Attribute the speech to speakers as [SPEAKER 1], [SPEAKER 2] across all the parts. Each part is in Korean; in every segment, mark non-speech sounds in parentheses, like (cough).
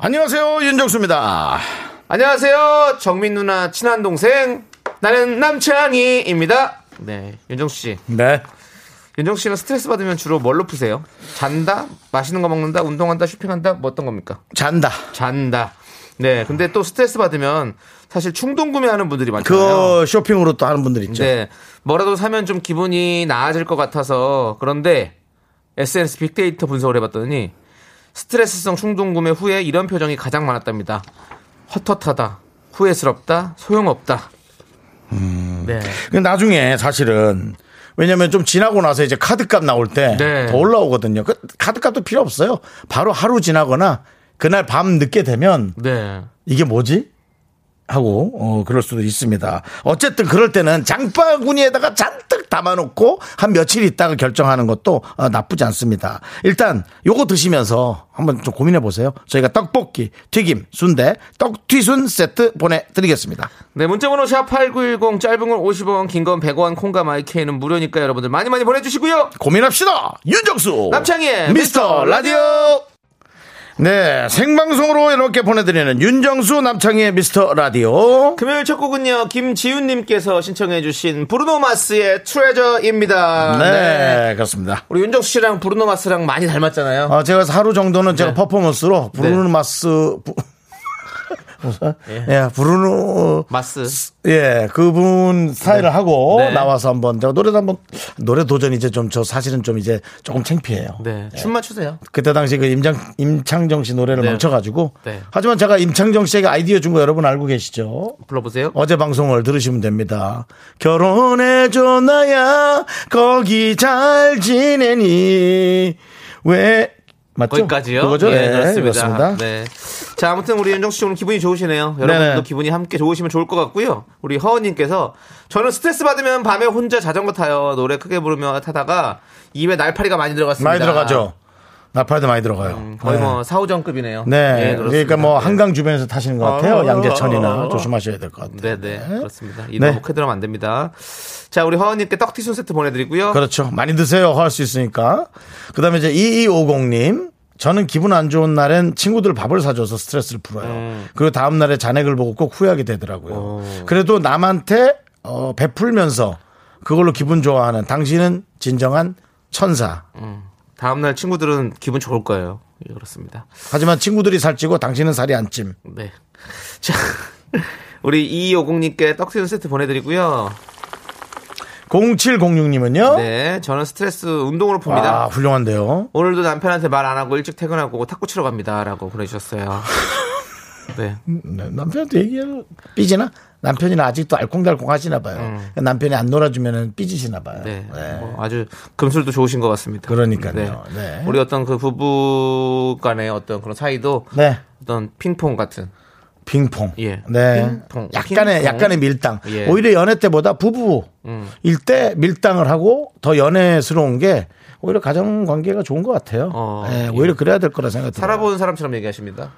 [SPEAKER 1] 안녕하세요 윤정수입니다.
[SPEAKER 2] 안녕하세요. 정민 누나 친한 동생 나는 남창희입니다. 네, 윤정수 씨.
[SPEAKER 3] 네.
[SPEAKER 2] 윤정수 씨는 스트레스 받으면 주로 뭘로 푸세요? 잔다, 맛있는 거 먹는다, 운동한다, 쇼핑한다, 뭐 어떤 겁니까?
[SPEAKER 1] 잔다.
[SPEAKER 2] 잔다. 네, 근데 또 스트레스 받으면 사실 충동 구매하는 분들이
[SPEAKER 1] 그
[SPEAKER 2] 많잖아요.
[SPEAKER 1] 쇼핑으로 또 하는 분들 있죠.
[SPEAKER 2] 네, 뭐라도 사면 좀 기분이 나아질 것 같아서 그런데 SNS 빅데이터 분석을 해봤더니 스트레스성 충동 구매 후에 이런 표정이 가장 많았답니다. 헛헛하다, 후회스럽다, 소용없다.
[SPEAKER 1] 음.
[SPEAKER 2] 네.
[SPEAKER 1] 근데 나중에 사실은 왜냐면 좀 지나고 나서 이제 카드값 나올 때 더
[SPEAKER 2] 네.
[SPEAKER 1] 올라오거든요. 그 카드값도 필요 없어요. 바로 하루 지나거나 그날 밤 늦게 되면
[SPEAKER 2] 네.
[SPEAKER 1] 이게 뭐지? 하고 어, 그럴 수도 있습니다. 어쨌든 그럴 때는 장바구니에다가 잔뜩 담아놓고 한 며칠 있다가 결정하는 것도 어, 나쁘지 않습니다. 일단 요거 드시면서 한번 좀 고민해 보세요. 저희가 떡볶이, 튀김, 순대, 떡튀순 세트 보내드리겠습니다.
[SPEAKER 2] 네, 문자번호 샵8910 짧은 건 50원, 긴 건 100원, 콩과 마이크는 무료니까 여러분들 많이 많이 보내주시고요.
[SPEAKER 1] 고민합시다. 윤정수
[SPEAKER 2] 남창희의
[SPEAKER 1] 미스터 라디오. 네, 생방송으로 이렇게 보내드리는 윤정수 남창희의 미스터 라디오.
[SPEAKER 2] 금요일 첫 곡은요, 김지훈님께서 신청해주신 브루노마스의 트레저입니다.
[SPEAKER 1] 네, 그렇습니다.
[SPEAKER 2] 우리 윤정수 씨랑 브루노마스랑 많이 닮았잖아요.
[SPEAKER 1] 아, 제가 하루 정도는 제가
[SPEAKER 2] 네.
[SPEAKER 1] 퍼포먼스로 브루노
[SPEAKER 2] 네.
[SPEAKER 1] 마스 부- 뭐죠? 예, 브루노
[SPEAKER 2] 마스.
[SPEAKER 1] 예, 그분 스타일을 하고
[SPEAKER 2] 네.
[SPEAKER 1] 나와서 한번 제가 노래도 한번 노래 도전 이제 좀 저 사실은 좀 이제 조금 창피해요.
[SPEAKER 2] 네. 춤 맞추세요.
[SPEAKER 1] 그때 당시 그 임장, 임창정 씨 노래를
[SPEAKER 2] 네.
[SPEAKER 1] 망쳐가지고.
[SPEAKER 2] 네.
[SPEAKER 1] 하지만 제가 임창정 씨에게 아이디어 준 거 여러분 알고 계시죠?
[SPEAKER 2] 불러보세요.
[SPEAKER 1] 어제 방송을 들으시면 됩니다. 결혼해줘 나야 거기 잘 지내니 왜 맞죠?
[SPEAKER 2] 거기까지요.
[SPEAKER 1] 그거죠?
[SPEAKER 2] 예,
[SPEAKER 1] 네,
[SPEAKER 2] 그렇습니다.
[SPEAKER 1] 그렇습니다.
[SPEAKER 2] 네. 자, 아무튼 우리 윤정수 씨 오늘 기분이 좋으시네요. 여러분도
[SPEAKER 1] 네네.
[SPEAKER 2] 기분이 함께 좋으시면 좋을 것 같고요. 우리 허은님께서 저는 스트레스 받으면 밤에 혼자 자전거 타요. 노래 크게 부르며 타다가 입에 날파리가 많이 들어갔습니다.
[SPEAKER 1] 많이 들어가죠. 나팔도 많이 들어가요.
[SPEAKER 2] 거의
[SPEAKER 1] 네.
[SPEAKER 2] 뭐 사오정급이네요.
[SPEAKER 1] 네,
[SPEAKER 2] 예, 그렇습니다.
[SPEAKER 1] 그러니까 뭐 한강 주변에서 타시는 것 같아요.
[SPEAKER 2] 어,
[SPEAKER 1] 양재천이나
[SPEAKER 2] 어.
[SPEAKER 1] 조심하셔야 될 것 같아요.
[SPEAKER 2] 네, 네, 그렇습니다. 이
[SPEAKER 1] 네.
[SPEAKER 2] 너무 크게 들어가면 안 됩니다. 자, 우리 허은님께 떡티순 세트 보내드리고요.
[SPEAKER 1] 그렇죠. 많이 드세요. 할 수 있으니까. 그 다음에 이제 2250님. 저는 기분 안 좋은 날엔 친구들 밥을 사줘서 스트레스를 풀어요. 그리고 다음날에 잔액을 보고 꼭 후회하게 되더라고요. 그래도 남한테 어, 베풀면서 그걸로 기분 좋아하는 당신은 진정한 천사.
[SPEAKER 2] 다음날 친구들은 기분 좋을 거예요. 예, 그렇습니다.
[SPEAKER 1] 하지만 친구들이 살찌고 당신은 살이 안 찜.
[SPEAKER 2] 네. (laughs) 자, 우리 2250님께 떡티순 세트 보내드리고요.
[SPEAKER 1] 0706님은요.
[SPEAKER 2] 네, 저는 스트레스 운동으로 풉니다.
[SPEAKER 1] 와, 훌륭한데요.
[SPEAKER 2] 오늘도 남편한테 말 안 하고 일찍 퇴근하고 탁구 치러
[SPEAKER 1] (laughs)
[SPEAKER 2] 갑니다라고 보내주셨어요. 네,
[SPEAKER 1] 네, 남편한테 얘기해도 삐지나? 남편이나 아직도 알콩달콩 하시나 봐요. 남편이 안 놀아주면 삐지시나 봐요.
[SPEAKER 2] 음. 네,
[SPEAKER 1] 네.
[SPEAKER 2] 뭐 아주 금술도 좋으신 것 같습니다.
[SPEAKER 1] 그러니까요. 네.
[SPEAKER 2] 우리 어떤 그 부부 간의 어떤 그런 사이도
[SPEAKER 1] 네.
[SPEAKER 2] 어떤 핑퐁 같은
[SPEAKER 1] 빙퐁.
[SPEAKER 2] 예.
[SPEAKER 1] 네.
[SPEAKER 2] 핑퐁.
[SPEAKER 1] 약간의
[SPEAKER 2] 핑퐁.
[SPEAKER 1] 약간의 밀당.
[SPEAKER 2] 예. 음.
[SPEAKER 1] 오히려 연애 때보다 부부 일 때 밀당을 하고 더 연애스러운 게 오히려 가정 관계가 좋은 것 같아요.
[SPEAKER 2] 어,
[SPEAKER 1] 예, 오히려 그래야 될 거라 생각이 들어요.
[SPEAKER 2] 살아본 사람처럼 얘기하십니다.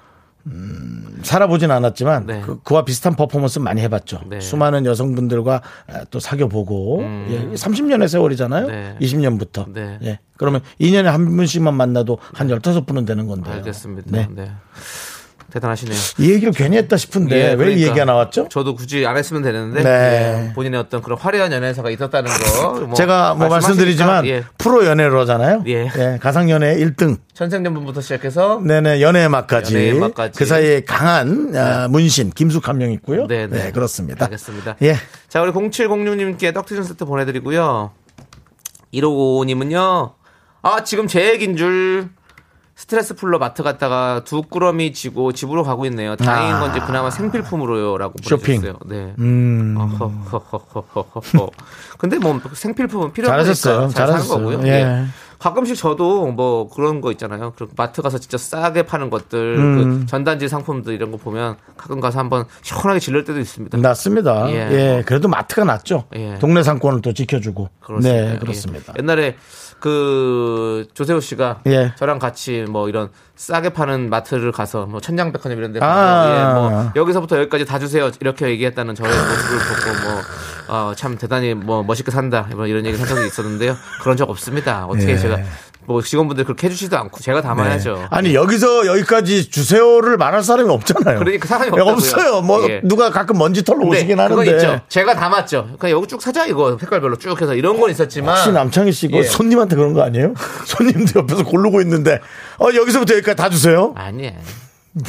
[SPEAKER 1] 살아보진 않았지만
[SPEAKER 2] 네.
[SPEAKER 1] 그, 그와 비슷한 퍼포먼스 많이 해봤죠.
[SPEAKER 2] 네. 음.
[SPEAKER 1] 수많은 여성분들과 에, 또 사귀어보고 예, 30년의 세월이잖아요.
[SPEAKER 2] 네.
[SPEAKER 1] 20년부터.
[SPEAKER 2] 네.
[SPEAKER 1] 예. 그러면 2년에 한 분씩만 만나도 한 15분은 되는 건데요.
[SPEAKER 2] 알겠습니다.
[SPEAKER 1] 네.
[SPEAKER 2] 네. 대단하시네요.
[SPEAKER 1] 이 얘기를 괜히 했다 싶은데
[SPEAKER 2] 예,
[SPEAKER 1] 네, 왜 이
[SPEAKER 2] 그러니까
[SPEAKER 1] 얘기가 나왔죠?
[SPEAKER 2] 저도 굳이 안 했으면 되는데
[SPEAKER 1] 네.
[SPEAKER 2] 예, 본인의 어떤 그런 화려한 연애사가 있었다는 거. 뭐
[SPEAKER 1] 제가 뭐
[SPEAKER 2] 말씀하시니까,
[SPEAKER 1] 말씀드리지만
[SPEAKER 2] 예,
[SPEAKER 1] 프로 연애로잖아요.
[SPEAKER 2] 예.
[SPEAKER 1] 가상 연애 1등.
[SPEAKER 2] 천생연분부터 시작해서
[SPEAKER 1] 네네 연애의 막까지.
[SPEAKER 2] 연애의 막까지.
[SPEAKER 1] 그 사이에 강한 아, 문신 김숙한 명 있고요.
[SPEAKER 2] 네,
[SPEAKER 1] 네,
[SPEAKER 2] 네.
[SPEAKER 1] 그렇습니다.
[SPEAKER 2] 알겠습니다.
[SPEAKER 1] 예.
[SPEAKER 2] 자, 우리 0706님께 떡튀순 세트 보내드리고요. 1555님은요, 아, 지금 제 얘기인 줄. 스트레스 풀러 마트 갔다가 두 꾸러미 지고 집으로 가고 있네요. 다행인 건지 그나마 생필품으로요라고
[SPEAKER 1] 아. 쇼핑. 음.
[SPEAKER 2] 보내주셨어요. 네. 어허허허허허허. 근데 뭐 생필품은 필요 없으니까
[SPEAKER 1] 잘하셨어요.
[SPEAKER 2] 잘 사는
[SPEAKER 1] 잘하셨어요.
[SPEAKER 2] 거고요.
[SPEAKER 1] 예.
[SPEAKER 2] 가끔씩 저도 뭐 그런 거 있잖아요. 그 마트 가서 진짜 싸게 파는 것들,
[SPEAKER 1] 음.
[SPEAKER 2] 그 전단지 상품들 이런 거 보면 가끔 가서 한번 시원하게 질릴 때도 있습니다.
[SPEAKER 1] 낫습니다. 예.
[SPEAKER 2] 예.
[SPEAKER 1] 그래도 마트가 낫죠.
[SPEAKER 2] 예.
[SPEAKER 1] 동네 상권을 또 지켜주고.
[SPEAKER 2] 그렇습니다.
[SPEAKER 1] 네, 그렇습니다.
[SPEAKER 2] 예. 옛날에 그 조세호 씨가
[SPEAKER 1] 예.
[SPEAKER 2] 저랑 같이 뭐 이런 싸게 파는 마트를 가서 뭐 천장백화점 이런 데 가서
[SPEAKER 1] 아.
[SPEAKER 2] 예, 뭐 여기서부터 여기까지 다 주세요 이렇게 얘기했다는 저의 모습을 보고 뭐 참 대단히 뭐 멋있게 산다 뭐 이런 얘기 한 적이 있었는데요. 그런 적 없습니다. 어떻게
[SPEAKER 1] 예.
[SPEAKER 2] 제가 뭐 직원분들 그렇게 해주지도 않고 제가 담아야죠.
[SPEAKER 1] 네. 아니 여기서 여기까지 주세요를 말할 사람이 없잖아요.
[SPEAKER 2] 예. 그러니까 사람이
[SPEAKER 1] 예,
[SPEAKER 2] 없다고요.
[SPEAKER 1] 없어요. 뭐
[SPEAKER 2] 예.
[SPEAKER 1] 누가 가끔 먼지털로
[SPEAKER 2] 근데
[SPEAKER 1] 오시긴
[SPEAKER 2] 그건
[SPEAKER 1] 하는데
[SPEAKER 2] 있죠. 제가 담았죠. 그냥 여기 쭉 사자 이거 색깔별로 쭉 해서 이런 건 있었지만
[SPEAKER 1] 혹시 남창희 씨가
[SPEAKER 2] 아. 예.
[SPEAKER 1] 손님한테 그런 거
[SPEAKER 2] (laughs)
[SPEAKER 1] 아니에요? 손님도 옆에서 고르고 있는데 어 여기서부터 여기까지 다 주세요.
[SPEAKER 2] 아니에요.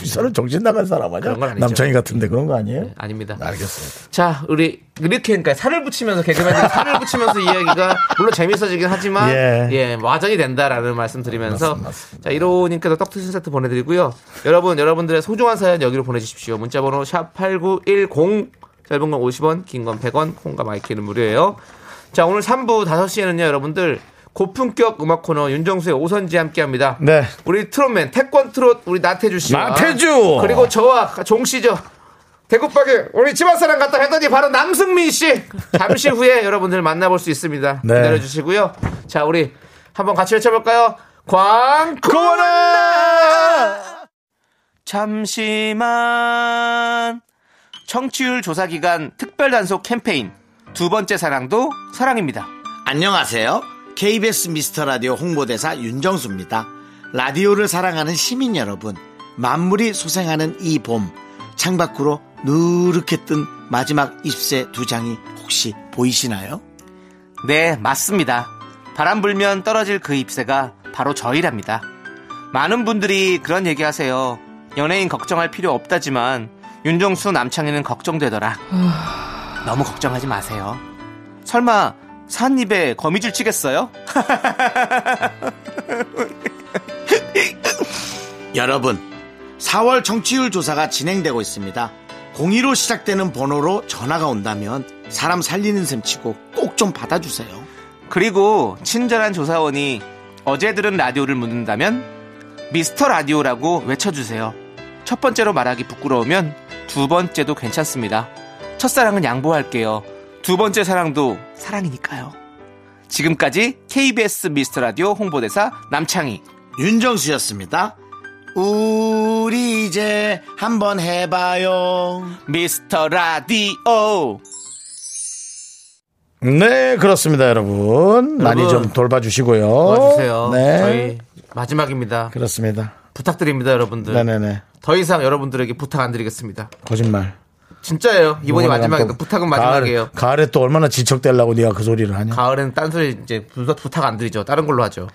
[SPEAKER 1] 이 사람 정신 나간 사람 아니야?
[SPEAKER 2] 그런 건 아니죠.
[SPEAKER 1] 남창희 같은데 그런 거 아니에요?
[SPEAKER 2] 아닙니다.
[SPEAKER 1] 알겠습니다.
[SPEAKER 2] 자, 우리 이렇게 그러니까 살을
[SPEAKER 1] (laughs)
[SPEAKER 2] 붙이면서 개그맨들 살을 붙이면서 이야기가 물론 재밌어지긴 하지만
[SPEAKER 1] 예.
[SPEAKER 2] 예, 와전이 된다라는 말씀드리면서
[SPEAKER 1] 맞습니다, 맞습니다.
[SPEAKER 2] 자 이로우님께서 떡튀순 세트 보내드리고요. 여러분 여러분들의 소중한 사연 여기로 보내주십시오. 문자번호 샵 #8910 짧은 건 50원, 긴 건 100원, 콩과 마이크는 무료예요. 자 오늘 3부 5시에는요 여러분들 고품격 음악 코너 윤정수의 오선지 함께합니다.
[SPEAKER 1] 네.
[SPEAKER 2] 우리 트롯맨 태권 트롯 우리 나태주 씨.
[SPEAKER 1] 나태주!
[SPEAKER 2] 그리고 저와 종 씨죠. 대구박에 우리 집안사람 같다 했더니 바로 남승민 씨 잠시 후에 여러분들 만나볼 수 있습니다
[SPEAKER 1] 네.
[SPEAKER 2] 기다려주시고요 자 우리 한번 같이 외쳐볼까요
[SPEAKER 1] 고원아!
[SPEAKER 2] 광고나 잠시만 청취율 조사 기간 특별 단속 캠페인 두 번째 사랑도 사랑입니다
[SPEAKER 1] 안녕하세요. KBS 미스터 라디오 홍보대사 윤정수입니다. 라디오를 사랑하는 시민 여러분, 만물이 소생하는 이 봄, 창밖으로 누렇게 뜬 마지막 잎새 두 장이 혹시 보이시나요?
[SPEAKER 2] 네, 맞습니다. 바람 불면 떨어질 그 잎새가 바로 저희랍니다. 많은 분들이 그런 얘기 하세요. 연예인 걱정할 필요 없다지만, 윤종수 남창희는 걱정되더라. (sighs) 너무 걱정하지 마세요. 설마, 산 입에 거미줄 치겠어요?
[SPEAKER 1] 여러분, 4월 정치율 조사가 진행되고 있습니다. 02로 시작되는 번호로 전화가 온다면 사람 살리는 셈 치고 꼭 좀 받아주세요.
[SPEAKER 2] 그리고 친절한 조사원이 어제 들은 라디오를 묻는다면 미스터 라디오라고 외쳐주세요. 첫 번째로 말하기 부끄러우면 두 번째도 괜찮습니다. 첫사랑은 양보할게요. 두 번째 사랑도 사랑이니까요. 지금까지 KBS 미스터 라디오 홍보대사 남창희.
[SPEAKER 1] 윤정수였습니다. 우리 이제 한번 해봐요.
[SPEAKER 2] 미스터 라디오.
[SPEAKER 1] 네, 그렇습니다, 여러분. 많이
[SPEAKER 2] 여러분,
[SPEAKER 1] 좀 돌봐주시고요. 네.
[SPEAKER 2] 마지막입니다.
[SPEAKER 1] 그렇습니다.
[SPEAKER 2] 부탁드립니다, 여러분들.
[SPEAKER 1] 네네네.
[SPEAKER 2] 더 이상 여러분들에게 부탁 안 드리겠습니다.
[SPEAKER 1] 거짓말.
[SPEAKER 2] 진짜예요. 이번이
[SPEAKER 1] 이번에는
[SPEAKER 2] 마지막이니까
[SPEAKER 1] 또
[SPEAKER 2] 부탁은
[SPEAKER 1] 가을,
[SPEAKER 2] 마지막이에요.
[SPEAKER 1] 가을에 또 얼마나 지척대려고 네가 그 소리를 하냐.
[SPEAKER 2] 가을엔 딴소리 이제 부- 부탁 안 드리죠. 다른 걸로 하죠.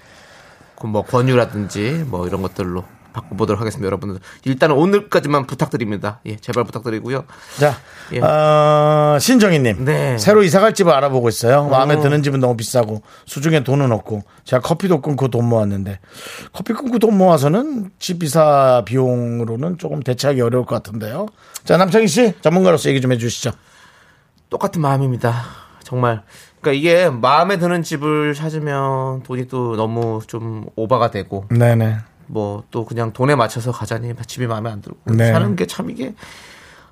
[SPEAKER 2] 그 뭐 권유라든지 뭐 이런 것들로 바꿔보도록 하겠습니다. 여러분들 일단은 오늘까지만 부탁드립니다. 예, 제발 부탁드리고요.
[SPEAKER 1] 자,
[SPEAKER 2] 예.
[SPEAKER 1] 어, 신정희님.
[SPEAKER 2] 네.
[SPEAKER 1] 새로 이사갈 집을 알아보고 있어요. 마음에 드는 집은 너무 비싸고, 수중에 돈은 없고, 제가 커피도 끊고 돈 모았는데, 커피 끊고 돈 모아서는 집 이사 비용으로는 조금 대체하기 어려울 것 같은데요. 자, 남창희 씨, 전문가로서 얘기 좀 해주시죠.
[SPEAKER 2] 똑같은 마음입니다. 정말. 그러니까 이게 마음에 드는 집을 찾으면 돈이 또 너무 좀 오바가 되고
[SPEAKER 1] 네네.
[SPEAKER 2] 뭐 또 그냥 돈에 맞춰서 가자니 집이 마음에 안 들고
[SPEAKER 1] 네.
[SPEAKER 2] 사는 게 참 이게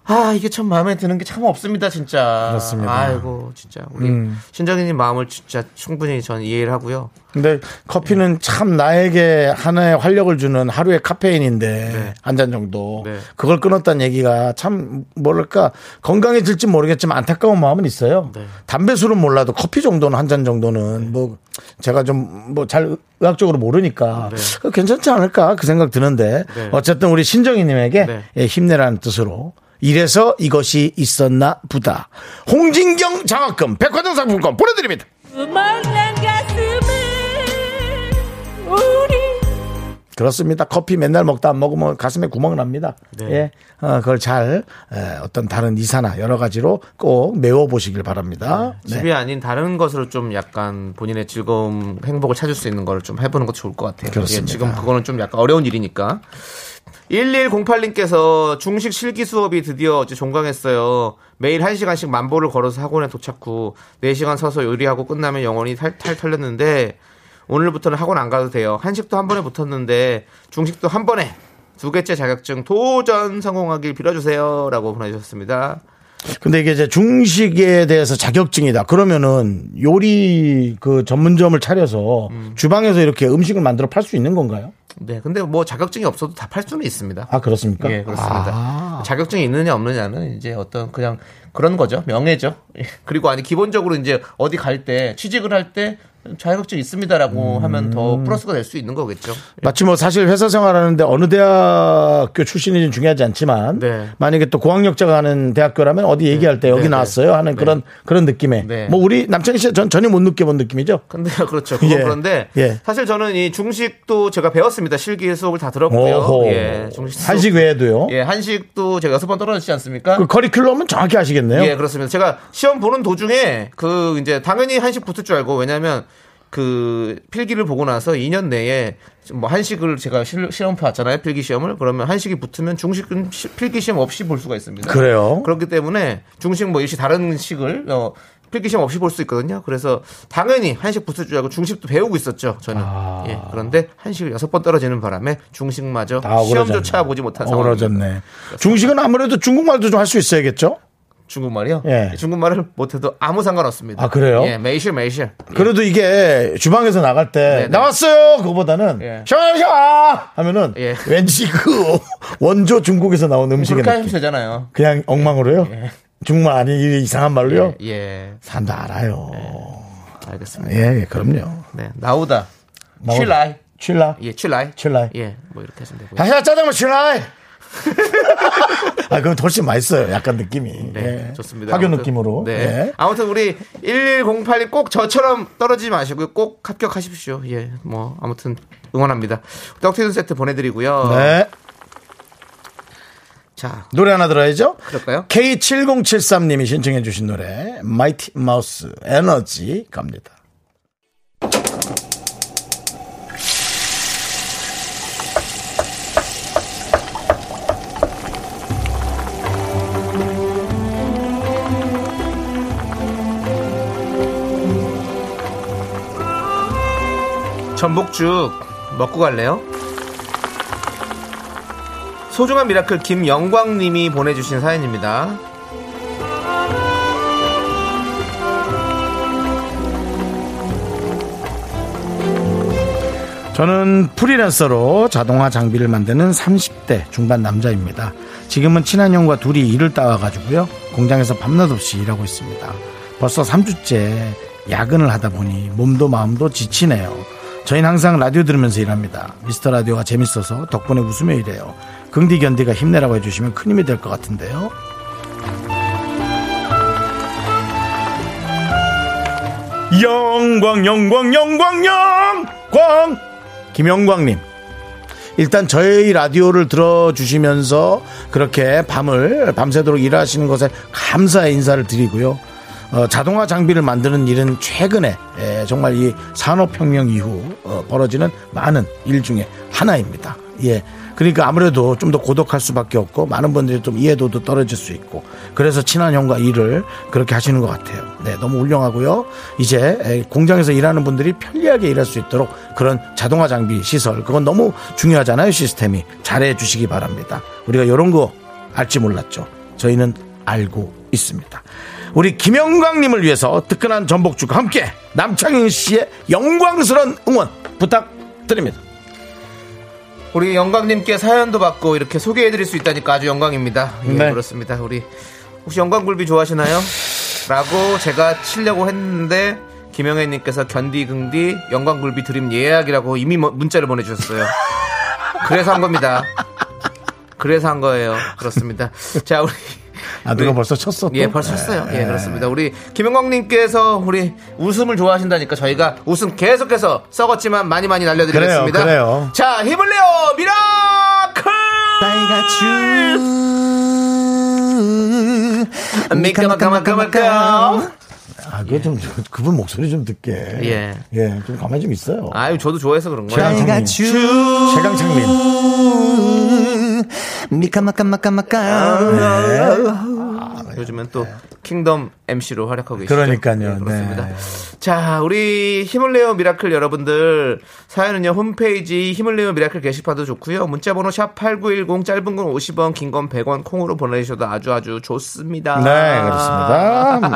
[SPEAKER 2] 아 이게 참 마음에 드는 게 참 없습니다 진짜
[SPEAKER 1] 그렇습니다. 음.
[SPEAKER 2] 아이고 진짜 우리 신정희님 마음을 진짜 충분히 전 이해를 하고요
[SPEAKER 1] 근데 커피는
[SPEAKER 2] 네.
[SPEAKER 1] 참 나에게 하나의 활력을 주는 하루의 카페인인데 한 잔 정도
[SPEAKER 2] 네.
[SPEAKER 1] 그걸 끊었다는 얘기가 참 뭐랄까 건강해질지 모르겠지만 안타까운 마음은 있어요.
[SPEAKER 2] 네.
[SPEAKER 1] 담배 술은 몰라도 커피 정도는 한 잔 정도는 뭐 제가 좀 뭐 잘 의학적으로 모르니까 그거 괜찮지 않을까 그 생각 드는데
[SPEAKER 2] 네.
[SPEAKER 1] 어쨌든 우리 신정희님에게
[SPEAKER 2] 네.
[SPEAKER 1] 예, 힘내라는 뜻으로. 이래서 이것이 있었나 보다. 홍진경 장학금 백화점 상품권 보내드립니다.
[SPEAKER 3] 음악난 가슴에 우리
[SPEAKER 1] 그렇습니다. 커피 맨날 먹다 안 먹으면 가슴에 구멍 납니다.
[SPEAKER 2] 네.
[SPEAKER 1] 예. 어, 그걸 잘 에, 어떤 다른 이사나 여러 가지로 꼭 메워 보시길 바랍니다. 네.
[SPEAKER 2] 집이 아닌 다른 것으로 좀 약간 본인의 즐거움, 행복을 찾을 수 있는 걸 좀 해보는 것도 좋을 것 같아요.
[SPEAKER 1] 그렇습니다.
[SPEAKER 2] 예, 지금 그거는 좀 약간 어려운 일이니까. 1108님께서 중식 실기 수업이 드디어 어제 종강했어요. 매일 1시간씩 네 만보를 걸어서 학원에 도착 후 4시간 서서 요리하고 끝나면 영혼이 탈탈 털렸는데 오늘부터는 학원 안 가도 돼요. 한식도 한 번에 붙었는데 중식도 한 번에 두 개째 자격증 도전 성공하길 빌어주세요라고 보내주셨습니다.
[SPEAKER 1] 근데 이게 이제 중식에 대해서 자격증이다. 그러면은 요리 그 전문점을 차려서
[SPEAKER 2] 음.
[SPEAKER 1] 주방에서 이렇게 음식을 만들어 팔 수 있는 건가요?
[SPEAKER 2] 네, 근데 뭐 자격증이 없어도 다 팔 수는 있습니다.
[SPEAKER 1] 아 그렇습니까? 아.
[SPEAKER 2] 예, 그렇습니다. 자격증이 있느냐 없느냐는 이제 어떤 그냥 그런 거죠. 명예죠. (laughs) 예. 그리고 아니 기본적으로 이제 어디 갈 때 취직을 할 때
[SPEAKER 1] 음.
[SPEAKER 2] 자격증 있습니다라고 하면 더 플러스가 될 수 있는 거겠죠.
[SPEAKER 1] 마치 뭐 사실 회사 생활하는데 어느 대학교 출신인지 중요하지 않지만
[SPEAKER 2] 네.
[SPEAKER 1] 만약에 또 고학력자가 하는 대학교라면 어디 얘기할 때 여기
[SPEAKER 2] 네,
[SPEAKER 1] 나왔어요 하는 그런 그런 느낌에
[SPEAKER 2] 네.
[SPEAKER 1] 뭐 우리 남창희 씨전 전혀 못 느껴본 느낌이죠.
[SPEAKER 2] 근데 (laughs) 그렇죠. 그건
[SPEAKER 1] 예.
[SPEAKER 2] 그런데
[SPEAKER 1] 예.
[SPEAKER 2] 사실 저는 이 중식도 제가 배웠습니다. 실기 수업을 다 들었고요.
[SPEAKER 1] 오호.
[SPEAKER 2] 예, 중식 수업.
[SPEAKER 1] 한식 외에도요.
[SPEAKER 2] 예, 한식도 제가 여섯 번 떨어지지 않습니까?
[SPEAKER 1] 그 커리큘럼은 정확히 아시겠네요.
[SPEAKER 2] 예, 그렇습니다. 제가 시험 보는 도중에 그 이제 당연히 한식 붙을 줄 알고 왜냐하면 그 필기를 보고 나서 2년 내에 좀뭐 한식을 제가 실, 시험 봤잖아요. 필기 시험을 그러면 한식이 붙으면 중식은 시- 필기 시험 없이 볼 수가 있습니다.
[SPEAKER 1] 그래요?
[SPEAKER 2] 그렇기 때문에 중식 뭐 일시 다른 식을 어, 필기 시험 없이 볼 수 있거든요. 그래서 당연히 한식 붙을 줄 알고 중식도 배우고 있었죠. 저는
[SPEAKER 1] 아.
[SPEAKER 2] 예, 그런데 한식을 여섯 번 떨어지는 바람에 중식마저
[SPEAKER 1] 다 억울하잖아요.
[SPEAKER 2] 시험조차 보지 못한 상황입니다.
[SPEAKER 1] 어우러졌네. 중식은 아무래도 중국말도 좀 할 수 있어야겠죠?
[SPEAKER 2] 중국말이요?
[SPEAKER 1] 예.
[SPEAKER 2] 중국말을 못해도 아무 상관없습니다.
[SPEAKER 1] 아, 그래요?
[SPEAKER 2] 예, 매실 매실.
[SPEAKER 1] 그래도 이게 주방에서 나갈 때
[SPEAKER 2] 네.
[SPEAKER 1] 나왔어요 그거보다는
[SPEAKER 2] 예.
[SPEAKER 1] 샤샤 하면은
[SPEAKER 2] 예.
[SPEAKER 1] 왠지 그 (laughs) 원조 중국에서 나온 음식의
[SPEAKER 2] 그렇게 하시면
[SPEAKER 1] 느낌
[SPEAKER 2] 되잖아요.
[SPEAKER 1] 그냥 엉망으로요
[SPEAKER 2] 네.
[SPEAKER 1] 정말 아니 이 이상한 말로요
[SPEAKER 2] 예,
[SPEAKER 1] 사람도 알아요
[SPEAKER 2] 알겠습니다.
[SPEAKER 1] 예, 예, 그럼요
[SPEAKER 2] 네, 나오다.
[SPEAKER 1] 나오다.
[SPEAKER 2] 칠라이.
[SPEAKER 1] 칠라
[SPEAKER 2] 예, 칠라이.
[SPEAKER 1] 칠라이.
[SPEAKER 2] 예, 뭐 이렇게 하시면 되고요.
[SPEAKER 1] 다시 짜장면 칠라 (laughs) 아 그건 훨씬 맛있어요 약간 느낌이
[SPEAKER 2] 네,
[SPEAKER 1] 예.
[SPEAKER 2] 좋습니다.
[SPEAKER 1] 학교
[SPEAKER 2] 아무튼,
[SPEAKER 1] 느낌으로
[SPEAKER 2] 네.
[SPEAKER 1] 예.
[SPEAKER 2] 아무튼 우리 1108님 꼭 저처럼 떨어지지 마시고요. 꼭 합격하십시오. 예, 뭐 아무튼 응원합니다. 떡튀순 세트 보내드리고요.
[SPEAKER 1] 네.
[SPEAKER 2] 자,
[SPEAKER 1] 노래 하나 들어야죠
[SPEAKER 2] 그럴까요?
[SPEAKER 1] K7073님이 신청해 주신 노래 마이티 마우스 에너지 갑니다.
[SPEAKER 2] 전복죽 먹고 갈래요? 소중한 미라클 김영광님이 보내주신 사연입니다.
[SPEAKER 1] 저는 프리랜서로 자동화 장비를 만드는 30대 중반 남자입니다. 지금은 친한 형과 둘이 일을 따와가지고요. 공장에서 밤낮없이 일하고 있습니다. 벌써 3주째 야근을 하다 보니 몸도 마음도 지치네요. 저희는 항상 라디오 들으면서 일합니다. 미스터 라디오가 재밌어서 덕분에 웃으며 일해요. 긍디 견디가 힘내라고 해주시면 큰 힘이 될 것 같은데요. 영광 영광 영광 영광 김영광님 일단 저희 라디오를 들어주시면서 그렇게 밤을 밤새도록 일하시는 것에 감사의 인사를 드리고요 어, 자동화 장비를 만드는 일은 최근에 에, 정말 이 산업혁명 이후 어, 벌어지는 많은 일 중에 하나입니다 예 그러니까 아무래도 좀 더 고독할 수밖에 없고 많은 분들이 좀 이해도도 떨어질 수 있고 그래서 친한 형과 일을 그렇게 하시는 것 같아요. 네, 너무 훌륭하고요. 이제 에, 공장에서 일하는 분들이 편리하게 일할 수 있도록 그런 자동화 장비 시설 그건 너무 중요하잖아요 시스템이 잘해 주시기 바랍니다. 우리가 이런 거 알지 몰랐죠. 저희는 알고 있습니다. 우리 김영광님을 위해서 뜨끈한 전복죽과 함께 남창희 씨의 영광스러운 응원 부탁드립니다.
[SPEAKER 2] 우리 영광님께 사연도 받고 이렇게 소개해드릴 수 있다니까 아주 영광입니다. 예,
[SPEAKER 1] 네.
[SPEAKER 2] 그렇습니다. 우리 혹시 영광굴비 좋아하시나요? 라고 제가 치려고 했는데 김영애님께서 견디 긍디 영광굴비 드림 예약이라고 이미 뭐- 문자를 보내주셨어요. 그래서 한 겁니다. 그래서 한 거예요. 그렇습니다. 자 우리
[SPEAKER 1] 아 누가
[SPEAKER 2] 우리-
[SPEAKER 1] 벌써 쳤어? 또?
[SPEAKER 2] 예, 벌써 했어요.
[SPEAKER 1] 네.
[SPEAKER 2] 예, 그렇습니다. 우리 김영광님께서 우리 웃음을 좋아하신다니까 저희가 웃음 계속해서 썩었지만 많이 많이 날려드리겠습니다.
[SPEAKER 1] 그래요, 그래요.
[SPEAKER 2] 자, 힘을 내요, 미라클! 미카마카마카마카.
[SPEAKER 1] 아, 그거 좀, 저- 그분 목소리 좀 듣게. 예.
[SPEAKER 2] 예.
[SPEAKER 1] 좀 가만히 좀 있어요.
[SPEAKER 2] 아유, 저도 좋아해서 그런 거예요.
[SPEAKER 1] 최강창민. 최강창민.
[SPEAKER 4] 미카마카마카마카
[SPEAKER 1] 네. 아, 그러네요.
[SPEAKER 2] 요즘은 또 킹덤 MC로 활약하고 계시죠.
[SPEAKER 1] 그러니까요.
[SPEAKER 2] 네, 그렇습니다.
[SPEAKER 1] 네.
[SPEAKER 2] 자, 우리 힘을 내요 미라클 여러분들 사연은요 홈페이지 힘을 내요 미라클 게시판도 좋고요. 문자번호 샵 #8910 짧은 건 50원, 긴 건 100원 콩으로 보내주셔도 아주 아주 좋습니다.
[SPEAKER 1] 네, 그렇습니다.
[SPEAKER 2] (laughs)
[SPEAKER 1] 음,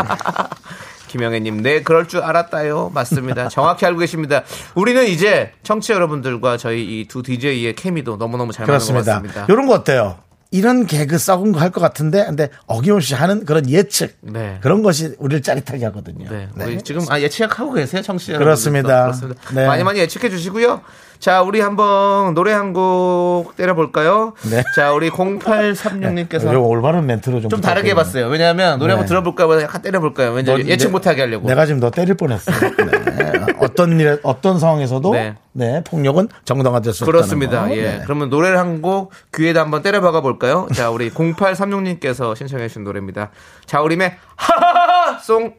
[SPEAKER 2] 김영애님, 네, 그럴 줄 알았다요. 맞습니다. 정확히 알고 계십니다. 우리는 이제 청취자 여러분들과 저희 이 두 DJ의 케미도 너무너무 잘 맞는 것
[SPEAKER 1] 그렇습니다.
[SPEAKER 2] 같습니다.
[SPEAKER 1] 이런 거 어때요? 이런 개그 썩은 거 할 것 같은데, 근데 어김없이 하는 그런 예측.
[SPEAKER 2] 네.
[SPEAKER 1] 그런 것이 우리를 짜릿하게 하거든요.
[SPEAKER 2] 네,
[SPEAKER 1] 네.
[SPEAKER 2] 우리 지금 아 예측하고 계세요, 청취자 여러분.
[SPEAKER 1] 그렇습니다.
[SPEAKER 2] 그렇습니다.
[SPEAKER 1] 네.
[SPEAKER 2] 많이 많이 예측해 주시고요. 자, 우리 한번 노래 한 곡 때려 볼까요?
[SPEAKER 1] 네.
[SPEAKER 2] 자, 우리 0836님께서
[SPEAKER 1] 요거 아, 올바른 멘트로 좀.
[SPEAKER 2] 좀
[SPEAKER 1] 부탁드립니다.
[SPEAKER 2] 다르게 해봤어요. 왜냐하면 노래 한번
[SPEAKER 1] 네. 뭐,
[SPEAKER 2] 들어볼까 보다 약간 때려 볼까요? 왠지
[SPEAKER 1] 너
[SPEAKER 2] 예측
[SPEAKER 1] 내-
[SPEAKER 2] 못하게 하려고.
[SPEAKER 1] 내가 지금 너 때릴
[SPEAKER 2] (laughs)
[SPEAKER 1] 뻔했어. 네. 어떤 일, 어떤 상황에서도
[SPEAKER 2] 네.
[SPEAKER 1] 네. 폭력은 정당화될 수
[SPEAKER 2] 그렇습니다.
[SPEAKER 1] 없다는 거.
[SPEAKER 2] 예.
[SPEAKER 1] 네.
[SPEAKER 2] 그러면 노래를 한 곡 귀에다 한번 때려박아 볼까요? 자, 우리 0836님께서 신청해 주신 노래입니다. 자우림의 하하하 송.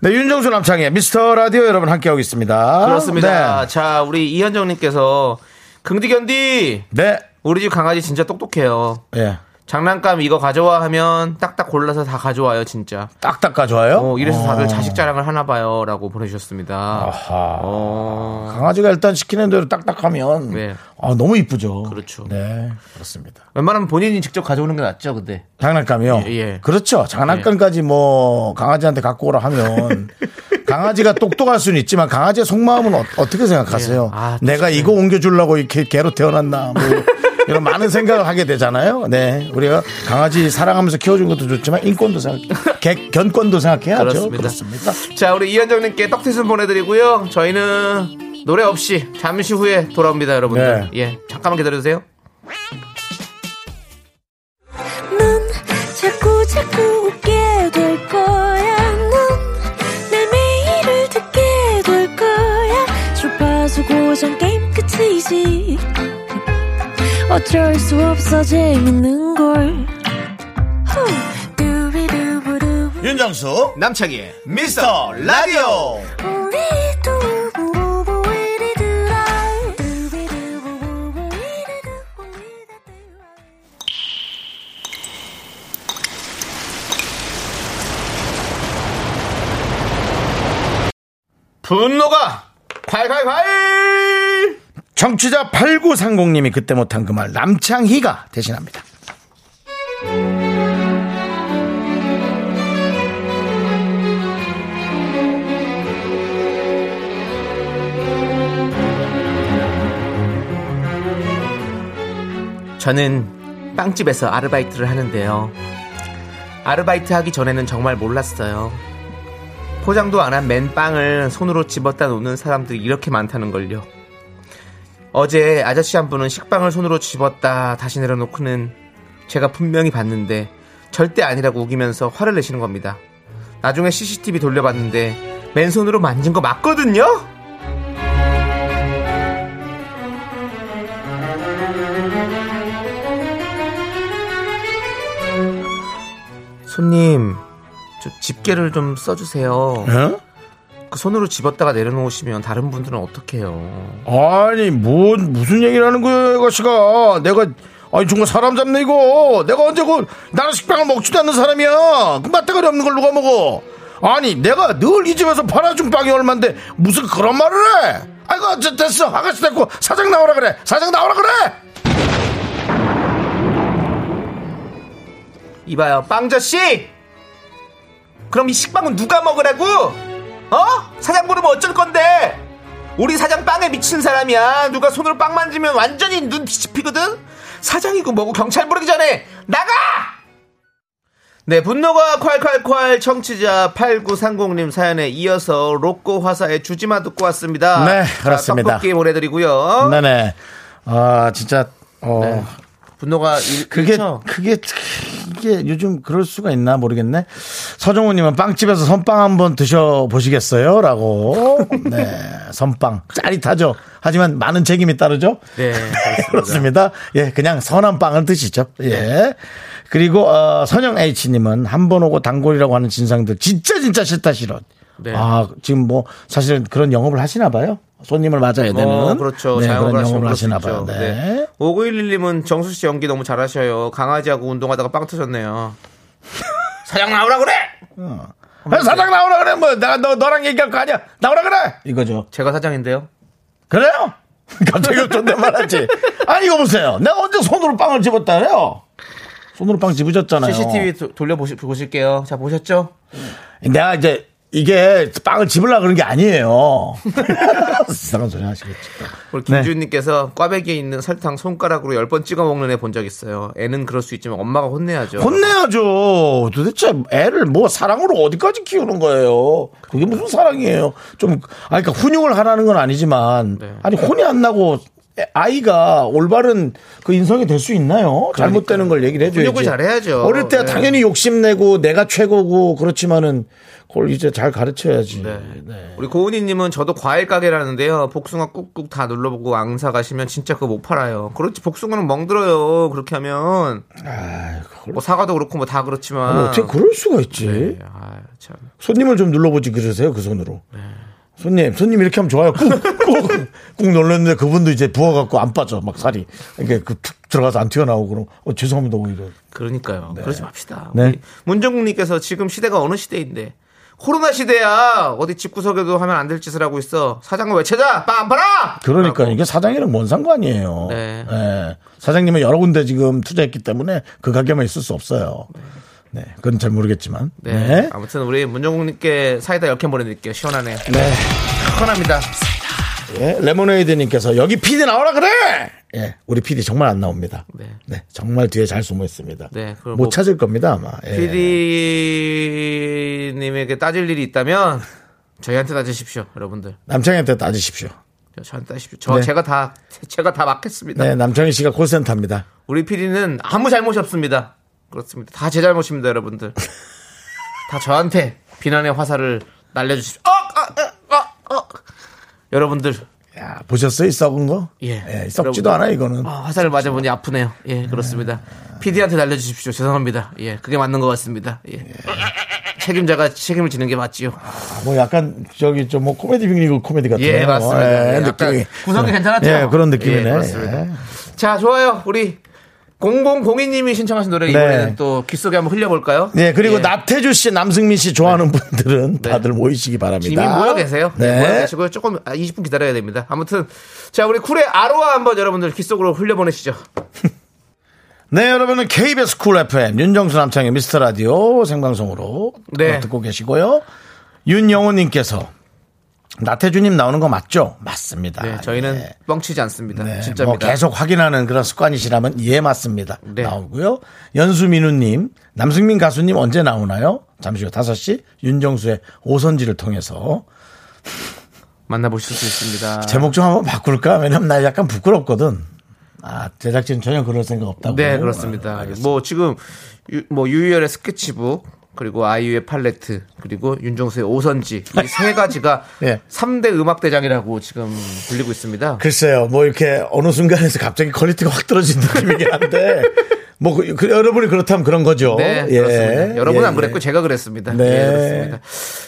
[SPEAKER 1] 네, 윤정수 남창의 미스터 라디오 여러분 함께하고 있습니다.
[SPEAKER 2] 그렇습니다.
[SPEAKER 1] 네.
[SPEAKER 2] 자, 우리 이현정님께서 긍디 견디
[SPEAKER 1] 네.
[SPEAKER 2] 우리 집 강아지 진짜 똑똑해요.
[SPEAKER 1] 예.
[SPEAKER 2] 장난감 이거 가져와 하면 딱딱 골라서 다 가져와요, 진짜.
[SPEAKER 1] 딱딱가 좋아요?
[SPEAKER 2] 어, 이래서
[SPEAKER 1] 어.
[SPEAKER 2] 다들 자식 자랑을 하나 봐요라고 보내주셨습니다.
[SPEAKER 1] 아하.
[SPEAKER 2] 어,
[SPEAKER 1] 강아지가 일단 시키는 대로 딱딱하면
[SPEAKER 2] 네.
[SPEAKER 1] 아, 너무 이쁘죠.
[SPEAKER 2] 그렇죠.
[SPEAKER 1] 네, 그렇습니다.
[SPEAKER 2] 웬만하면 본인이 직접 가져오는 게 낫죠, 근데.
[SPEAKER 1] 장난감이요.
[SPEAKER 2] 예, 예.
[SPEAKER 1] 그렇죠. 장난감까지 뭐 강아지한테 갖고 오라
[SPEAKER 2] (laughs)
[SPEAKER 1] 하면 강아지가 똑똑할 수는 있지만 강아지의 속마음은 어, 떻게 생각하세요?
[SPEAKER 2] 예. 아, 또
[SPEAKER 1] 내가 이거 옮겨주려고 이렇게 개로 태어났나
[SPEAKER 2] (laughs)
[SPEAKER 1] 뭐 이런 많은 생각을 하게 되잖아요. 네, 우리가 강아지 사랑하면서 키워준 것도 좋지만 인권도 생각, 개, 견권도 생각해야죠.
[SPEAKER 2] 그렇습니다.
[SPEAKER 1] 그렇습니다.
[SPEAKER 2] 자, 우리 이현정님께 떡튀순 보내드리고요. 저희는 노래 없이 잠시 후에 돌아옵니다, 여러분들.
[SPEAKER 1] 네.
[SPEAKER 2] 예, 잠깐만 기다려주세요.
[SPEAKER 3] 넌 자꾸 자꾸 웃게 될 거야. 넌내 매일을 듣게 될 거야. 주파수 고정 게임 끝이지. 어쩔 수 없어 재밌는 걸. 후. 두비두부두.
[SPEAKER 1] 윤정수
[SPEAKER 2] 남창희의 미스터 라디오!
[SPEAKER 3] 우리 두부부부 우리 두라. 두비두부부부 우리 두부 우리 다 두라.
[SPEAKER 2] 분노가 콸콸콸!
[SPEAKER 1] 정취자 8930님이 그때 못한 그 말 남창희가 대신합니다.
[SPEAKER 2] 저는 빵집에서 아르바이트를 하는데요. 아르바이트 하기 전에는 정말 몰랐어요. 포장도 안 한 맨빵을 손으로 집었다 놓는 사람들이 이렇게 많다는 걸요. 어제 아저씨 한 분은 식빵을 손으로 집었다 다시 내려놓고는 제가 분명히 봤는데 절대 아니라고 우기면서 화를 내시는 겁니다. 나중에 CCTV 돌려봤는데 맨손으로 만진 거 맞거든요? 손님, 저 집게를 좀 써주세요.
[SPEAKER 1] 응?
[SPEAKER 2] 그 손으로 집었다가 내려놓으시면 다른 분들은 어떻게 해요?
[SPEAKER 1] 아니 뭔 무슨 얘기를 하는 거야 이것이가 내가 아니 정말 사람 잡네 이거 내가 언제 그 나는 식빵을 먹지도 않는 사람이야 그 맛대가리 없는 걸 누가 먹어 아니 내가 늘 이 집에서 팔아준 빵이 얼만데 무슨 그런 말을 해 아이고 어째 됐어 아가씨 됐고 사장 나오라 그래 사장 나오라 그래
[SPEAKER 2] 이봐요, 빵저씨! 그럼 이 식빵은 누가 먹으라고? 어? 사장 부르면 어쩔 건데? 우리 사장 빵에 미친 사람이야. 누가 손으로 빵 만지면 완전히 눈 뒤집히거든? 사장이고 뭐고 경찰 부르기 전에 나가! 네, 분노가 콸콸콸 청취자 8930님 사연에 이어서 로꼬 화사의 주지마 듣고 왔습니다.
[SPEAKER 1] 네,
[SPEAKER 2] 자,
[SPEAKER 1] 그렇습니다.
[SPEAKER 2] 떡볶이 보내드리고요.
[SPEAKER 1] 네네 아 진짜 어
[SPEAKER 2] 분노가 일,
[SPEAKER 1] 그게
[SPEAKER 2] 일처.
[SPEAKER 1] 그게 이게 요즘 그럴 수가 있나 모르겠네. 서정우님은 빵집에서 선빵 한번 드셔 보시겠어요?라고. 네, 선빵 짜릿하죠. 하지만 많은 책임이 따르죠.
[SPEAKER 2] 네, 그렇습니다.
[SPEAKER 1] 그렇습니다. 예, 그냥 선한 빵을 드시죠.
[SPEAKER 2] 네.
[SPEAKER 1] 예. 그리고 어, 선영 H님은 한 번 오고 단골이라고 하는 진상들 진짜 진짜 싫다 싫어.
[SPEAKER 2] 네.
[SPEAKER 1] 아 지금 뭐 사실은 그런 영업을 하시나 봐요. 손님을 맞아야 되는
[SPEAKER 2] 어, 그렇죠.
[SPEAKER 1] 네,
[SPEAKER 2] 자영업을
[SPEAKER 1] 그런
[SPEAKER 2] 하시면
[SPEAKER 1] 영업을
[SPEAKER 2] 그럴 수
[SPEAKER 1] 하시나 봐요.
[SPEAKER 2] 있죠.
[SPEAKER 1] 네.
[SPEAKER 2] 네. 5911님은 정수 씨 연기 너무 잘하셔요. 강아지하고 운동하다가 빵 터졌네요. (laughs) 사장 나오라 그래!
[SPEAKER 1] 야, 아, 사장 나오라 그래 뭐 내가 너 너랑 얘기할 거 아니야 나오라 그래 이거죠.
[SPEAKER 2] 제가 사장인데요.
[SPEAKER 1] 그래요? (laughs) 갑자기 왜 존댓말하지. 아니 이거 보세요. 내가 언제 손으로 빵을 집었다 그래요? 손으로 빵 집으셨잖아요.
[SPEAKER 2] CCTV 도- 돌려보실게요. 자, 보셨죠?
[SPEAKER 1] 내가 이제 이게 빵을 집으려고 그런 게 아니에요. (laughs) 이상한 소리 하시겠죠.
[SPEAKER 2] 우리
[SPEAKER 1] 네.
[SPEAKER 2] 김주인님께서 꽈배기에 있는 설탕 손가락으로 10번 찍어 먹는 애 본 적 있어요. 애는 그럴 수 있지만 엄마가 혼내야죠.
[SPEAKER 1] 혼내야죠. 도대체 애를 뭐 사랑으로 어디까지 키우는 거예요? 그게 무슨 사랑이에요? 좀, 아니, 그러니까 훈육을 하라는 건 아니지만,
[SPEAKER 2] 네.
[SPEAKER 1] 아니, 혼이 안 나고, 애- 아이가 올바른 그 인성이 될 수 있나요? 잘못되는 걸 얘기를 해줘야지.
[SPEAKER 2] 훈육을 잘해야죠.
[SPEAKER 1] 어릴 때
[SPEAKER 2] 네.
[SPEAKER 1] 당연히 욕심내고 내가 최고고 그렇지만은 그걸 이제 잘 가르쳐야지.
[SPEAKER 2] 네. 우리 고은이님은 저도 과일 가게라는데요. 복숭아 꾹꾹 다 눌러보고 앙사 가시면 진짜 그거 못 팔아요. 그렇지 복숭아는 멍들어요. 그렇게 하면
[SPEAKER 1] 아, 그걸
[SPEAKER 2] 뭐 사과도 그렇고 뭐 다 그렇지만
[SPEAKER 1] 어떻게 그럴 수가 있지?
[SPEAKER 2] 네, 아, 참.
[SPEAKER 1] 손님을 좀 눌러보지 그러세요 그 손으로.
[SPEAKER 2] 네.
[SPEAKER 1] 손님, 손님 이렇게 하면 좋아요. 꾹꾹꾹 놀랐는데 그분도 이제 부어갖고 안 빠져 막 살이. 이게 그 툭 들어가서 안 튀어나오고 그럼 어, 죄송합니다 오히려.
[SPEAKER 2] 그러니까요. 그러지 맙시다.
[SPEAKER 1] 네.
[SPEAKER 2] 우리 문정국님께서 지금 시대가 어느 시대인데 코로나 시대야 어디 집구석에도 하면 안 될 짓을 하고 있어. 사장을 왜 찾아? 빵 안 팔아?
[SPEAKER 1] 그러니까
[SPEAKER 2] 라고.
[SPEAKER 1] 이게 사장이랑 뭔 상관이에요.
[SPEAKER 2] 네.
[SPEAKER 1] 예. 사장님은 여러 군데 지금 투자했기 때문에 그 가게만 있을 수 없어요. 네, 그건 잘 모르겠지만.
[SPEAKER 2] 네.
[SPEAKER 1] 네.
[SPEAKER 2] 아무튼 우리 문정국님께 사이다 10캔 보내드릴게요. 시원하네요.
[SPEAKER 1] 네.
[SPEAKER 2] 시원합니다. 뭐.
[SPEAKER 1] 예, 레모네이드님께서 여기 PD 나오라 그래! 예, 우리 PD 정말 안 나옵니다.
[SPEAKER 2] 네.
[SPEAKER 1] 네. 정말 뒤에 잘 숨어 있습니다.
[SPEAKER 2] 네,
[SPEAKER 1] 못
[SPEAKER 2] 그럼 뭐-
[SPEAKER 1] 찾을 겁니다, 아마. 예.
[SPEAKER 2] PD님에게 따질 일이 있다면 저희한테 따지십시오, 여러분들.
[SPEAKER 1] 남창희한테 따지십시오.
[SPEAKER 2] 저한테 따지십시오. 저
[SPEAKER 1] 네.
[SPEAKER 2] 제가 다 제가 다 막겠습니다.
[SPEAKER 1] 네, 남창희 씨가 콜센터입니다.
[SPEAKER 2] 우리 PD는 아무 잘못이 없습니다. 그렇습니다. 다 제 잘못입니다, 여러분들. 다 저한테 비난의 화살을 날려주십시오. 어, 어, 어, 어, 어. 여러분들,
[SPEAKER 1] 야, 보셨어요? 이 썩은 거?
[SPEAKER 2] 예.
[SPEAKER 1] 썩지도
[SPEAKER 2] 여러분-
[SPEAKER 1] 않아, 이거는.
[SPEAKER 2] 아, 화살을 맞아보니 아프네요. 예, 그렇습니다. PD한테 날려주십시오. 죄송합니다. 예, 그게 맞는 것 같습니다. 예. 책임자가 책임을 지는 게 맞지요.
[SPEAKER 1] 뭐 약간, 저기, 좀 뭐, 코미디 빅리그 코미디 같은
[SPEAKER 2] 예, 맞습니다. 예, 약간
[SPEAKER 1] 느낌이.
[SPEAKER 2] 구성이
[SPEAKER 1] 예,
[SPEAKER 2] 괜찮았죠?
[SPEAKER 1] 예, 그런 느낌이네.
[SPEAKER 2] 예, 그렇습니다. 자, 좋아요. 우리 0002님이 신청하신 노래 이번에는
[SPEAKER 1] 네.
[SPEAKER 2] 또 귓속에 한번 흘려볼까요?
[SPEAKER 1] 예, 그리고
[SPEAKER 2] 예.
[SPEAKER 1] 나태주 씨, 남승민 씨 좋아하는 분들은
[SPEAKER 2] 네.
[SPEAKER 1] 다들 모이시기 바랍니다.
[SPEAKER 2] 이미 모여 계세요.
[SPEAKER 1] 네.
[SPEAKER 2] 모여 계시고요. 조금 아, 20분 기다려야 됩니다. 아무튼 자 우리 쿨의 아로하 한번 여러분들 귓속으로 흘려보내시죠.
[SPEAKER 1] 네, 여러분은 KBS 쿨 FM 윤정수 남창의 미스터 라디오 생방송으로
[SPEAKER 2] 네.
[SPEAKER 1] 듣고 계시고요. 윤영호님께서 나태주님 나오는 거 맞죠? 맞습니다.
[SPEAKER 2] 네, 저희는
[SPEAKER 1] 예.
[SPEAKER 2] 뻥치지 않습니다.
[SPEAKER 1] 네,
[SPEAKER 2] 진짜입니다.
[SPEAKER 1] 뭐 계속 확인하는 그런 습관이시라면 예 맞습니다.
[SPEAKER 2] 네.
[SPEAKER 1] 나오고요. 연수민우님, 남승민 가수님 언제 나오나요? 잠시 후 5시 윤정수의 오선지를 통해서
[SPEAKER 2] 만나보실 수 있습니다.
[SPEAKER 1] 제목 좀 한번 바꿀까? 왜냐면 나 약간 부끄럽거든. 아 제작진 전혀 그럴 생각 없다고. 아,
[SPEAKER 2] 네 그렇습니다. 뭐 지금 유, 뭐 유희열의 스케치북 그리고 아이유의 팔레트 그리고 윤종수의 오선지 이 세 가지가
[SPEAKER 1] (laughs) 예.
[SPEAKER 2] 삼 3대 음악 대장이라고 지금 불리고 있습니다.
[SPEAKER 1] 글쎄요, 뭐 이렇게 어느 순간에서 갑자기 퀄리티가 확 떨어진 느낌이긴 한데, (laughs) 뭐 그, 그 여러분이 그렇다면 그런 거죠.
[SPEAKER 2] 네,
[SPEAKER 1] 예.
[SPEAKER 2] 그렇습니다. 여러분은 안
[SPEAKER 1] 예,
[SPEAKER 2] 그랬고
[SPEAKER 1] 예.
[SPEAKER 2] 제가 그랬습니다.
[SPEAKER 1] 네.
[SPEAKER 2] 예, 그렇습니다.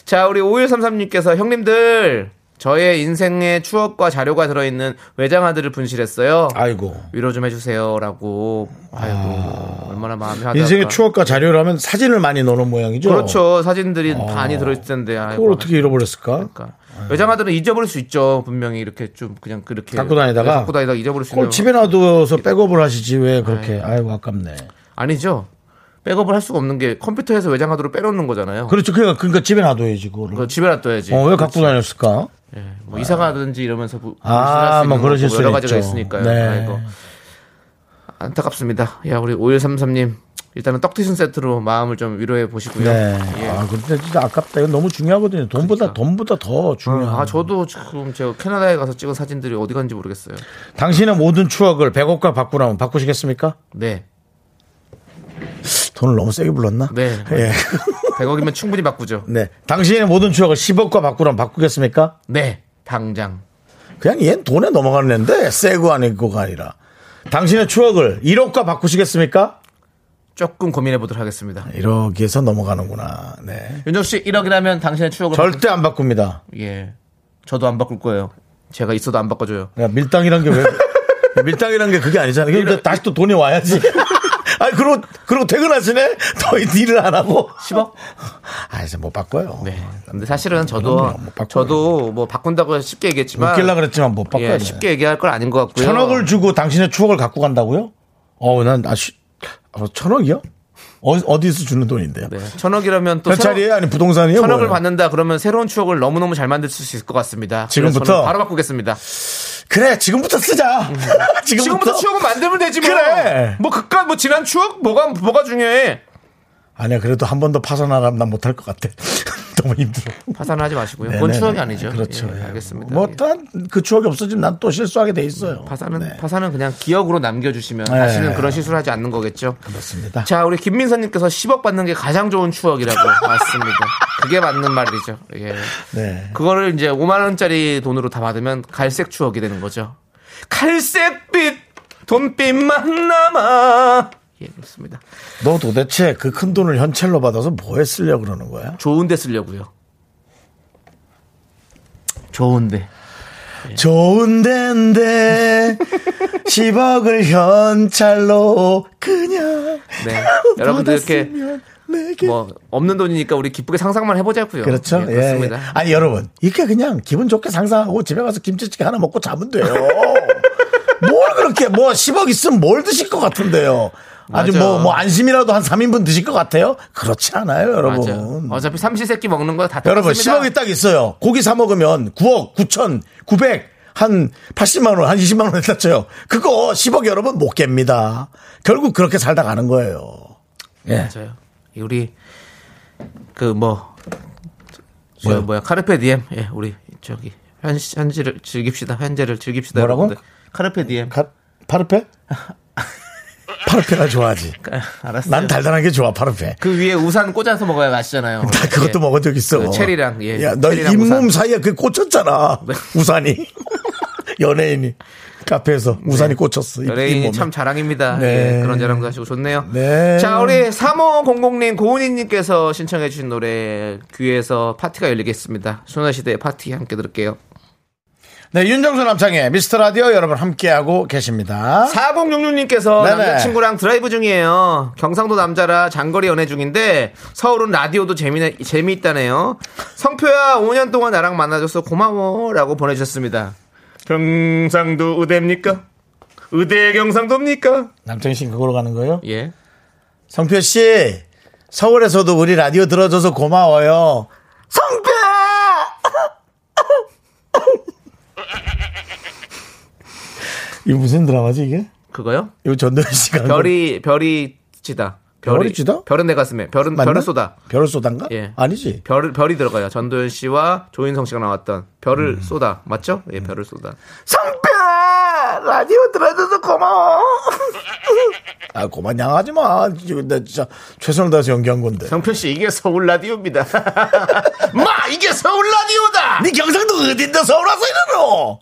[SPEAKER 2] 자, 우리 5133님께서 형님들 저의 인생의 추억과 자료가 들어있는 외장하드를 분실했어요.
[SPEAKER 1] 아이고.
[SPEAKER 2] 위로 좀 해주세요라고. 아이고 아, 얼마나 마음이 하다.
[SPEAKER 1] 인생의 추억과 자료라면 사진을 많이 넣는 모양이죠.
[SPEAKER 2] 그렇죠. 사진들이 많이 들어있을 텐데. 아이고.
[SPEAKER 1] 아. 그걸 어떻게 잃어버렸을까?
[SPEAKER 2] 그러니까. 외장하드는 잊어버릴 수 있죠. 분명히 이렇게 좀 그냥 그렇게
[SPEAKER 1] 갖고 다니다가?
[SPEAKER 2] 갖고 다니다가 잊어버릴 수
[SPEAKER 1] 그걸
[SPEAKER 2] 있는.
[SPEAKER 1] 집에 놔둬서 백업을 하시지 왜 그렇게 아이고 아깝네.
[SPEAKER 2] 아니죠. 백업을 할 수가 없는 게 컴퓨터에서 외장하드로 빼놓는 거잖아요.
[SPEAKER 1] 그렇죠. 그러니까, 그러니까 집에 놔둬야지 그거를.
[SPEAKER 2] 그거 집에 놔둬야지.
[SPEAKER 1] 어, 왜 갖고 다녔을까?
[SPEAKER 2] 예, 뭐 이사 가든지 이러면서 부,
[SPEAKER 1] 아,
[SPEAKER 2] 불신할 수 있는
[SPEAKER 1] 뭐 그러실
[SPEAKER 2] 거고 여러
[SPEAKER 1] 수
[SPEAKER 2] 가지가
[SPEAKER 1] 있죠.
[SPEAKER 2] 있으니까요.
[SPEAKER 1] 네.
[SPEAKER 2] 아이고. 안타깝습니다. 야, 우리 5133님. 일단은 떡튀순 세트로 마음을 좀 위로해 보시고요.
[SPEAKER 1] 네.
[SPEAKER 2] 예. 그러니까.
[SPEAKER 1] 아, 근데 진짜 아깝다. 이거 너무 중요하거든요. 돈보다 돈보다 더 중요한.
[SPEAKER 2] 아, 저도 지금 제가 캐나다에 가서 찍은 사진들이 어디 간지 모르겠어요.
[SPEAKER 1] 당신의 모든 추억을 100억과 바꾸라면 바꾸시겠습니까?
[SPEAKER 2] 네.
[SPEAKER 1] 돈을 너무 세게 불렀나?
[SPEAKER 2] 네.
[SPEAKER 1] 예.
[SPEAKER 2] 100억이면 충분히 바꾸죠.
[SPEAKER 1] 네. 당신의 모든 추억을 10억과 바꾸라면 바꾸겠습니까?
[SPEAKER 2] 네. 당장.
[SPEAKER 1] 그냥 얘는 돈에 넘어가는 애인데, 세고 아니고가 아니라. 당신의 추억을 1억과 바꾸시겠습니까?
[SPEAKER 2] 조금 고민해 보도록 하겠습니다.
[SPEAKER 1] 네. 1억에서 넘어가는구나. 네.
[SPEAKER 2] 윤정 씨 1억이라면 당신의 추억을
[SPEAKER 1] 절대 안 바꿉니다.
[SPEAKER 2] 바꾸- 예. 저도 안 바꿀 거예요. 제가 있어도 안 바꿔줘요.
[SPEAKER 1] 야, 밀당이란 게 왜? 야, (laughs) 밀당이란 게 그게 아니잖아요. 그러니까 다시 또 돈이 와야지. (laughs) 아니 그리고 그리고 퇴근하시네? 더 일을 안 하고
[SPEAKER 2] 10억?
[SPEAKER 1] 아 이제 못 바꿔요.
[SPEAKER 2] 네. 근데 사실은 저도
[SPEAKER 1] 그럼요, 못 바꿔요.
[SPEAKER 2] 저도 뭐 바꾼다고 쉽게 얘기했지만
[SPEAKER 1] 웃길라 그랬지만 못 바꿔요. 네.
[SPEAKER 2] 예, 쉽게 얘기할 건 아닌 것 같고요.
[SPEAKER 1] 천억을 주고 당신의 추억을 갖고 간다고요? 어우 난 아시 어, 천억이요? 어, 어디서 주는 돈인데요?
[SPEAKER 2] 네. 천억이라면 또
[SPEAKER 1] 몇 차리예요? 아니 부동산이요?
[SPEAKER 2] 천억을
[SPEAKER 1] 뭐예요?
[SPEAKER 2] 받는다 그러면 새로운 추억을 너무너무 잘 만들 수 있을 것 같습니다. 그래서
[SPEAKER 1] 지금부터?
[SPEAKER 2] 저는 바로 바꾸겠습니다.
[SPEAKER 1] 그래 (laughs) 지금부터 쓰자. 음. 지금부터,
[SPEAKER 2] 지금부터 추억을 만들면 되지 뭐.
[SPEAKER 1] 그래.
[SPEAKER 2] 뭐 그깟 뭐 지난 추억 뭐가 뭐가 중요해.
[SPEAKER 1] 아니야 그래도 한 번 더 파산하라면 난 못할 것 같아. (laughs) 너무 힘들어.
[SPEAKER 2] 파산하지 마시고요. 그건
[SPEAKER 1] 네네.
[SPEAKER 2] 추억이 아니죠.
[SPEAKER 1] 그렇죠.
[SPEAKER 2] 예,
[SPEAKER 1] 예.
[SPEAKER 2] 알겠습니다.
[SPEAKER 1] 뭐
[SPEAKER 2] 예.
[SPEAKER 1] 어떤 그 추억이 없어지면 난 또 실수하게 돼 있어요.
[SPEAKER 2] 파산은
[SPEAKER 1] 네,
[SPEAKER 2] 파산은 그냥 기억으로 남겨주시면 다시는
[SPEAKER 1] 네.
[SPEAKER 2] 그런 실수를 하지 않는 거겠죠.
[SPEAKER 1] 그렇습니다.
[SPEAKER 2] 자, 우리 김민선님께서 10억 받는 게 가장 좋은 추억이라고 (laughs) 맞습니다. 그게 맞는 말이죠. 예.
[SPEAKER 1] 네.
[SPEAKER 2] 그거를 이제 5만 원짜리 돈으로 다 받으면 갈색 추억이 되는 거죠. 갈색빛 돈빛만 남아. 예, 그렇습니다.
[SPEAKER 1] 너 도대체 그 큰 돈을 현찰로 받아서 뭐에 쓰려고 그러는 거야?
[SPEAKER 2] 좋은데 쓰려고요. 좋은데. 네.
[SPEAKER 1] 좋은
[SPEAKER 2] (laughs)
[SPEAKER 1] 데인데 10억을 현찰로 그냥 (laughs)
[SPEAKER 2] 네. 여러분들 이렇게
[SPEAKER 1] 받았으면 내게
[SPEAKER 2] 뭐 없는 돈이니까 우리 기쁘게 상상만 해보자고요.
[SPEAKER 1] 그렇죠.
[SPEAKER 2] 예,
[SPEAKER 1] 예,
[SPEAKER 2] 그렇습니다.
[SPEAKER 1] 예. 아니 여러분, 이렇게 그냥 기분 좋게 상상하고 집에 가서 김치찌개 하나 먹고 자면
[SPEAKER 2] (laughs)
[SPEAKER 1] 돼요. 뭘 그렇게 뭐 10억 있으면 뭘 드실 것 같은데요. 아주
[SPEAKER 2] 맞아.
[SPEAKER 1] 뭐, 뭐 안심이라도 한 3인분 드실 것 같아요? 그렇지 않아요, 여러분.
[SPEAKER 2] 맞아요. 어차피 삼시세끼 먹는 거다
[SPEAKER 1] 여러분, 10억이 딱 있어요. 고기 사 먹으면 9억, 9천, 900, 한 80만원, 한 20만원에 다쳐요. 그거 10억 여러분 못 깹니다. 결국 그렇게 살다 가는 거예요. 예.
[SPEAKER 2] 맞아요. 이 우리 그뭐
[SPEAKER 1] 뭐요?
[SPEAKER 2] 뭐야 뭐야 카르페 디엠 예 우리 저기 현시, 현지를 즐깁시다 현재를 즐깁시다
[SPEAKER 1] 뭐라고?
[SPEAKER 2] 여러분들. 카르페 디엠
[SPEAKER 1] 가- 파르페? (laughs) 파르페가 좋아하지.
[SPEAKER 2] 알았어요.
[SPEAKER 1] 난 달달한 게 좋아, 파르페.
[SPEAKER 2] 그 위에 우산 꽂아서 먹어야 맛있잖아요.
[SPEAKER 1] (laughs) 나 그것도
[SPEAKER 2] 예.
[SPEAKER 1] 먹은 적 있어.
[SPEAKER 2] 그 체리랑, 예.
[SPEAKER 1] 야, 너
[SPEAKER 2] 체리랑
[SPEAKER 1] 잇몸
[SPEAKER 2] 우산. 네.
[SPEAKER 1] 사이에 그 꽂혔잖아. (laughs) 우산이.
[SPEAKER 2] (laughs)
[SPEAKER 1] 연예인이. 카페에서 우산이 꽂혔어. 잇-
[SPEAKER 2] 네. 연예인이
[SPEAKER 1] 잇몸에.
[SPEAKER 2] 참 자랑입니다.
[SPEAKER 1] 네.
[SPEAKER 2] 예, 그런 자랑도 하시고 좋네요.
[SPEAKER 1] 네.
[SPEAKER 2] 자, 우리 3500님, 고은희님께서 신청해주신 노래, 귀에서 파티가 열리겠습니다. 소녀시대의 파티 함께 들을게요.
[SPEAKER 1] 네, 윤정수 남창의 미스터 라디오 여러분 함께하고 계십니다.
[SPEAKER 2] 4066님께서
[SPEAKER 1] 네네.
[SPEAKER 2] 남자친구랑 드라이브 중이에요. 경상도 남자라 장거리 연애 중인데 서울은 라디오도 재미 재미있다네요. 성표야 5년 동안 나랑 만나줘서 고마워라고 보내주셨습니다. 경상도 의대입니까? 의대 경상도입니까?
[SPEAKER 1] 남창희 씨 그걸로 가는 거예요?
[SPEAKER 2] 예.
[SPEAKER 1] 성표 씨, 서울에서도 우리 라디오 들어줘서 고마워요. 성표! (laughs) 이거 무슨 드라마지 이게?
[SPEAKER 2] 그거요?
[SPEAKER 1] 이거 전도현 씨가 한
[SPEAKER 2] 별이 별이 지다.
[SPEAKER 1] 별이 지다?
[SPEAKER 2] 별은 내 가슴에. 별은
[SPEAKER 1] 맞나?
[SPEAKER 2] 별을 쏟아.
[SPEAKER 1] 별을 쏟아인가?
[SPEAKER 2] 예.
[SPEAKER 1] 아니지.
[SPEAKER 2] 별 별이 들어가요. 전도연 씨와 조인성 씨가 나왔던 별을
[SPEAKER 1] 음.
[SPEAKER 2] 쏟아 맞죠? 예, 별을 쏟아.
[SPEAKER 1] 성표야 라디오 들어줘서 고마워. (laughs) 아 그만 양하지 마. 이거 나 진짜 최선을 다해서 연기한 건데.
[SPEAKER 2] 정표 씨 이게 서울 라디오입니다. (laughs) 마 이게 서울 라디오다.
[SPEAKER 1] 네 경상도 어딘데 서울 와서
[SPEAKER 2] (laughs)
[SPEAKER 1] 이러노?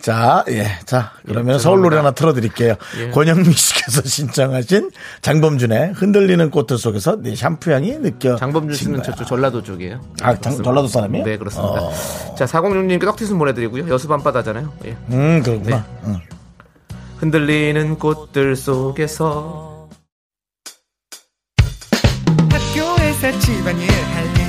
[SPEAKER 1] 자, 예. 자, 그러면 서울 노래 하나 틀어드릴게요.
[SPEAKER 2] 예.
[SPEAKER 1] 권영미 씨께서 신청하신 장범준의 흔들리는 꽃들 속에서 네 샴푸 향이 느껴.
[SPEAKER 2] 장범준 씨는 저쪽 전라도 쪽이에요.
[SPEAKER 1] 아, 장, 전라도 사람이요?
[SPEAKER 2] 네 그렇습니다.
[SPEAKER 1] 어,
[SPEAKER 2] 자 406님께 떡튀순 보내드리고요. 여수 밤바다잖아요. 예.
[SPEAKER 1] 음, 그렇구나.
[SPEAKER 2] 네.
[SPEAKER 1] 응.
[SPEAKER 2] 흔들리는 꽃들 속에서
[SPEAKER 4] 학교에서 집안일 할 일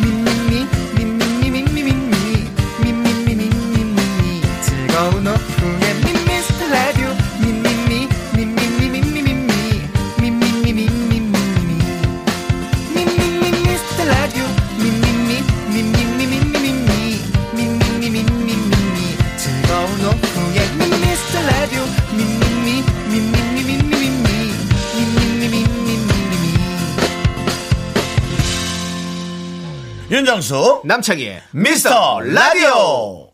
[SPEAKER 4] 미미미 미미미 미미미 미미미 미미미 즐거운 오후에 미스터 라디오 미미미 미미미 미미미 미미미 미미미
[SPEAKER 1] 윤정수,
[SPEAKER 2] 남창희의
[SPEAKER 1] 미스터 라디오!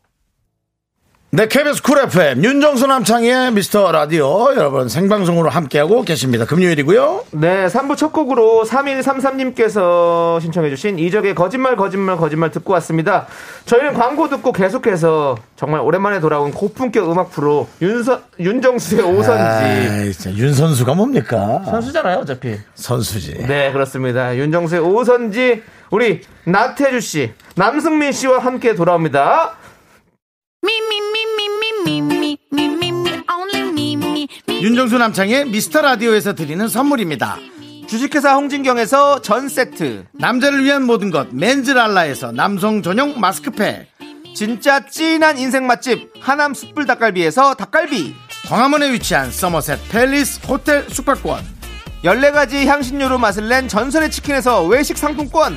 [SPEAKER 1] 네, KBS 쿨 FM, 윤정수 남창희의 미스터 라디오, 여러분 생방송으로 함께하고 계십니다. 금요일이고요.
[SPEAKER 2] 네, 3부 첫 곡으로 3133님께서 신청해주신 이적의 거짓말, 거짓말, 거짓말 듣고 왔습니다. 저희는 광고 듣고 계속해서 정말 오랜만에 돌아온 고품격 음악 프로 윤서, 윤정수의 오선지.
[SPEAKER 1] 아이, 진짜 윤 선수가 뭡니까?
[SPEAKER 2] 선수잖아요, 어차피.
[SPEAKER 1] 네. 선수지.
[SPEAKER 2] 네, 그렇습니다. 윤정수의 오선지, 우리 나태주 씨, 남승민 씨와 함께 돌아옵니다.
[SPEAKER 1] 윤정수 남창희의 미스터 라디오에서 드리는 선물입니다.
[SPEAKER 2] 주식회사 홍진경에서 전 세트.
[SPEAKER 1] 남자를 위한 모든 것, 맨즈랄라에서 남성 전용 마스크팩.
[SPEAKER 2] 진짜 찐한 인생 맛집, 하남 숯불 닭갈비에서 닭갈비.
[SPEAKER 1] 광화문에 위치한 서머셋 팰리스 호텔 숙박권.
[SPEAKER 2] 14가지 향신료로 맛을 낸 전설의 치킨에서 외식 상품권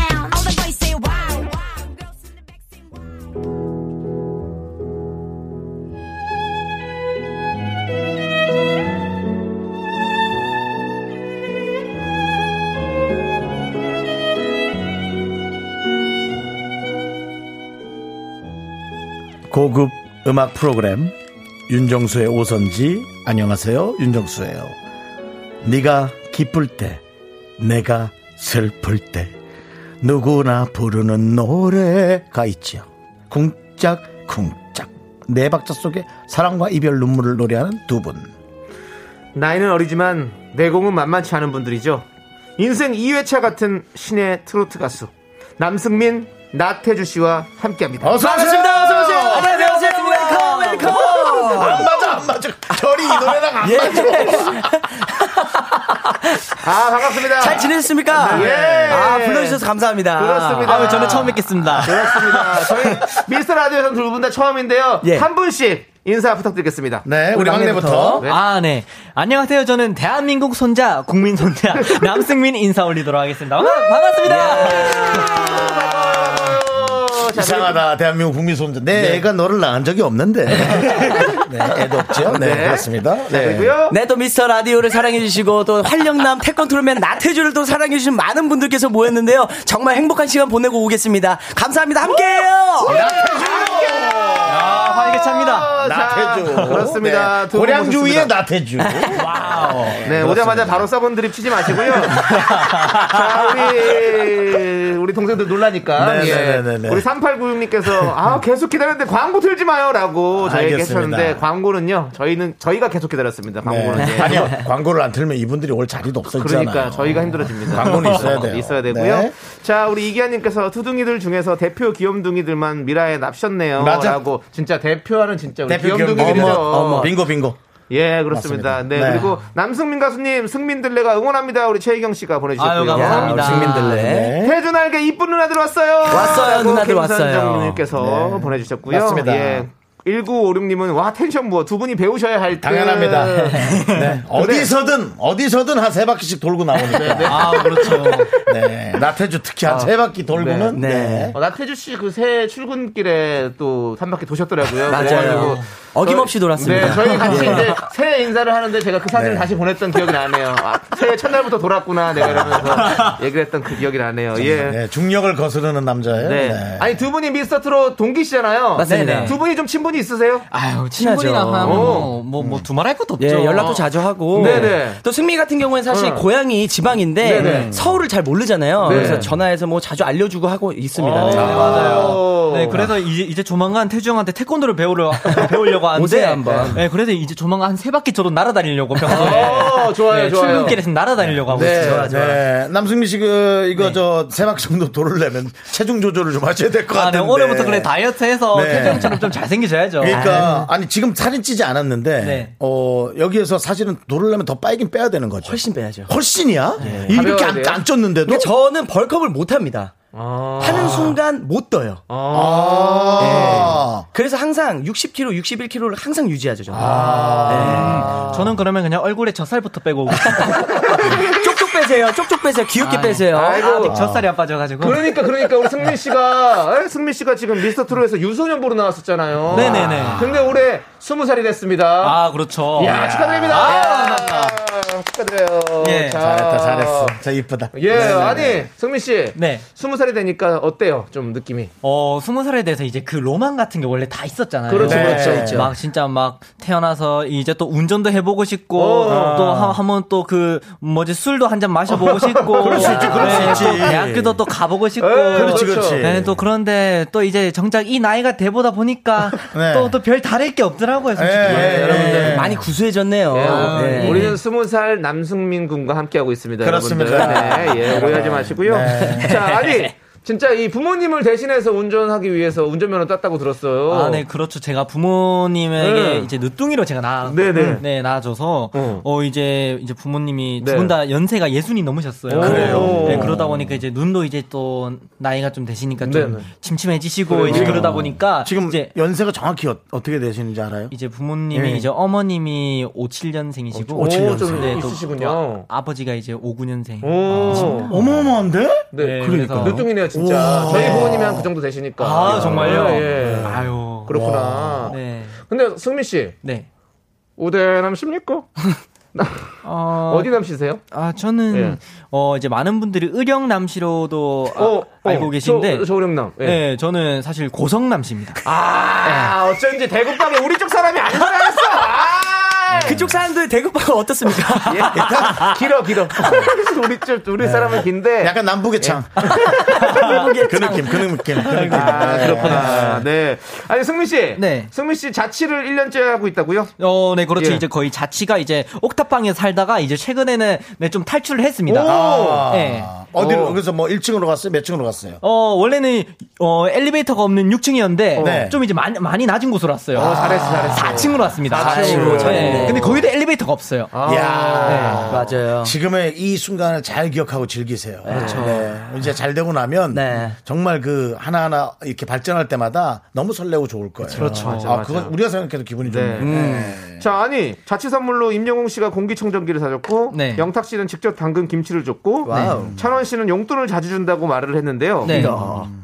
[SPEAKER 1] 고급 음악 프로그램 윤정수의 오선지 안녕하세요 윤정수예요. 네가 기쁠 때 내가 슬플 때 누구나 부르는 노래가 있지요. 쿵짝쿵짝 네 박자 속에 사랑과 이별 눈물을 노래하는 두 분.
[SPEAKER 2] 나이는 어리지만 내공은 만만치 않은 분들이죠 인생 2회차 같은 신의 트로트 가수 남승민 나태주 씨와 함께합니다
[SPEAKER 1] 반갑습니다. 어서 오세요.
[SPEAKER 2] 안녕하세요 웰컴 웰컴
[SPEAKER 1] 안 맞아 안 맞아. 결이 이 노래랑
[SPEAKER 5] 예.
[SPEAKER 1] 안
[SPEAKER 2] 아 반갑습니다
[SPEAKER 5] 잘 지내셨습니까?
[SPEAKER 2] 네.
[SPEAKER 5] 아, 불러주셔서 감사합니다.
[SPEAKER 2] 그렇습니다.
[SPEAKER 5] 아, 저는 처음 뵙겠습니다.
[SPEAKER 2] 그렇습니다. 저희 미스터 라디오에서는 두 분 다 처음인데요.
[SPEAKER 5] 예.
[SPEAKER 2] 한 분씩 인사 부탁드리겠습니다.
[SPEAKER 1] 네, 우리 막내부터.
[SPEAKER 2] 네.
[SPEAKER 5] 아, 네. 안녕하세요. 저는 대한민국 손자, 국민 손자, (laughs) 남승민 인사 올리도록 하겠습니다. 아, 반갑습니다.
[SPEAKER 2] 어,
[SPEAKER 5] 네.
[SPEAKER 2] 자,
[SPEAKER 1] 이상하다. 대한민국 국민 손자. 내 애가 너를 낳은 적이 (laughs) 없는데. 네, 애도 없죠. 네,
[SPEAKER 2] 네.
[SPEAKER 1] 그렇습니다. 네.
[SPEAKER 2] 그리고요.
[SPEAKER 5] 네, 또 미스터 라디오를 사랑해주시고, 또 활력남 태권트로맨 나태주를 또 사랑해주신 많은 분들께서 모였는데요. 정말 행복한 시간 보내고 오겠습니다. 감사합니다. 함께해요! 아, 환하게 찹니다.
[SPEAKER 1] 나태주.
[SPEAKER 2] 자, 아, 그렇습니다.
[SPEAKER 1] 네.
[SPEAKER 2] 두분
[SPEAKER 1] 고량주
[SPEAKER 2] 모셨습니다.
[SPEAKER 1] 위에
[SPEAKER 2] (laughs)
[SPEAKER 1] 나태주. 와우.
[SPEAKER 2] 네, 오자마자 바로 써본 드립
[SPEAKER 1] (laughs)
[SPEAKER 2] 치지 마시고요. 자, 우리, 우리 동생들 놀라니까.
[SPEAKER 1] 네,
[SPEAKER 2] 예.
[SPEAKER 1] 네, 네, 네.
[SPEAKER 2] 우리 3896님께서, 아, 계속 기다렸는데 광고 틀지 마요! 라고 저희에게
[SPEAKER 1] 알겠습니다.
[SPEAKER 2] 하셨는데, 광고는요, 저희는, 저희가 계속 기다렸습니다. 광고는.
[SPEAKER 1] 네. (laughs)
[SPEAKER 2] 예.
[SPEAKER 1] 아니요. 광고를 안 틀면 이분들이 올 자리도 없어지잖아요.
[SPEAKER 2] 그러니까 저희가 힘들어집니다.
[SPEAKER 1] 광고는
[SPEAKER 2] (laughs)
[SPEAKER 1] 있어야 돼요.
[SPEAKER 2] 있어야 되고요.
[SPEAKER 1] 네.
[SPEAKER 2] 자, 우리 이기아님께서 투둥이들 중에서 대표 귀염둥이들만 미라에 납셨네요.
[SPEAKER 1] 맞아.
[SPEAKER 2] 라고 진짜 대표하는 진짜 우리
[SPEAKER 1] 대표
[SPEAKER 2] 귀염둥이들이죠.
[SPEAKER 1] 어머, 어머. 뭐, 빙고 빙고.
[SPEAKER 2] 예, 그렇습니다.
[SPEAKER 1] 맞습니다.
[SPEAKER 2] 네,
[SPEAKER 1] 네.
[SPEAKER 2] 그리고 남승민 가수님, 승민들레가 응원합니다. 우리 최희경 씨가
[SPEAKER 5] 아유,
[SPEAKER 2] 보내주셨고요.
[SPEAKER 5] 감사합니다.
[SPEAKER 1] 승민들레. 네.
[SPEAKER 2] 태준알게 이쁜 누나들 왔어요.
[SPEAKER 5] 왔어요,
[SPEAKER 2] 라고
[SPEAKER 5] 누나들 왔어요.
[SPEAKER 2] 김선정님께서
[SPEAKER 1] 네.
[SPEAKER 2] 보내주셨고요.
[SPEAKER 1] 맞습니다.
[SPEAKER 2] 예. 1956님은 와 텐션 부어 두 분이 배우셔야 할 듯.
[SPEAKER 1] 당연합니다.
[SPEAKER 2] 그
[SPEAKER 1] 네. 어디서든, 어디서든 한 세 바퀴씩 돌고 나오니까. 네.
[SPEAKER 5] 아, 그렇죠.
[SPEAKER 1] 나태주 특히
[SPEAKER 2] 아.
[SPEAKER 1] 한 세 바퀴 돌고는.
[SPEAKER 5] 네.
[SPEAKER 1] 네.
[SPEAKER 2] 어, 나태주 씨 그 새 출근길에 또 한 바퀴 도셨더라고요.
[SPEAKER 5] 맞아요.
[SPEAKER 2] 그래가지고 저희-
[SPEAKER 5] 어김없이 돌았습니다. 예.
[SPEAKER 2] 네, 저희 같이 이제 새해 인사를 하는데 제가 그
[SPEAKER 1] 네.
[SPEAKER 2] 사진을 다시 보냈던 기억이 나네요. 아, 새해 첫날부터 돌았구나 내가 이러면서 얘기를 했던 그 기억이 나네요. 예.
[SPEAKER 1] 네, 중력을 거스르는 남자예요.
[SPEAKER 2] 네.
[SPEAKER 1] 네.
[SPEAKER 2] 아니 두 분이 미스터 트롯 동기시잖아요. 네.
[SPEAKER 5] 맞습니다.
[SPEAKER 2] 두 분이 좀 친분이 있으세요?
[SPEAKER 5] 아유, 친하죠. 어.
[SPEAKER 2] 뭐,
[SPEAKER 5] 두말할 것도 없죠. 어. 예, 연락도 자주 하고.
[SPEAKER 2] 네네.
[SPEAKER 5] 또 승미 같은 경우에는 사실
[SPEAKER 2] 응.
[SPEAKER 5] 고향이 지방인데
[SPEAKER 2] 네네.
[SPEAKER 5] 서울을 잘 모르잖아요.
[SPEAKER 2] 네.
[SPEAKER 5] 그래서 전화해서 뭐 자주 알려주고 하고 있습니다. 네.
[SPEAKER 2] 맞아요.
[SPEAKER 6] 네, 그래서 이제, 이제 조만간 태주 형한테 태권도를 배우려, (laughs) 배우려고 하는데.
[SPEAKER 5] 오세요, 한번.
[SPEAKER 6] 네, 그래서 이제 조만간 한 세 바퀴 저도 날아다니려고 평소에.
[SPEAKER 2] 어, 좋아요,
[SPEAKER 6] 네,
[SPEAKER 2] 좋아요.
[SPEAKER 6] 출근길에서 날아다니려고 하고
[SPEAKER 2] 네.
[SPEAKER 6] 있어요.
[SPEAKER 2] 좋아, 좋아.
[SPEAKER 1] 네, 남승민 씨, 그, 이거, 저, 세 바퀴 정도 돌으려면 체중 조절을 좀 하셔야 될 것
[SPEAKER 6] 아, 네,
[SPEAKER 1] 같은데.
[SPEAKER 6] 오늘부터 그래 다이어트 해서
[SPEAKER 1] 네.
[SPEAKER 6] 태주 형처럼 좀 잘생기셔야죠.
[SPEAKER 1] 그러니까, 아니, 지금 살이 찌지 않았는데,
[SPEAKER 6] 네.
[SPEAKER 1] 어, 여기에서 사실은 돌으려면 더 빨긴 빼야 되는 거죠.
[SPEAKER 5] 훨씬 빼야죠.
[SPEAKER 1] 이야 이렇게 안,
[SPEAKER 2] 가벼워야
[SPEAKER 1] 안 쪘는데도?
[SPEAKER 5] 근데 저는 벌컵을 못 합니다.
[SPEAKER 2] 아.
[SPEAKER 5] 하는 순간 못 떠요.
[SPEAKER 1] 아.
[SPEAKER 5] 그래서 항상 60kg, 61kg를 항상 유지하죠. 저는.
[SPEAKER 6] 아.
[SPEAKER 5] 네.
[SPEAKER 6] 음,
[SPEAKER 5] (laughs)
[SPEAKER 6] 저는 그러면 그냥 얼굴에 젖살부터 빼고 오고 싶어요.
[SPEAKER 5] 쪽쪽 빼세요. 쪽쪽 빼세요. 귀엽게 빼세요.
[SPEAKER 2] 아이고.
[SPEAKER 6] 아, 네. 젖살이 안 빠져가지고.
[SPEAKER 2] 그러니까 그러니까 우리 승민 씨가 에? 승민 씨가 지금 미스터 트롯에서 유소년부로 나왔었잖아요.
[SPEAKER 6] 네네네.
[SPEAKER 2] 근데 올해 스무 살이 됐습니다.
[SPEAKER 6] 아, 그렇죠.
[SPEAKER 2] 야, 축하드립니다.
[SPEAKER 6] 아,
[SPEAKER 2] 아, 축하드려요.
[SPEAKER 6] 예,
[SPEAKER 2] 자.
[SPEAKER 1] 잘했다, 잘했어. 아. 자, 이쁘다.
[SPEAKER 2] 예, 아니, 승민 씨.
[SPEAKER 6] 네.
[SPEAKER 2] 스무 살이 되니까 어때요? 좀 느낌이.
[SPEAKER 6] 어, 스무 살에 대해서 이제 그 로망 같은 게 원래 다 있었잖아요.
[SPEAKER 2] 그렇죠, 네. 그렇죠. 있죠.
[SPEAKER 6] 막 진짜 막 태어나서 이제 또 운전도 해보고 싶고
[SPEAKER 2] 어.
[SPEAKER 6] 또 한- 한번 또 그 뭐지 술도 한 잔 마셔보고
[SPEAKER 1] (laughs)
[SPEAKER 6] 싶고. 네,
[SPEAKER 1] 그럴 수 있지, 그럴 수 있지. 어,
[SPEAKER 6] 또 대학교도 또 가보고 싶고.
[SPEAKER 2] 에,
[SPEAKER 1] 그렇지,
[SPEAKER 2] 그렇죠.
[SPEAKER 1] 그렇지.
[SPEAKER 6] 네, 또 그런데 또 이제 정작 이 나이가 돼보다 보니까
[SPEAKER 1] 네.
[SPEAKER 6] 또 또 별 다를 게 없더라고요, 솔직히.
[SPEAKER 1] 예, 예, 여러분들.
[SPEAKER 5] 네, 많이 구수해졌네요.
[SPEAKER 2] 예, 어,
[SPEAKER 5] 네.
[SPEAKER 2] 우리는 스무 살 남승민 군과 함께하고 있습니다.
[SPEAKER 1] 그렇습니다.
[SPEAKER 2] 여러분들. 네, 예, 오해하지 마시고요.
[SPEAKER 1] 네.
[SPEAKER 2] 자, 아니, 진짜 이 부모님을 대신해서 운전하기 위해서 운전면허 땄다고 들었어요.
[SPEAKER 6] 아, 네, 그렇죠. 제가 부모님에게
[SPEAKER 2] 네.
[SPEAKER 6] 이제 늦둥이로 제가 낳아,
[SPEAKER 2] 네네.
[SPEAKER 6] 네, 낳아줘서,
[SPEAKER 2] 어.
[SPEAKER 6] 어. 이제, 이제 부모님이
[SPEAKER 2] 네.
[SPEAKER 6] 두 분 다 연세가 예순이 넘으셨어요.
[SPEAKER 2] 그래요?
[SPEAKER 6] 네, 그러다 보니까 이제 눈도 이제 또 나이가 좀 되시니까 좀
[SPEAKER 2] 네네. 어.
[SPEAKER 6] 침침해지시고, 이제 그러다 보니까.
[SPEAKER 1] 지금
[SPEAKER 6] 이제,
[SPEAKER 1] 연세가 정확히 어, 떻게 되시는지 알아요?
[SPEAKER 6] 이제 부모님이
[SPEAKER 2] 네.
[SPEAKER 1] 예.
[SPEAKER 6] 이제 어머님이 57년생이시고.
[SPEAKER 2] 어,
[SPEAKER 1] 오, 칠년생.
[SPEAKER 2] 좀
[SPEAKER 6] 네, 또-
[SPEAKER 2] 있으시군요.
[SPEAKER 6] 또 아버지가 이제 59년생.
[SPEAKER 2] 오.
[SPEAKER 1] 어마어마한데?
[SPEAKER 2] 네,
[SPEAKER 6] 네,
[SPEAKER 2] 그러니까.
[SPEAKER 6] 그래서-
[SPEAKER 2] 늦둥이네요, 진짜. 저희 부모님이 한 그 정도 되시니까.
[SPEAKER 6] 아, 정말요?
[SPEAKER 2] 예, 예.
[SPEAKER 6] 아유.
[SPEAKER 2] 그렇구나.
[SPEAKER 6] 네.
[SPEAKER 2] 근데 승민 씨,
[SPEAKER 6] 네.
[SPEAKER 2] 우대남십니까?
[SPEAKER 6] 어,
[SPEAKER 2] 어디 남씨세요?
[SPEAKER 6] 아, 저는,
[SPEAKER 2] 예.
[SPEAKER 6] 어, 이제 많은 분들이 의령남시로도 아-
[SPEAKER 2] 어, 어,
[SPEAKER 6] 알고 계신데.
[SPEAKER 2] 저, 저 우령남. 예.
[SPEAKER 6] 네. 저는 사실 고성남씨입니다.
[SPEAKER 2] 아, 어쩐지 대구빵이 우리 쪽 사람이 아닌 줄 알았어. 아,
[SPEAKER 5] 그쪽 사람들 대구파가
[SPEAKER 6] (laughs)
[SPEAKER 5] 어떻습니까?
[SPEAKER 2] 예. 길어, 네. 길어. (laughs) 우리 쪽, 우리 사람은 긴데.
[SPEAKER 1] 약간 남북의 창.
[SPEAKER 5] 예.
[SPEAKER 1] 그 느낌, 그 느낌. 그 느낌.
[SPEAKER 2] 아, 그렇구나. 네. 아니, 승민 씨.
[SPEAKER 6] 네.
[SPEAKER 2] 승민 씨 자취를 1년째 하고 있다고요?
[SPEAKER 6] 어, 네, 그렇죠.
[SPEAKER 2] 예.
[SPEAKER 6] 이제 거의 자취가 이제 옥탑방에 살다가 이제 최근에는 네, 좀 탈출을 했습니다.
[SPEAKER 1] 아.
[SPEAKER 6] 네.
[SPEAKER 1] 어디로,
[SPEAKER 2] 오.
[SPEAKER 1] 그래서 뭐 1층으로 갔어요? 몇 층으로 갔어요?
[SPEAKER 6] 어, 원래는 어, 엘리베이터가 없는
[SPEAKER 5] 어.
[SPEAKER 6] 6층이었는데
[SPEAKER 1] 네.
[SPEAKER 6] 좀 이제 많이, 많이 낮은 곳으로 왔어요.
[SPEAKER 2] 어,
[SPEAKER 5] 아.
[SPEAKER 2] 잘했어, 잘했어.
[SPEAKER 6] 4층으로 왔습니다.
[SPEAKER 2] 사층으로.
[SPEAKER 6] 네. 근데 거기도 엘리베이터가 없어요. 네.
[SPEAKER 1] 이야.
[SPEAKER 5] 아, 맞아요.
[SPEAKER 1] 지금의 이 순간을 잘 기억하고 즐기세요. 네. 이제 잘 되고 나면
[SPEAKER 5] 네.
[SPEAKER 1] 정말 그 하나하나 이렇게 발전할 때마다 너무 설레고 좋을 거예요. 그렇죠. 아,
[SPEAKER 2] 맞아,
[SPEAKER 1] 그건
[SPEAKER 2] 맞아.
[SPEAKER 1] 우리가 생각해도 기분이
[SPEAKER 2] 네.
[SPEAKER 1] 좋네요. 네.
[SPEAKER 2] 자, 아니, 자취 선물로 임영웅 씨가 공기청정기를 사줬고,
[SPEAKER 6] 네.
[SPEAKER 2] 영탁 씨는 직접 담근 김치를 줬고,
[SPEAKER 1] 와우.
[SPEAKER 2] 찬원 씨는 용돈을 자주 준다고 말을 했는데요. 음.
[SPEAKER 6] 네.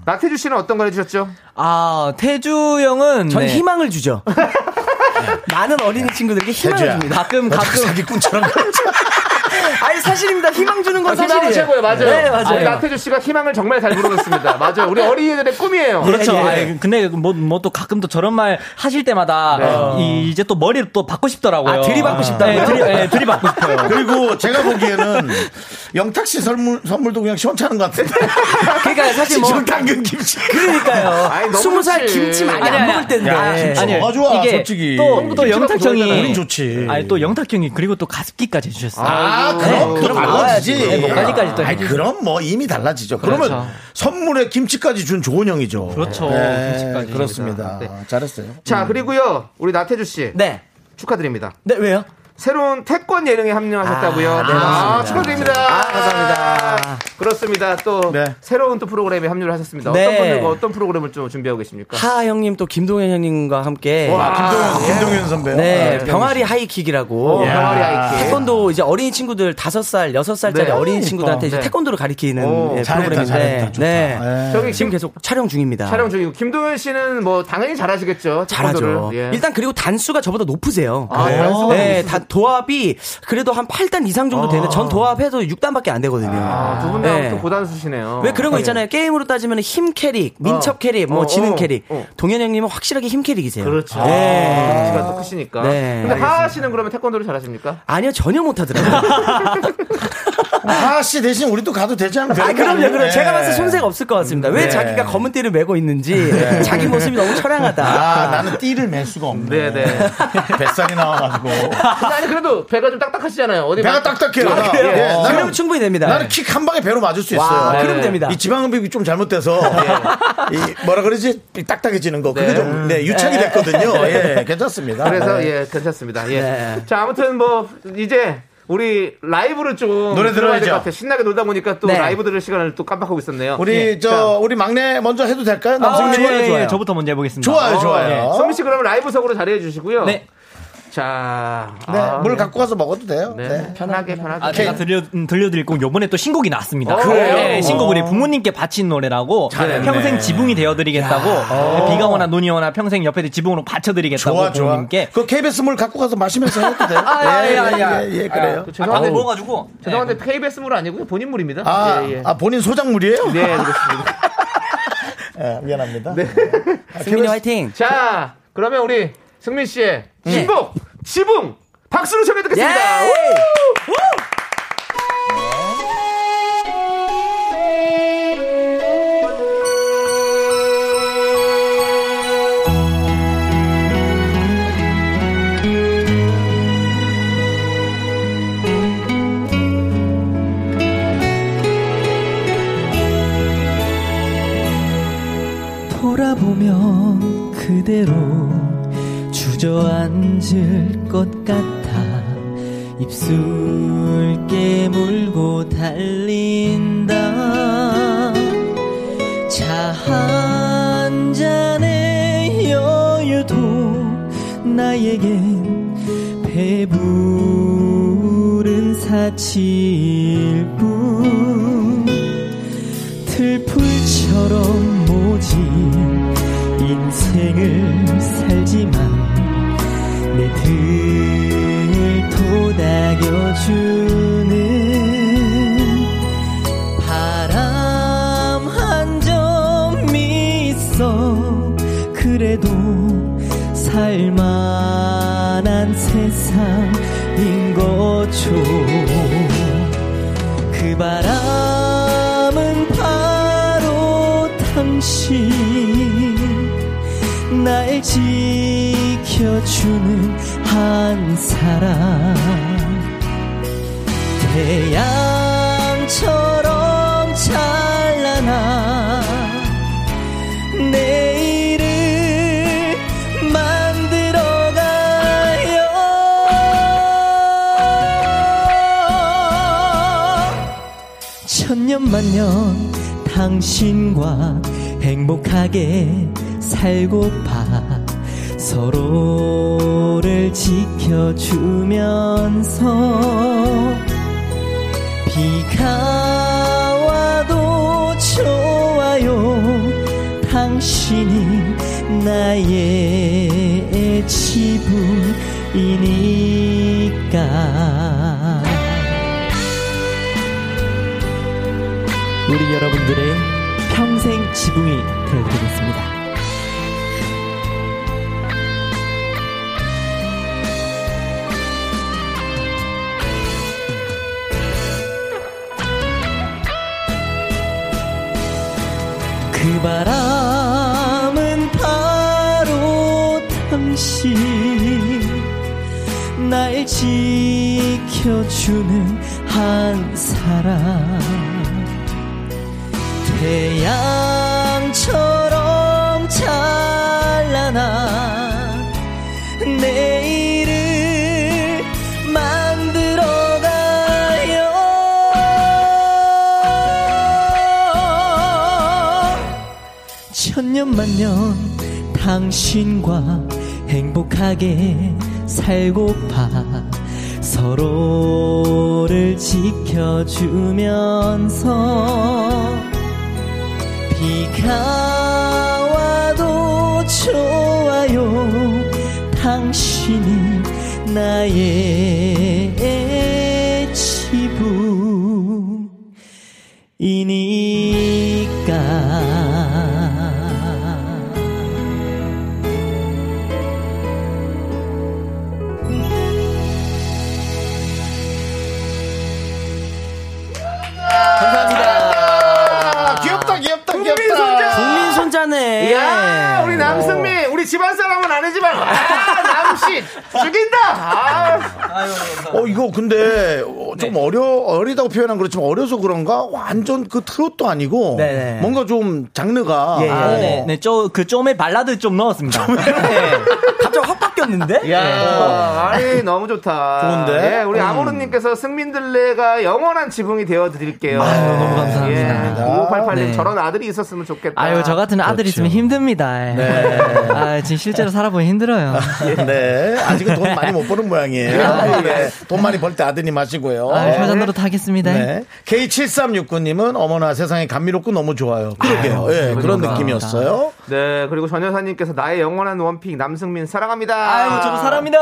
[SPEAKER 2] 나태주 씨는 어떤 걸 해주셨죠?
[SPEAKER 6] 아, 태주 형은
[SPEAKER 5] 전
[SPEAKER 6] 네.
[SPEAKER 5] 희망을
[SPEAKER 6] (laughs)
[SPEAKER 5] 주죠. 많은 어린이 친구들에게 희망을
[SPEAKER 1] 태주야.
[SPEAKER 5] 줍니다.
[SPEAKER 6] 가끔
[SPEAKER 1] 나
[SPEAKER 6] 가끔
[SPEAKER 1] 사기꾼처럼 그렇죠.
[SPEAKER 5] 아니 사실입니다. 희망 주는 건
[SPEAKER 2] 희망은
[SPEAKER 5] 아, 사실이에요.
[SPEAKER 2] 최고예요, 아, 맞아요.
[SPEAKER 5] 네,
[SPEAKER 2] 우리
[SPEAKER 5] 맞아요.
[SPEAKER 2] 나태주 씨가 희망을 정말 잘 (laughs) 부르셨습니다. 맞아요. 우리 어린이들의 꿈이에요.
[SPEAKER 6] 그렇죠.
[SPEAKER 5] 예, 예.
[SPEAKER 6] 아이, 근데 뭐 뭐 또 가끔 또 저런 말 하실 때마다 이, 이제 또 머리를 또 받고 싶더라고요.
[SPEAKER 5] 아, 들이받고 싶다고요?
[SPEAKER 6] 네, 들이, 네, 들이받고 싶어요.
[SPEAKER 1] 그리고 제가 보기에는 영탁 씨 선물, 선물도 그냥 시원찮은 것 같은데. (laughs)
[SPEAKER 5] 그러니까 사실 뭐
[SPEAKER 1] 지금 당근 김치.
[SPEAKER 2] 아이,
[SPEAKER 5] 그러니까요.
[SPEAKER 2] 너무
[SPEAKER 5] 스무 살
[SPEAKER 2] 좋지.
[SPEAKER 5] 김치 많이
[SPEAKER 6] 아니,
[SPEAKER 5] 안
[SPEAKER 6] 아니,
[SPEAKER 5] 먹을 때인데.
[SPEAKER 1] 야, 김치
[SPEAKER 6] 아니,
[SPEAKER 1] 너무 좋아,
[SPEAKER 6] 이게
[SPEAKER 1] 솔직히.
[SPEAKER 6] 또, 또 영탁 형이.
[SPEAKER 1] 우린 좋지.
[SPEAKER 6] 아니, 또 영탁 형이 그리고 또 가습기까지 해주셨어요.
[SPEAKER 1] 아,
[SPEAKER 2] 아이고.
[SPEAKER 1] 그럼
[SPEAKER 2] 네,
[SPEAKER 1] 또
[SPEAKER 2] 그럼
[SPEAKER 1] 나머지지.
[SPEAKER 6] 나와야지. 네, 뭐 빨리까지 또
[SPEAKER 1] 아니,
[SPEAKER 6] 해야지.
[SPEAKER 1] 그럼 뭐 이미 달라지죠. 그러면
[SPEAKER 6] 그렇죠.
[SPEAKER 1] 선물에 김치까지 준 좋은 형이죠. 네,
[SPEAKER 6] 그렇죠. 김치까지.
[SPEAKER 1] 그렇습니다. 잘했어요.
[SPEAKER 2] 자, 그리고요, 우리 나태주 씨.
[SPEAKER 5] 음. 네.
[SPEAKER 2] 축하드립니다.
[SPEAKER 5] 네 왜요?
[SPEAKER 2] 새로운 태권 예능에 합류하셨다고요. 아, 축하드립니다. 감사합니다. 그렇습니다. 또
[SPEAKER 1] 네.
[SPEAKER 2] 새로운 또 프로그램에 합류를 하셨습니다. 어떤
[SPEAKER 5] 네.
[SPEAKER 2] 분들과 어떤 프로그램을 좀 준비하고 계십니까?
[SPEAKER 5] 하 형님 또 김동현 형님과 함께
[SPEAKER 1] 김동현, 김동현 선배.
[SPEAKER 5] 네
[SPEAKER 1] 어, 아,
[SPEAKER 5] 병아리 하이킥이라고
[SPEAKER 1] 야.
[SPEAKER 2] 어, 병아리 아이키.
[SPEAKER 5] 태권도 이제 어린이 친구들 다섯 살 여섯 살짜리
[SPEAKER 2] 네.
[SPEAKER 5] 어린이 친구들한테 이제
[SPEAKER 2] 네.
[SPEAKER 5] 태권도를 가리키는
[SPEAKER 2] 오,
[SPEAKER 5] 예,
[SPEAKER 1] 잘했다,
[SPEAKER 5] 프로그램인데
[SPEAKER 1] 잘했다. 좋다.
[SPEAKER 5] 네.
[SPEAKER 1] 예.
[SPEAKER 2] 저기 김-
[SPEAKER 5] 지금 계속 촬영 중입니다.
[SPEAKER 2] 촬영 중이고 김동현 씨는 뭐 당연히 잘하시겠죠.
[SPEAKER 5] 잘하죠.
[SPEAKER 2] 태권도를. 예.
[SPEAKER 5] 일단 그리고 단수가 저보다 높으세요.
[SPEAKER 2] 아,
[SPEAKER 1] 어.
[SPEAKER 2] 단수가
[SPEAKER 5] 네,
[SPEAKER 2] 높으시-
[SPEAKER 5] 다, 도합이 그래도 한 8단 이상 정도 되는 전 도합해도 6단밖에 안 되거든요.
[SPEAKER 2] 아, 두분 다
[SPEAKER 5] 네.
[SPEAKER 2] 또 고단수시네요.
[SPEAKER 5] 왜 그런 거 있잖아요. 게임으로 따지면 힘 캐릭, 민첩 캐릭, 뭐
[SPEAKER 2] 어,
[SPEAKER 5] 지능
[SPEAKER 2] 어,
[SPEAKER 5] 캐릭.
[SPEAKER 2] 어.
[SPEAKER 5] 동현 형님은 확실하게 힘 캐릭이세요.
[SPEAKER 2] 그렇죠.
[SPEAKER 5] 네.
[SPEAKER 2] 키가 또 크시니까.
[SPEAKER 5] 네.
[SPEAKER 2] 근데 하하 씨는 그러면 태권도를 잘하십니까?
[SPEAKER 5] 아니요, 전혀 못하더라고요.
[SPEAKER 2] (laughs)
[SPEAKER 1] 하하 씨 대신 우리도 가도 되지 않을까요?
[SPEAKER 5] 아, 그럼요,
[SPEAKER 2] 네.
[SPEAKER 5] 그럼 제가 봤을 때 손색 없을 것 같습니다. 왜
[SPEAKER 1] 네.
[SPEAKER 5] 자기가 검은 띠를 메고 있는지 자기 모습이 너무 처량하다.
[SPEAKER 1] 아, 나는 띠를 맬 수가 없네.
[SPEAKER 2] 네, 네.
[SPEAKER 1] (laughs) 뱃살이 나와가지고.
[SPEAKER 2] 근데 아니 그래도 배가 좀 딱딱하시잖아요. 어디
[SPEAKER 1] 배가
[SPEAKER 2] 막-
[SPEAKER 1] 딱딱해요. 나.
[SPEAKER 2] 그래요?
[SPEAKER 1] 예, 나는-
[SPEAKER 5] 그러면 충분히 됩니다.
[SPEAKER 1] 나는 킥 한 방에 배로 맞을 수 있어요.
[SPEAKER 5] 와,
[SPEAKER 2] 네.
[SPEAKER 5] 그러면 됩니다.
[SPEAKER 1] 이 지방흡입이 좀 잘못돼서 이 뭐라 그러지 이 딱딱해지는 거 그게
[SPEAKER 2] 네.
[SPEAKER 1] 좀 네, 유착이 됐거든요. 예, 괜찮습니다.
[SPEAKER 2] 그래서
[SPEAKER 1] 네.
[SPEAKER 2] 예 괜찮습니다. 예.
[SPEAKER 5] 네.
[SPEAKER 2] 자 아무튼 뭐 이제 우리 라이브를 좀
[SPEAKER 1] 노래
[SPEAKER 2] 들어야 될
[SPEAKER 1] 들어야죠.
[SPEAKER 2] 것 같아요. 신나게 놀다 보니까 또
[SPEAKER 5] 네.
[SPEAKER 2] 라이브 들을 시간을 또 깜빡하고 있었네요.
[SPEAKER 1] 우리
[SPEAKER 2] 예.
[SPEAKER 1] 저
[SPEAKER 2] 자,
[SPEAKER 1] 우리 막내 먼저 해도 될까요?
[SPEAKER 6] 아,
[SPEAKER 5] 어,
[SPEAKER 1] 남성민
[SPEAKER 6] 예,
[SPEAKER 1] 좋아요,
[SPEAKER 6] 예,
[SPEAKER 1] 좋아요.
[SPEAKER 6] 저부터 먼저 해보겠습니다.
[SPEAKER 2] 네. 예.
[SPEAKER 1] 좋아요,
[SPEAKER 6] 어,
[SPEAKER 1] 좋아요.
[SPEAKER 2] 성민 씨 그러면 라이브석으로 자리해 주시고요.
[SPEAKER 6] 네.
[SPEAKER 2] 자,
[SPEAKER 1] 네,
[SPEAKER 2] 아,
[SPEAKER 1] 물
[SPEAKER 2] 네.
[SPEAKER 1] 갖고 가서 먹어도 돼요.
[SPEAKER 2] 네.
[SPEAKER 1] 네.
[SPEAKER 2] 편하게 편하게.
[SPEAKER 5] 아, 제가 들려, 음, 들려드릴 곡 요번에 또 신곡이 나왔습니다.
[SPEAKER 2] 어, 그래요?
[SPEAKER 5] 네, 신곡을 부모님께 바친 노래라고
[SPEAKER 1] 잘했네.
[SPEAKER 5] 평생 지붕이 되어드리겠다고 예, 비가 오나 눈이 오나 평생 옆에 지붕으로 받쳐드리겠다고
[SPEAKER 1] 좋아, 좋아.
[SPEAKER 5] 부모님께
[SPEAKER 1] 그 KBS 물 갖고 가서 마시면서 해도 돼요.
[SPEAKER 5] 아,
[SPEAKER 1] 예,
[SPEAKER 5] 예, 예,
[SPEAKER 1] 예, 예, 예, 그래요.
[SPEAKER 2] 아,
[SPEAKER 5] 아, 방금
[SPEAKER 2] 죄송한데,
[SPEAKER 5] 먹어가지고
[SPEAKER 2] 죄송한데
[SPEAKER 6] 네,
[SPEAKER 2] KBS 물 아니고요 본인 물입니다.
[SPEAKER 1] 아,
[SPEAKER 2] 예, 예.
[SPEAKER 1] 아, 본인 소장물이에요?
[SPEAKER 2] 네 그렇습니다.
[SPEAKER 1] 예, 미안합니다.
[SPEAKER 6] 승민이 화이팅.
[SPEAKER 2] 자, 그러면 우리 승민 씨의 신곡 지붕 박수로 청해 듣겠습니다.
[SPEAKER 6] 네. 예!
[SPEAKER 5] 돌아보면 그대로 주저앉을 것 같아 입술 깨물고 달린다 차 한 잔의 여유도 나에겐 배부른 사치일 뿐 틀풀처럼 모진 인생을 살지만 내 등을 도닥여주는 바람 한 점 있어 그래도 살만한 세상인 거죠 그 바람은 바로 당신 날 지켜주는 한 사람 태양처럼 찬란한 내일을 만들어가요 천년만년 당신과 행복하게 살고파 서로를 지켜주면서 비가 와도 좋아요 당신이 나의 지붕이니까 우리 여러분들의 평생 지붕이 되어드리겠습니다. 그 바람은 바로 당신 날 지켜주는 한 사람 태양처럼 찬란한 내일을 만들어가요 천년만년 당신과 행복하게 살고파 서로를 지켜주면서 비가 와도 좋아요 당신이 나의 지붕이니까
[SPEAKER 1] 아, 귀엽다, 귀엽다, 귀엽다.
[SPEAKER 6] 국민 손자네.
[SPEAKER 2] 야, 우리 남승민, 우리 집안 사람은 아니지만 아, 남씨 죽인다. 아.
[SPEAKER 1] 어, 이거 근데 어, 좀
[SPEAKER 6] 네.
[SPEAKER 1] 어려, 어리다고 표현한 그렇지만 어려서 그런가 완전 그 트롯도 아니고
[SPEAKER 6] 네네.
[SPEAKER 1] 뭔가 좀 장르가.
[SPEAKER 5] 아,
[SPEAKER 6] 예, 예.
[SPEAKER 1] 어.
[SPEAKER 5] 네, 네, 쪼, 그 쪼매 발라드 좀 넣었습니다.
[SPEAKER 6] 갑자기 확 바뀌었네.
[SPEAKER 5] 있는데?
[SPEAKER 2] 야, 아니 너무 좋다.
[SPEAKER 1] 좋은데? 음.
[SPEAKER 2] 예, 우리 아모르님께서 승민들레가 영원한 지붕이 되어 드릴게요.
[SPEAKER 1] 아,
[SPEAKER 6] 너무 감사합니다.
[SPEAKER 2] 5588님
[SPEAKER 6] 네.
[SPEAKER 2] 저런 아들이 있었으면 좋겠다.
[SPEAKER 6] 아유 저 같은 아들
[SPEAKER 5] 그렇죠.
[SPEAKER 6] 있으면 힘듭니다. 네. 아 지금 실제로 살아보니 힘들어요.
[SPEAKER 1] (laughs) 네. 아직은 돈 많이 못 버는 모양이에요. 네. 돈 많이 벌 때 아드님 하시고요.
[SPEAKER 6] 아, 아유 네.
[SPEAKER 5] 네.
[SPEAKER 6] 효자노로 타겠습니다. (laughs)
[SPEAKER 1] 네. K7369님은 어머나 세상에 감미롭고 너무 좋아요. 그러게요. 예, 그런
[SPEAKER 6] 감사합니다.
[SPEAKER 1] 느낌이었어요.
[SPEAKER 2] 네, 그리고 전 여사님께서 나의 영원한 원픽 남승민 사랑합니다.
[SPEAKER 6] 아유 저도 사람이다.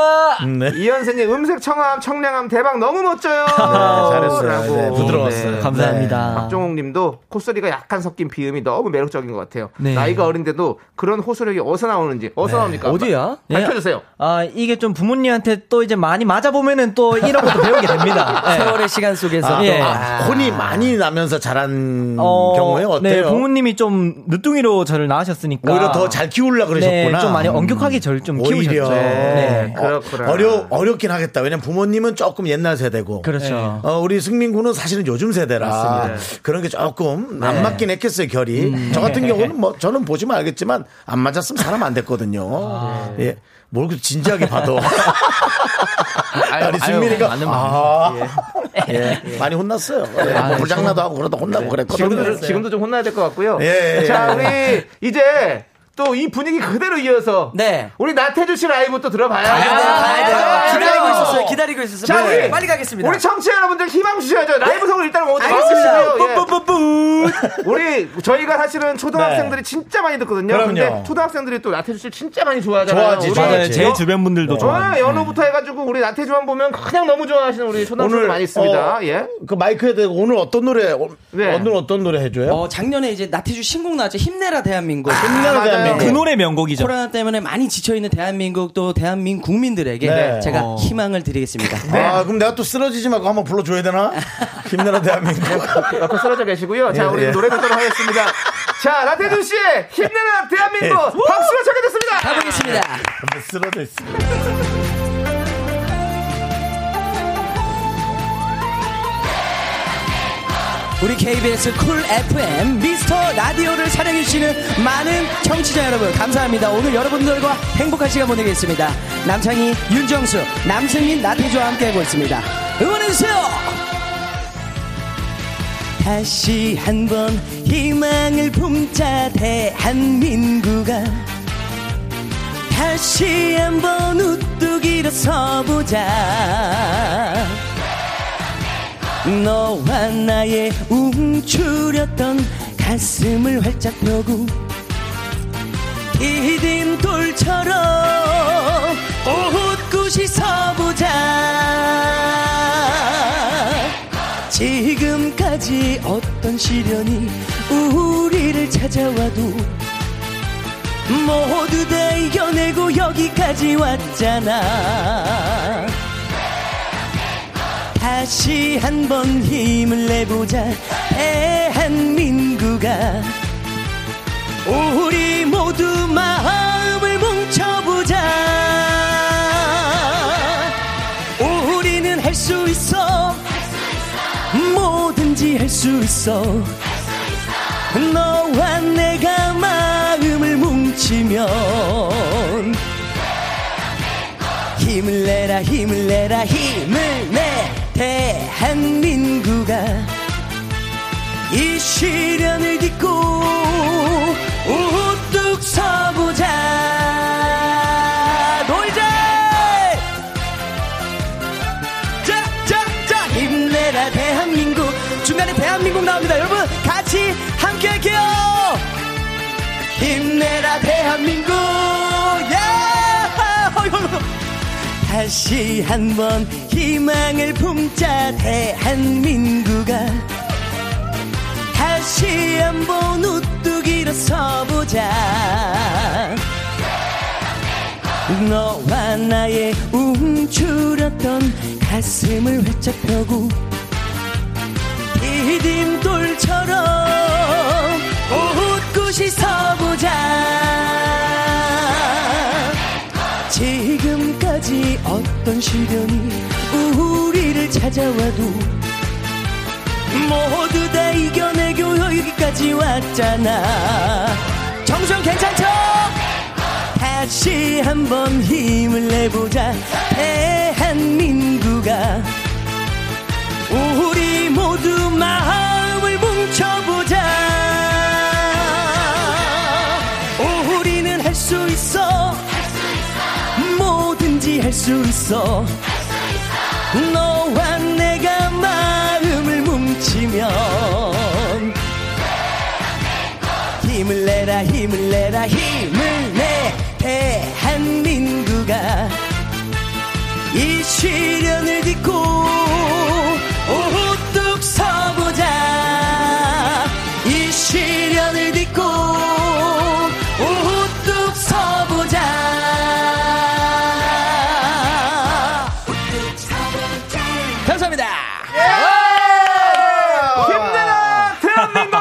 [SPEAKER 1] 네.
[SPEAKER 2] 이현세님 음색 청함 청량함 대박
[SPEAKER 1] (laughs)
[SPEAKER 2] 너무 멋져요.
[SPEAKER 1] 잘했어요.
[SPEAKER 2] 라고.
[SPEAKER 1] 네, 부드러웠어요.
[SPEAKER 2] 네.
[SPEAKER 6] 아,
[SPEAKER 5] 아.
[SPEAKER 6] 감사합니다.
[SPEAKER 2] 박종욱님도 콧소리가 약간 섞인 비음이 너무 매력적인 것 같아요.
[SPEAKER 6] 네.
[SPEAKER 2] 나이가 어린데도 그런 호소력이 어디서 나오는지 어디서 나옵니까?
[SPEAKER 5] 네. 어디야?
[SPEAKER 6] 예.
[SPEAKER 2] 밝혀주세요.
[SPEAKER 6] 아 이게 좀 부모님한테 또 이제 많이 맞아 보면은 또 이런 것도 배우게 됩니다. 예.
[SPEAKER 5] 세월의 시간 속에서.
[SPEAKER 1] 아,
[SPEAKER 6] 예.
[SPEAKER 1] 아, 혼이 많이 나면서 자란
[SPEAKER 6] 어,
[SPEAKER 1] 음, 경우에
[SPEAKER 6] 네,
[SPEAKER 1] 어때요?
[SPEAKER 6] 부모님이 좀 늦둥이로 저를 낳으셨으니까
[SPEAKER 1] 오히려 더 잘 키우려 그러셨구나. 음.
[SPEAKER 6] 네, 좀 많이 엄격하게 저를 좀
[SPEAKER 1] 오히려
[SPEAKER 6] 키우셨죠. 네.
[SPEAKER 1] 어,
[SPEAKER 2] 그렇구나.
[SPEAKER 1] 어려 어렵긴 하겠다. 왜냐면 부모님은 조금 옛날 세대고.
[SPEAKER 6] 그렇죠.
[SPEAKER 1] 어, 우리 승민 군은 사실은 요즘 세대라 그런 게 조금
[SPEAKER 2] 네.
[SPEAKER 1] 안 맞긴 했겠어요 결이.
[SPEAKER 2] 음.
[SPEAKER 1] 저 같은 경우는 뭐 저는 보시면 알겠지만 안 맞았으면 사람 안 됐거든요.
[SPEAKER 2] 아, 네.
[SPEAKER 1] 예. 뭘그 진지하게
[SPEAKER 2] (laughs)
[SPEAKER 1] 봐도.
[SPEAKER 2] 아유,
[SPEAKER 1] 우리 승민이가
[SPEAKER 6] 맞는
[SPEAKER 1] 아, 예. 많이 혼났어요. 예. 뭐 불장나도 하고 그러다 혼나고 그랬거든요.
[SPEAKER 2] 아, 네. 지금도, 지금도 좀 혼나야 될 것 같고요.
[SPEAKER 1] 예, 예,
[SPEAKER 2] 자,
[SPEAKER 1] 예.
[SPEAKER 2] 우리 이제 또 이 분위기 그대로 이어서
[SPEAKER 5] 네.
[SPEAKER 2] 우리 나태주 씨 아, 라이브 또 들어봐야죠.
[SPEAKER 5] 가야 돼요, 가야 돼요.
[SPEAKER 6] 아,
[SPEAKER 2] 가야 돼요.
[SPEAKER 5] 아, 기다리고 있었어요. 기다리고 있었어요.
[SPEAKER 2] 자,
[SPEAKER 5] 빨리,
[SPEAKER 2] 우리-
[SPEAKER 5] 빨리 가겠습니다. 네.
[SPEAKER 2] 우리 청취자 여러분들 희망 주셔야죠. 라이브 성을 일단 오늘
[SPEAKER 5] 알겠습니다.
[SPEAKER 2] 예.
[SPEAKER 5] 뿌뿌뿌뿌.
[SPEAKER 2] (laughs) 우리 저희가 사실은 초등학생들이 진짜 많이 듣거든요.
[SPEAKER 1] 그럼요.
[SPEAKER 2] 근데 초등학생들이 또 나태주 씨 진짜 많이 좋아하잖아요.
[SPEAKER 1] 좋아하지,
[SPEAKER 2] 우리
[SPEAKER 1] 좋아하지.
[SPEAKER 6] 맞아요. 제
[SPEAKER 2] 여-
[SPEAKER 6] 주변 분들도
[SPEAKER 2] 어,
[SPEAKER 6] 좋아요.
[SPEAKER 2] 연호부터 해가지고 우리 나태주만 보면 그냥 너무 좋아하시는 우리 초등학생들 많이 있습니다.
[SPEAKER 1] 어,
[SPEAKER 2] 예.
[SPEAKER 1] 그 마이크에 대고 오늘 어떤 노래 어,
[SPEAKER 2] 네.
[SPEAKER 1] 오늘 어떤 노래 해줘요?
[SPEAKER 5] 어, 작년에 이제 나태주 신곡 나왔죠. 힘내라 대한민국.
[SPEAKER 1] 힘내라,
[SPEAKER 2] 맞아요.
[SPEAKER 1] 대한민국.
[SPEAKER 6] 그 노래 명곡이죠.
[SPEAKER 5] 코로나 때문에 많이 지쳐있는 대한민국 또 대한민국 국민들에게
[SPEAKER 1] 네.
[SPEAKER 5] 제가
[SPEAKER 6] 어.
[SPEAKER 5] 희망을 드리겠습니다.
[SPEAKER 2] 네.
[SPEAKER 1] 아, 그럼 내가 또 쓰러지지 말고 한번 불러줘야 되나? (laughs) 힘내라 대한민국.
[SPEAKER 2] 옆에 쓰러져 계시고요. 자,
[SPEAKER 1] 예,
[SPEAKER 2] 우리
[SPEAKER 1] 예.
[SPEAKER 2] 노래 듣도록 하겠습니다. 자, 나태준 씨, 힘내는 대한민국 박수로 청해졌습니다
[SPEAKER 5] 가보겠습니다.
[SPEAKER 1] 쓰러져 있어.
[SPEAKER 5] 우리 KBS 쿨 FM 미스터 라디오를 사랑해주시는 많은 청취자 여러분 감사합니다. 오늘 여러분들과 행복한 시간 보내겠습니다. 남창희, 윤정수, 남승민, 나태주와 함께하고 있습니다. 응원해주세요! 다시 한번 희망을 품자 대한민국아 다시 한번 우뚝 일어서보자 너와 나의 움츠렸던 가슴을 활짝 펴고 디딤돌처럼 웃고시 서보자 지금까지 어떤 시련이 우리를 찾아와도 모두 다 이겨내고 여기까지 왔잖아 다시 한번 힘을 내보자 대한민국아 우리 모두 마음을 뭉쳐보자 우리는 할 수 있어 뭐든지 할 수 있어 너와 내가 마음을 뭉치면 힘을 내라 힘을 내라 힘을 내 대한민국아 이 시련을 딛고 우뚝 서보자 놀자 짝짝짝 힘내라 대한민국 중간에 대한민국 나옵니다 여러분 같이 함께 할게요 힘내라 대한민국 야 어이구. 다시 한번 희망을 품자 대한민국아 다시 한번 우뚝 일어서보자 너와 나의 움츠렸던 가슴을 활짝 펴고 디딤돌처럼 웃고시 서보자 지금까지 어떤 시련이 우리를 찾아와도 모두 다 이겨내고 여기까지 왔잖아 정수영 괜찮죠? 다시 같이 한번 힘을 내보자 대한민국아 우리 모두 마음을 뭉쳐보자 우리는 할 수 있어 뭐든지 할 수 있어 너와 내가 마음을 뭉치면 힘을 내라 힘을 내라 힘을 내 대한민국아 이 시련을 딛고 우뚝 서보자 이 시련을 딛고 우뚝 서보자 감사합니다
[SPEAKER 2] 아! 힘내라 대한민국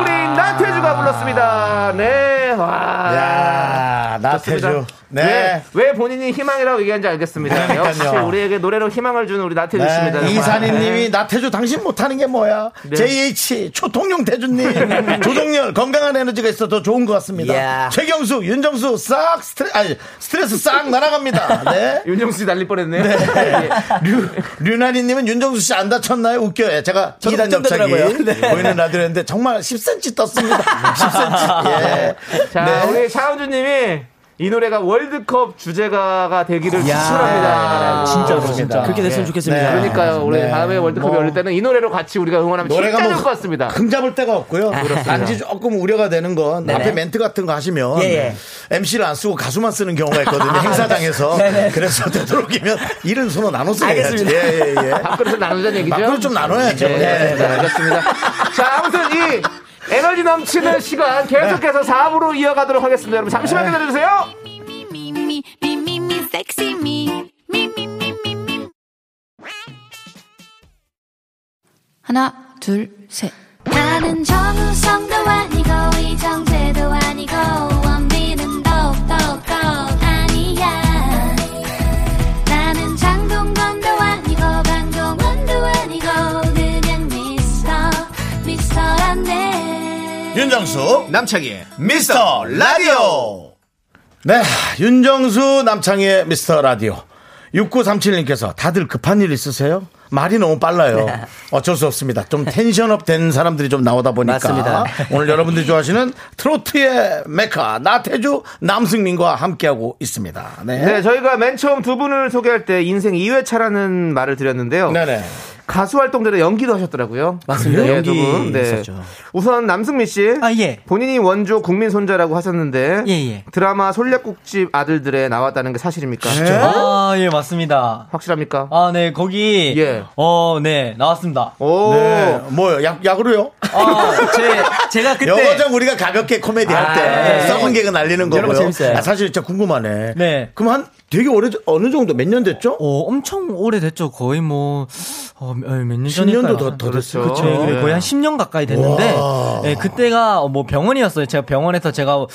[SPEAKER 2] 우리 나태주가 불렀습니다. 네. 와.
[SPEAKER 1] 야, 나태주.
[SPEAKER 2] 아, 좋습니다.
[SPEAKER 1] 아, 네.
[SPEAKER 2] 왜, 왜 본인이 희망이라고 얘기하는지 알겠습니다.
[SPEAKER 1] 그러니까요.
[SPEAKER 2] 역시 우리에게 노래로 희망을 주는 우리 나태주
[SPEAKER 1] 네,
[SPEAKER 2] 씨입니다. 정말.
[SPEAKER 1] 이산희
[SPEAKER 2] 네.
[SPEAKER 1] 님이 나태주 당신 못하는 게 뭐야?
[SPEAKER 2] 네.
[SPEAKER 1] JH 초통령
[SPEAKER 2] (laughs)
[SPEAKER 1] 태주님 조동열 건강한 에너지가 있어 더 좋은 것 같습니다.
[SPEAKER 5] 이야.
[SPEAKER 1] 최경수 윤정수 싹 스트레 아니, 스트레스 싹 날아갑니다. 네.
[SPEAKER 2] 윤정수 씨 날릴 뻔했네요. 예.
[SPEAKER 1] 류, 류나리 님은 윤정수 씨 안 다쳤나요? 웃겨요. 제가
[SPEAKER 5] 저도
[SPEAKER 1] 2단 옆차기
[SPEAKER 5] 걱정되더라고요. 네.
[SPEAKER 1] 보이는 라디오였는데 정말 10cm
[SPEAKER 5] (laughs)
[SPEAKER 1] 떴습니다. 10cm. 예.
[SPEAKER 2] 자,
[SPEAKER 1] 네.
[SPEAKER 2] 우리 차은주 님이 이 노래가 월드컵 주제가가 되기를
[SPEAKER 5] 야.
[SPEAKER 2] 추천합니다.
[SPEAKER 1] 아, 진짜로, 진짜.
[SPEAKER 5] 그렇게
[SPEAKER 6] 아, 예.
[SPEAKER 5] 됐으면 좋겠습니다
[SPEAKER 1] 네.
[SPEAKER 2] 그러니까요. 올해
[SPEAKER 1] 네.
[SPEAKER 2] 다음에 월드컵이
[SPEAKER 1] 뭐.
[SPEAKER 2] 열릴 때는 이 노래로 같이 우리가 응원하면 진짜
[SPEAKER 1] 노래가
[SPEAKER 2] 좋을
[SPEAKER 1] 뭐
[SPEAKER 2] 것 같습니다. 아,
[SPEAKER 1] 흠 잡을 데가 없고요. 단지 조금 우려가 되는 건 앞에 멘트 같은 거 하시면
[SPEAKER 5] 예, 예.
[SPEAKER 1] MC를 안 쓰고 가수만 쓰는 경우가 있거든요.
[SPEAKER 2] 아, 네.
[SPEAKER 1] 행사장에서. 그래서 되도록이면 일은 서로 나눠서 해야지.
[SPEAKER 5] 알겠습니다.
[SPEAKER 1] 예, 예, 예.
[SPEAKER 2] (laughs) 밥그릇을 나누자는 얘기죠.
[SPEAKER 1] 밖으로 좀 나눠야죠.
[SPEAKER 2] 네,
[SPEAKER 1] 예.
[SPEAKER 2] 네, 알겠습니다. 자, 아무튼 이 에너지 넘치는 시간 계속해서 4부로 이어가도록 하겠습니다. 여러분, 잠시만 기다려주세요.
[SPEAKER 3] me, me, me, me, me, sexy me. Me, me, me, me, me.
[SPEAKER 7] 하나, 둘, 셋.
[SPEAKER 3] 나는 정우성도 아니고 이정재도 아니고 원빈은 더욱더 아니야 나는 장동건도 아니고 강동원도 아니고 그냥 미스터 미스터란데
[SPEAKER 1] 윤정수 남창희의 미스터 라디오 네 윤정수 남창희의 미스터 라디오 6937님께서 다들 급한 일 있으세요? 말이 너무 빨라요. 어쩔 수 없습니다. 좀 텐션업 된 사람들이 좀 나오다 보니까
[SPEAKER 5] 맞습니다.
[SPEAKER 1] 오늘 여러분들이 좋아하시는 트로트의 메카 나태주 남승민과 함께하고 있습니다. 네.
[SPEAKER 2] 네, 저희가 맨 처음 두 분을 소개할 때 인생 2회차라는 말을 드렸는데요.
[SPEAKER 1] 네네.
[SPEAKER 2] 가수 활동 전에 연기도 하셨더라고요.
[SPEAKER 5] 맞습니다.
[SPEAKER 2] 예,
[SPEAKER 5] 연기
[SPEAKER 2] 두 분. 네.
[SPEAKER 5] 있었죠.
[SPEAKER 2] 우선 남승민 씨.
[SPEAKER 5] 아, 예.
[SPEAKER 2] 본인이 원조 국민 손자라고 하셨는데
[SPEAKER 5] 예, 예.
[SPEAKER 2] 드라마 솔략국집 아들들에 나왔다는 게
[SPEAKER 5] 네.
[SPEAKER 2] 사실입니까?
[SPEAKER 5] 어?
[SPEAKER 6] 아, 예, 맞습니다.
[SPEAKER 2] 확실합니까?
[SPEAKER 6] 아, 네, 거기.
[SPEAKER 2] 예.
[SPEAKER 6] 어, 네, 나왔습니다.
[SPEAKER 5] 어?
[SPEAKER 2] 오.
[SPEAKER 1] 네. 뭐요? 약, 약으로요?
[SPEAKER 6] 아, 제, 제가
[SPEAKER 1] 영어
[SPEAKER 6] 그때.
[SPEAKER 1] 좀 우리가 가볍게 코미디 할 때
[SPEAKER 6] 아, 네.
[SPEAKER 1] 썩은 개그 날리는
[SPEAKER 6] 이런 거
[SPEAKER 1] 거고요.
[SPEAKER 6] 재밌어요.
[SPEAKER 1] 아, 사실 진짜 궁금하네.
[SPEAKER 6] 네.
[SPEAKER 1] 그럼 한 되게 오래 어느 정도 몇 년 됐죠?
[SPEAKER 6] 어, 엄청 오래됐죠. 거의 뭐, 어, 몇 년 전에.
[SPEAKER 1] 10년도 더, 더 됐어요.
[SPEAKER 6] 그렇죠.
[SPEAKER 2] 네.
[SPEAKER 6] 거의 한 10년 가까이 됐는데, 예, 그때가 어, 뭐 병원이었어요. 제가 병원에서 제가, 어,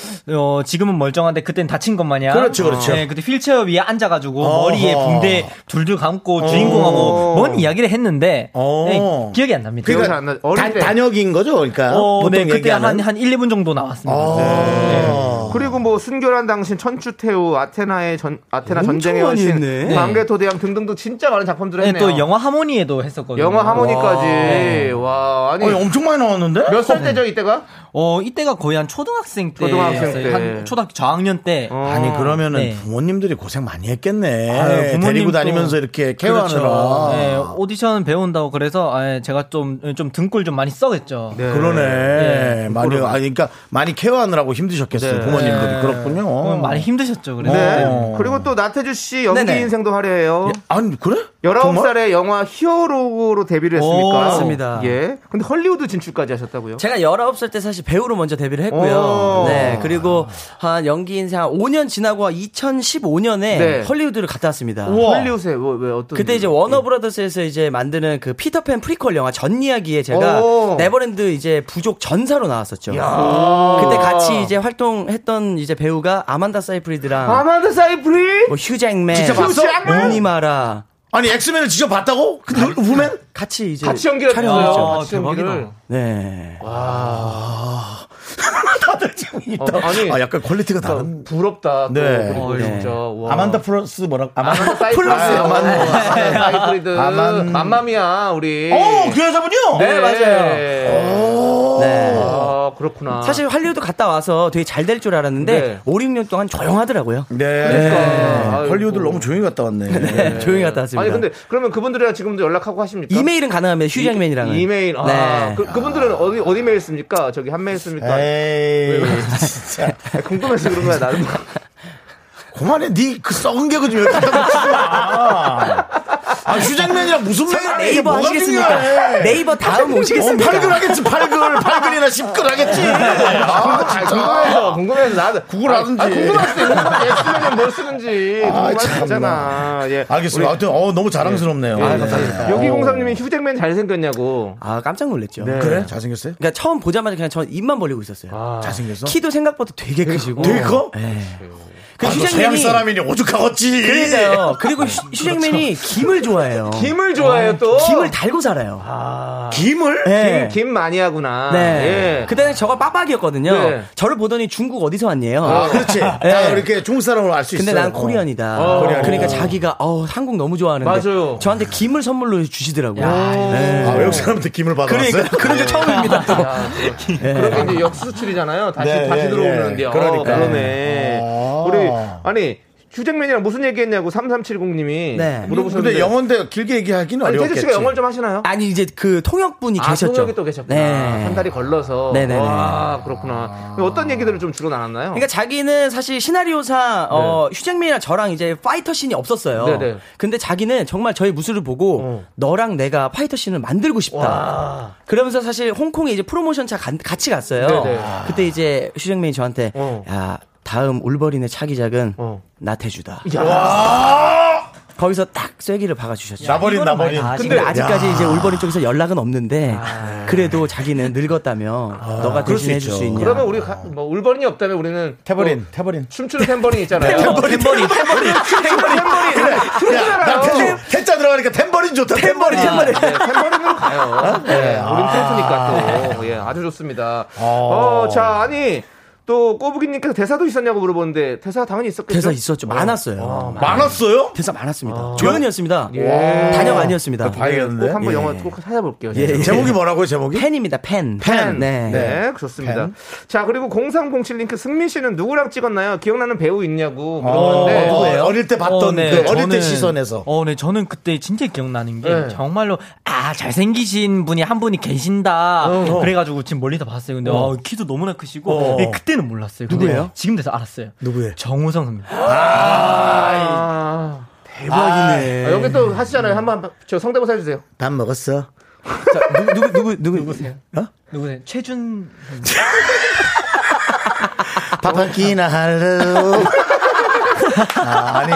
[SPEAKER 6] 지금은 멀쩡한데 그땐 다친 것 마냥.
[SPEAKER 1] 그렇죠, 그렇죠.
[SPEAKER 6] 예, 그때 휠체어 위에 앉아가지고 머리에
[SPEAKER 1] 어허.
[SPEAKER 6] 붕대 둘둘 감고 주인공하고 먼 이야기를 했는데,
[SPEAKER 1] 어.
[SPEAKER 6] 예, 기억이 안 납니다.
[SPEAKER 2] 기억이 안 나. 어릴
[SPEAKER 1] 다-
[SPEAKER 2] 때.
[SPEAKER 1] 그러니까 단역인 거죠, 그러니까
[SPEAKER 6] 어,
[SPEAKER 1] 보통
[SPEAKER 6] 네, 그때
[SPEAKER 1] 얘기하는.
[SPEAKER 6] 한, 한 1, 2분 정도 나왔습니다. 네.
[SPEAKER 1] 어.
[SPEAKER 2] 그리고 뭐 순결한 당신, 천추태우, 아테나의 전 아테나 전쟁의
[SPEAKER 5] 많이
[SPEAKER 2] 여신,
[SPEAKER 5] 했네.
[SPEAKER 2] 광개토대왕 등등도 진짜 많은 작품들을
[SPEAKER 6] 네,
[SPEAKER 2] 했네요.
[SPEAKER 6] 또 영화 하모니에도 했었거든요.
[SPEAKER 2] 영화 하모니까지. 와, 아니
[SPEAKER 1] 아니,
[SPEAKER 5] 어,
[SPEAKER 6] 네.
[SPEAKER 1] 엄청 많이 나왔는데?
[SPEAKER 2] 몇 살 때죠 이때가?
[SPEAKER 6] 어, 이때가 거의 한 초등학생 때.
[SPEAKER 2] 초등학생 때.
[SPEAKER 6] 한 초등학교 저학년 때.
[SPEAKER 1] 아니 그러면은
[SPEAKER 6] 네.
[SPEAKER 1] 부모님들이 고생 많이 했겠네.
[SPEAKER 6] 아유, 부모님
[SPEAKER 1] 데리고
[SPEAKER 6] 또-
[SPEAKER 1] 다니면서 이렇게 케어하느라. 아,
[SPEAKER 6] 그렇죠. 네, 오디션 배운다고 그래서 아, 제가 좀 좀 등골 좀 많이 써겠죠.
[SPEAKER 2] 네.
[SPEAKER 1] 그러네. 많이 아니 그러니까 많이 케어하느라고 힘드셨겠어요.
[SPEAKER 2] 네.
[SPEAKER 1] 부모님들이 그렇군요.
[SPEAKER 6] 어, 많이 힘드셨죠. 그래서
[SPEAKER 2] 네.
[SPEAKER 1] 어.
[SPEAKER 2] 그리고 또 나태주 씨 연기
[SPEAKER 5] 네네. 예.
[SPEAKER 2] 인생도 화려해요.
[SPEAKER 1] 예, 아니 그래?
[SPEAKER 2] 19살에 영화 히어로로 데뷔를 했으니까.
[SPEAKER 6] 오,
[SPEAKER 5] 맞습니다.
[SPEAKER 2] 예. 근데 헐리우드 진출까지 하셨다고요?
[SPEAKER 5] 제가 19살 때 사실 배우로 먼저 데뷔를 했고요.
[SPEAKER 2] 오.
[SPEAKER 5] 네. 그리고
[SPEAKER 1] 아.
[SPEAKER 5] 한 연기 인생 한 5년 지나고 2015년에
[SPEAKER 2] 네.
[SPEAKER 5] 헐리우드를 갔다 왔습니다.
[SPEAKER 2] 헐리우드에 뭐, 왜 어떤
[SPEAKER 5] 그때 이제 워너브라더스에서 이제 만드는 그 피터팬 프리퀄 영화 전 이야기에 제가
[SPEAKER 2] 오.
[SPEAKER 5] 네버랜드 이제 부족 전사로 나왔었죠.
[SPEAKER 2] 야.
[SPEAKER 5] 그때 같이 이제 활동했던 이제 배우가 아만다 사이프리드랑
[SPEAKER 2] 아마드 사이프리?
[SPEAKER 5] 뭐 휴잭맨,
[SPEAKER 1] 진짜 봤어?
[SPEAKER 5] 오 니마라
[SPEAKER 1] 아니 엑스맨을 직접 봤다고? 그
[SPEAKER 5] 아,
[SPEAKER 1] 놀- 우맨?
[SPEAKER 5] 같이 이제
[SPEAKER 2] 같이 연기를
[SPEAKER 5] 촬영했죠.
[SPEAKER 2] 했어요.
[SPEAKER 6] 아,
[SPEAKER 2] 같이 연기를.
[SPEAKER 6] 대박이다.
[SPEAKER 5] 네.
[SPEAKER 1] 다들 지금 있다.
[SPEAKER 2] 어, 아니.
[SPEAKER 1] 아, 약간 퀄리티가 다른.
[SPEAKER 2] 부럽다. 또.
[SPEAKER 1] 네.
[SPEAKER 2] 그리고
[SPEAKER 1] 네.
[SPEAKER 2] 진짜 와.
[SPEAKER 1] 아만다 플러스 뭐라고? 아만다
[SPEAKER 2] 아만다 사이프리드.
[SPEAKER 1] 플러스
[SPEAKER 2] 아,
[SPEAKER 1] 아만다.
[SPEAKER 2] 사이프리드.
[SPEAKER 1] 아만-
[SPEAKER 2] 맘마미아 우리.
[SPEAKER 1] 어, 그 여자분이요?
[SPEAKER 2] 네,
[SPEAKER 5] 맞아요.
[SPEAKER 1] 오.
[SPEAKER 5] 네.
[SPEAKER 2] 아, 그렇구나.
[SPEAKER 5] 사실 할리우드 갔다 와서 되게 잘 될 줄
[SPEAKER 2] 네.
[SPEAKER 5] 알았는데 오 5, 6년 동안 조용하더라고요.
[SPEAKER 1] 네.
[SPEAKER 2] 그러니까. 아이고.
[SPEAKER 1] 헐리우드를 너무 조용히 갔다 왔네.
[SPEAKER 5] 조용히 갔다 왔습니다.
[SPEAKER 2] 아니 근데 그러면 그분들이랑 지금도 연락하고 하십니까?
[SPEAKER 5] 이메일은 가능하면 휴장맨이랑
[SPEAKER 2] 이- 이메일. 아,
[SPEAKER 5] 네.
[SPEAKER 2] 그, 그분들은 어디 어디 메일 씁니까? 저기 한 메일 씁니까?
[SPEAKER 1] 에이,
[SPEAKER 5] 네.
[SPEAKER 1] 진짜.
[SPEAKER 2] 아, 궁금해서 그런 거야 나는.
[SPEAKER 1] 그만해, 니그 썩은 개그 좀 여기다 붙이지 마. 아, 휴장면이랑 무슨
[SPEAKER 5] 설마
[SPEAKER 1] 말이야?
[SPEAKER 5] 네이버 하시겠습니까? 네이버 다음
[SPEAKER 1] 어,
[SPEAKER 5] 오시겠습니까? 네.
[SPEAKER 1] 팔글 하겠지, 팔글. 팔글이나 십글 하겠지. 아,
[SPEAKER 2] 아,
[SPEAKER 1] 진짜.
[SPEAKER 2] 궁금해서 궁금해서 나도
[SPEAKER 1] 구글 하든지.
[SPEAKER 2] 아, 궁금할 때 궁금해. 쓰면 뭘 쓰는지
[SPEAKER 1] 아,
[SPEAKER 2] 궁금할 수
[SPEAKER 1] 참나.
[SPEAKER 2] 있잖아. 예.
[SPEAKER 1] 알겠습니다. 하여튼, 어, 너무 자랑스럽네요.
[SPEAKER 2] 아,
[SPEAKER 1] 예.
[SPEAKER 2] 감사합니다. 여기 공사님이 휴잭맨 잘생겼냐고.
[SPEAKER 5] 아 깜짝 놀랐죠.
[SPEAKER 2] 네.
[SPEAKER 1] 그래? 잘생겼어요?
[SPEAKER 5] 그러니까 처음 보자마자 그냥 전 입만 벌리고 있었어요.
[SPEAKER 2] 아,
[SPEAKER 1] 잘생겼어?
[SPEAKER 5] 키도 생각보다 되게 크시고.
[SPEAKER 1] 되게 커?
[SPEAKER 5] 그
[SPEAKER 1] 아, 너 서양
[SPEAKER 5] 휴장맨이
[SPEAKER 1] 사람이니 오죽하겠지.
[SPEAKER 5] 그러니까요. 그리고 휴- 휴장맨이 김을 좋아해요.
[SPEAKER 2] 김을 좋아해요 또.
[SPEAKER 5] 김을 달고 살아요.
[SPEAKER 1] 김을?
[SPEAKER 5] 네.
[SPEAKER 2] 김 마니아구나.
[SPEAKER 5] 네.
[SPEAKER 2] 예.
[SPEAKER 5] 그때 저가 빠빡이었거든요.
[SPEAKER 2] 네.
[SPEAKER 5] 저를 보더니 중국 어디서 왔니요?
[SPEAKER 1] 아, 그렇지. 다 이렇게 중국 사람으로 알 수 있어.
[SPEAKER 5] (laughs) 근데 난 코리안이다.
[SPEAKER 2] 어.
[SPEAKER 5] 그러니까
[SPEAKER 1] 코리안이다.
[SPEAKER 5] 자기가 어, 한국 너무 좋아하는데
[SPEAKER 2] 맞아요.
[SPEAKER 5] 저한테 김을 선물로 주시더라고요.
[SPEAKER 2] 네.
[SPEAKER 1] 아,
[SPEAKER 5] 네.
[SPEAKER 1] 외국 사람한테 김을 받아왔어요? 예.
[SPEAKER 5] 그러니까 그런 게 처음입니다. 또.
[SPEAKER 2] 그렇게 이제 역수출이잖아요. 다시
[SPEAKER 1] 네,
[SPEAKER 2] 다시
[SPEAKER 1] 예,
[SPEAKER 2] 들어오는데.
[SPEAKER 1] 예.
[SPEAKER 2] 어,
[SPEAKER 1] 그러니까.
[SPEAKER 2] 그러네.
[SPEAKER 1] 아.
[SPEAKER 2] 우리 아니 휴잭맨이랑 무슨 얘기했냐고 3370님이
[SPEAKER 5] 네.
[SPEAKER 2] 물어보셨는데.
[SPEAKER 1] 근데 영어인데 길게 얘기하기는
[SPEAKER 2] 아니 태주
[SPEAKER 1] 어렵겠지.
[SPEAKER 2] 씨가 영어를 좀 하시나요?
[SPEAKER 5] 아니 이제 그 통역분이
[SPEAKER 2] 아,
[SPEAKER 5] 계셨죠.
[SPEAKER 2] 통역이 또 계셨구나.
[SPEAKER 5] 네.
[SPEAKER 2] 한 달이 걸러서.
[SPEAKER 5] 네네네.
[SPEAKER 2] 와, 그렇구나. 그럼 어떤 얘기들을 좀 주로 나눴나요?
[SPEAKER 5] 그러니까 자기는 사실 시나리오상 어, 휴잭맨이랑 저랑 이제 파이터 씬이 없었어요.
[SPEAKER 2] 네네.
[SPEAKER 5] 근데 자기는 정말 저희 무술을 보고 너랑 내가 파이터 씬을 만들고 싶다. 그러면서 사실 홍콩에 이제 프로모션 차 간- 같이 갔어요.
[SPEAKER 2] 네네.
[SPEAKER 5] 그때 이제 휴잭맨이 저한테
[SPEAKER 2] 어.
[SPEAKER 5] 야 다음 울버린의 차기작은
[SPEAKER 2] 어.
[SPEAKER 5] 나태주다.
[SPEAKER 1] 아!
[SPEAKER 5] 거기서 딱 쐐기를 박아주셨죠.
[SPEAKER 1] 나버린,
[SPEAKER 6] 이거는
[SPEAKER 1] 나버린.
[SPEAKER 6] 많이
[SPEAKER 5] 근데
[SPEAKER 1] 야.
[SPEAKER 5] 아직까지 이제 울버린 쪽에서 연락은 없는데 그래도 자기는 늙었다며 너가
[SPEAKER 1] 그럴 수
[SPEAKER 5] 대신해 줄
[SPEAKER 1] 있죠.
[SPEAKER 5] 수 있냐.
[SPEAKER 2] 그러면 우리 가, 뭐 울버린이 없다면 우리는
[SPEAKER 1] 태버린, 태버린.
[SPEAKER 2] 또 춤추는 탬버린 있잖아요. 탬버린,
[SPEAKER 5] 템버린 템버린
[SPEAKER 1] 야, 나 태주, 태자 들어가니까 탬버린 좋다. 탬버린. 아,
[SPEAKER 2] 네, 탬버린으로 가요. 네, 우린 템프니까
[SPEAKER 1] 네.
[SPEAKER 2] 또. 예, 아주 좋습니다. 어, 자, 아니 또 꼬부기님께서 대사도 있었냐고 물어보는데 대사 당연히 있었겠죠.
[SPEAKER 5] 대사 있었죠. 많았어요.
[SPEAKER 1] 많았어요?
[SPEAKER 5] 대사 많았습니다.
[SPEAKER 6] 아.
[SPEAKER 5] 네. 조연이었습니다.
[SPEAKER 2] 예.
[SPEAKER 5] 단역 아니었습니다.
[SPEAKER 6] 그
[SPEAKER 1] 봐야겠는데.
[SPEAKER 2] 꼭 한번
[SPEAKER 1] 예.
[SPEAKER 2] 영화 꼭 찾아볼게요.
[SPEAKER 5] 예, 예.
[SPEAKER 1] 제목이 뭐라고요, 제목이?
[SPEAKER 5] 팬입니다. 팬.
[SPEAKER 2] 팬.
[SPEAKER 5] 네.
[SPEAKER 2] 네. 좋습니다. 자, 그리고 0307링크 승민 씨는 누구랑 찍었나요? 기억나는 배우 있냐고 물어보는데.
[SPEAKER 1] 어, 어릴 때 봤던,
[SPEAKER 6] 어, 네.
[SPEAKER 1] 그 어릴 때
[SPEAKER 6] 저는-
[SPEAKER 1] 시선에서.
[SPEAKER 6] 어, 네. 저는 그때 진짜 기억나는 게
[SPEAKER 2] 네.
[SPEAKER 6] 정말로 아 잘생기신 분이 한 분이 계신다.
[SPEAKER 1] 어.
[SPEAKER 6] 그래가지고 지금 멀리 다 봤어요. 근데 어, 키도 너무나 크시고
[SPEAKER 1] 어.
[SPEAKER 6] 네, 그때는 몰랐어요. 근데
[SPEAKER 1] 누구예요?
[SPEAKER 6] 지금 돼서 알았어요.
[SPEAKER 1] 누구예요?
[SPEAKER 6] 정우성 선배.
[SPEAKER 2] 아,
[SPEAKER 1] 대박이네.
[SPEAKER 2] 아, 여기 또 하시잖아요. 한번 한번 저 성대모사 해주세요.
[SPEAKER 1] 밥 먹었어?
[SPEAKER 5] 누구 누구 어? 누구 누구세요?
[SPEAKER 6] 누구세요?
[SPEAKER 5] (laughs)
[SPEAKER 6] 최준.
[SPEAKER 1] 밥 한 끼나 할래?
[SPEAKER 5] (laughs)
[SPEAKER 1] 아, 아니,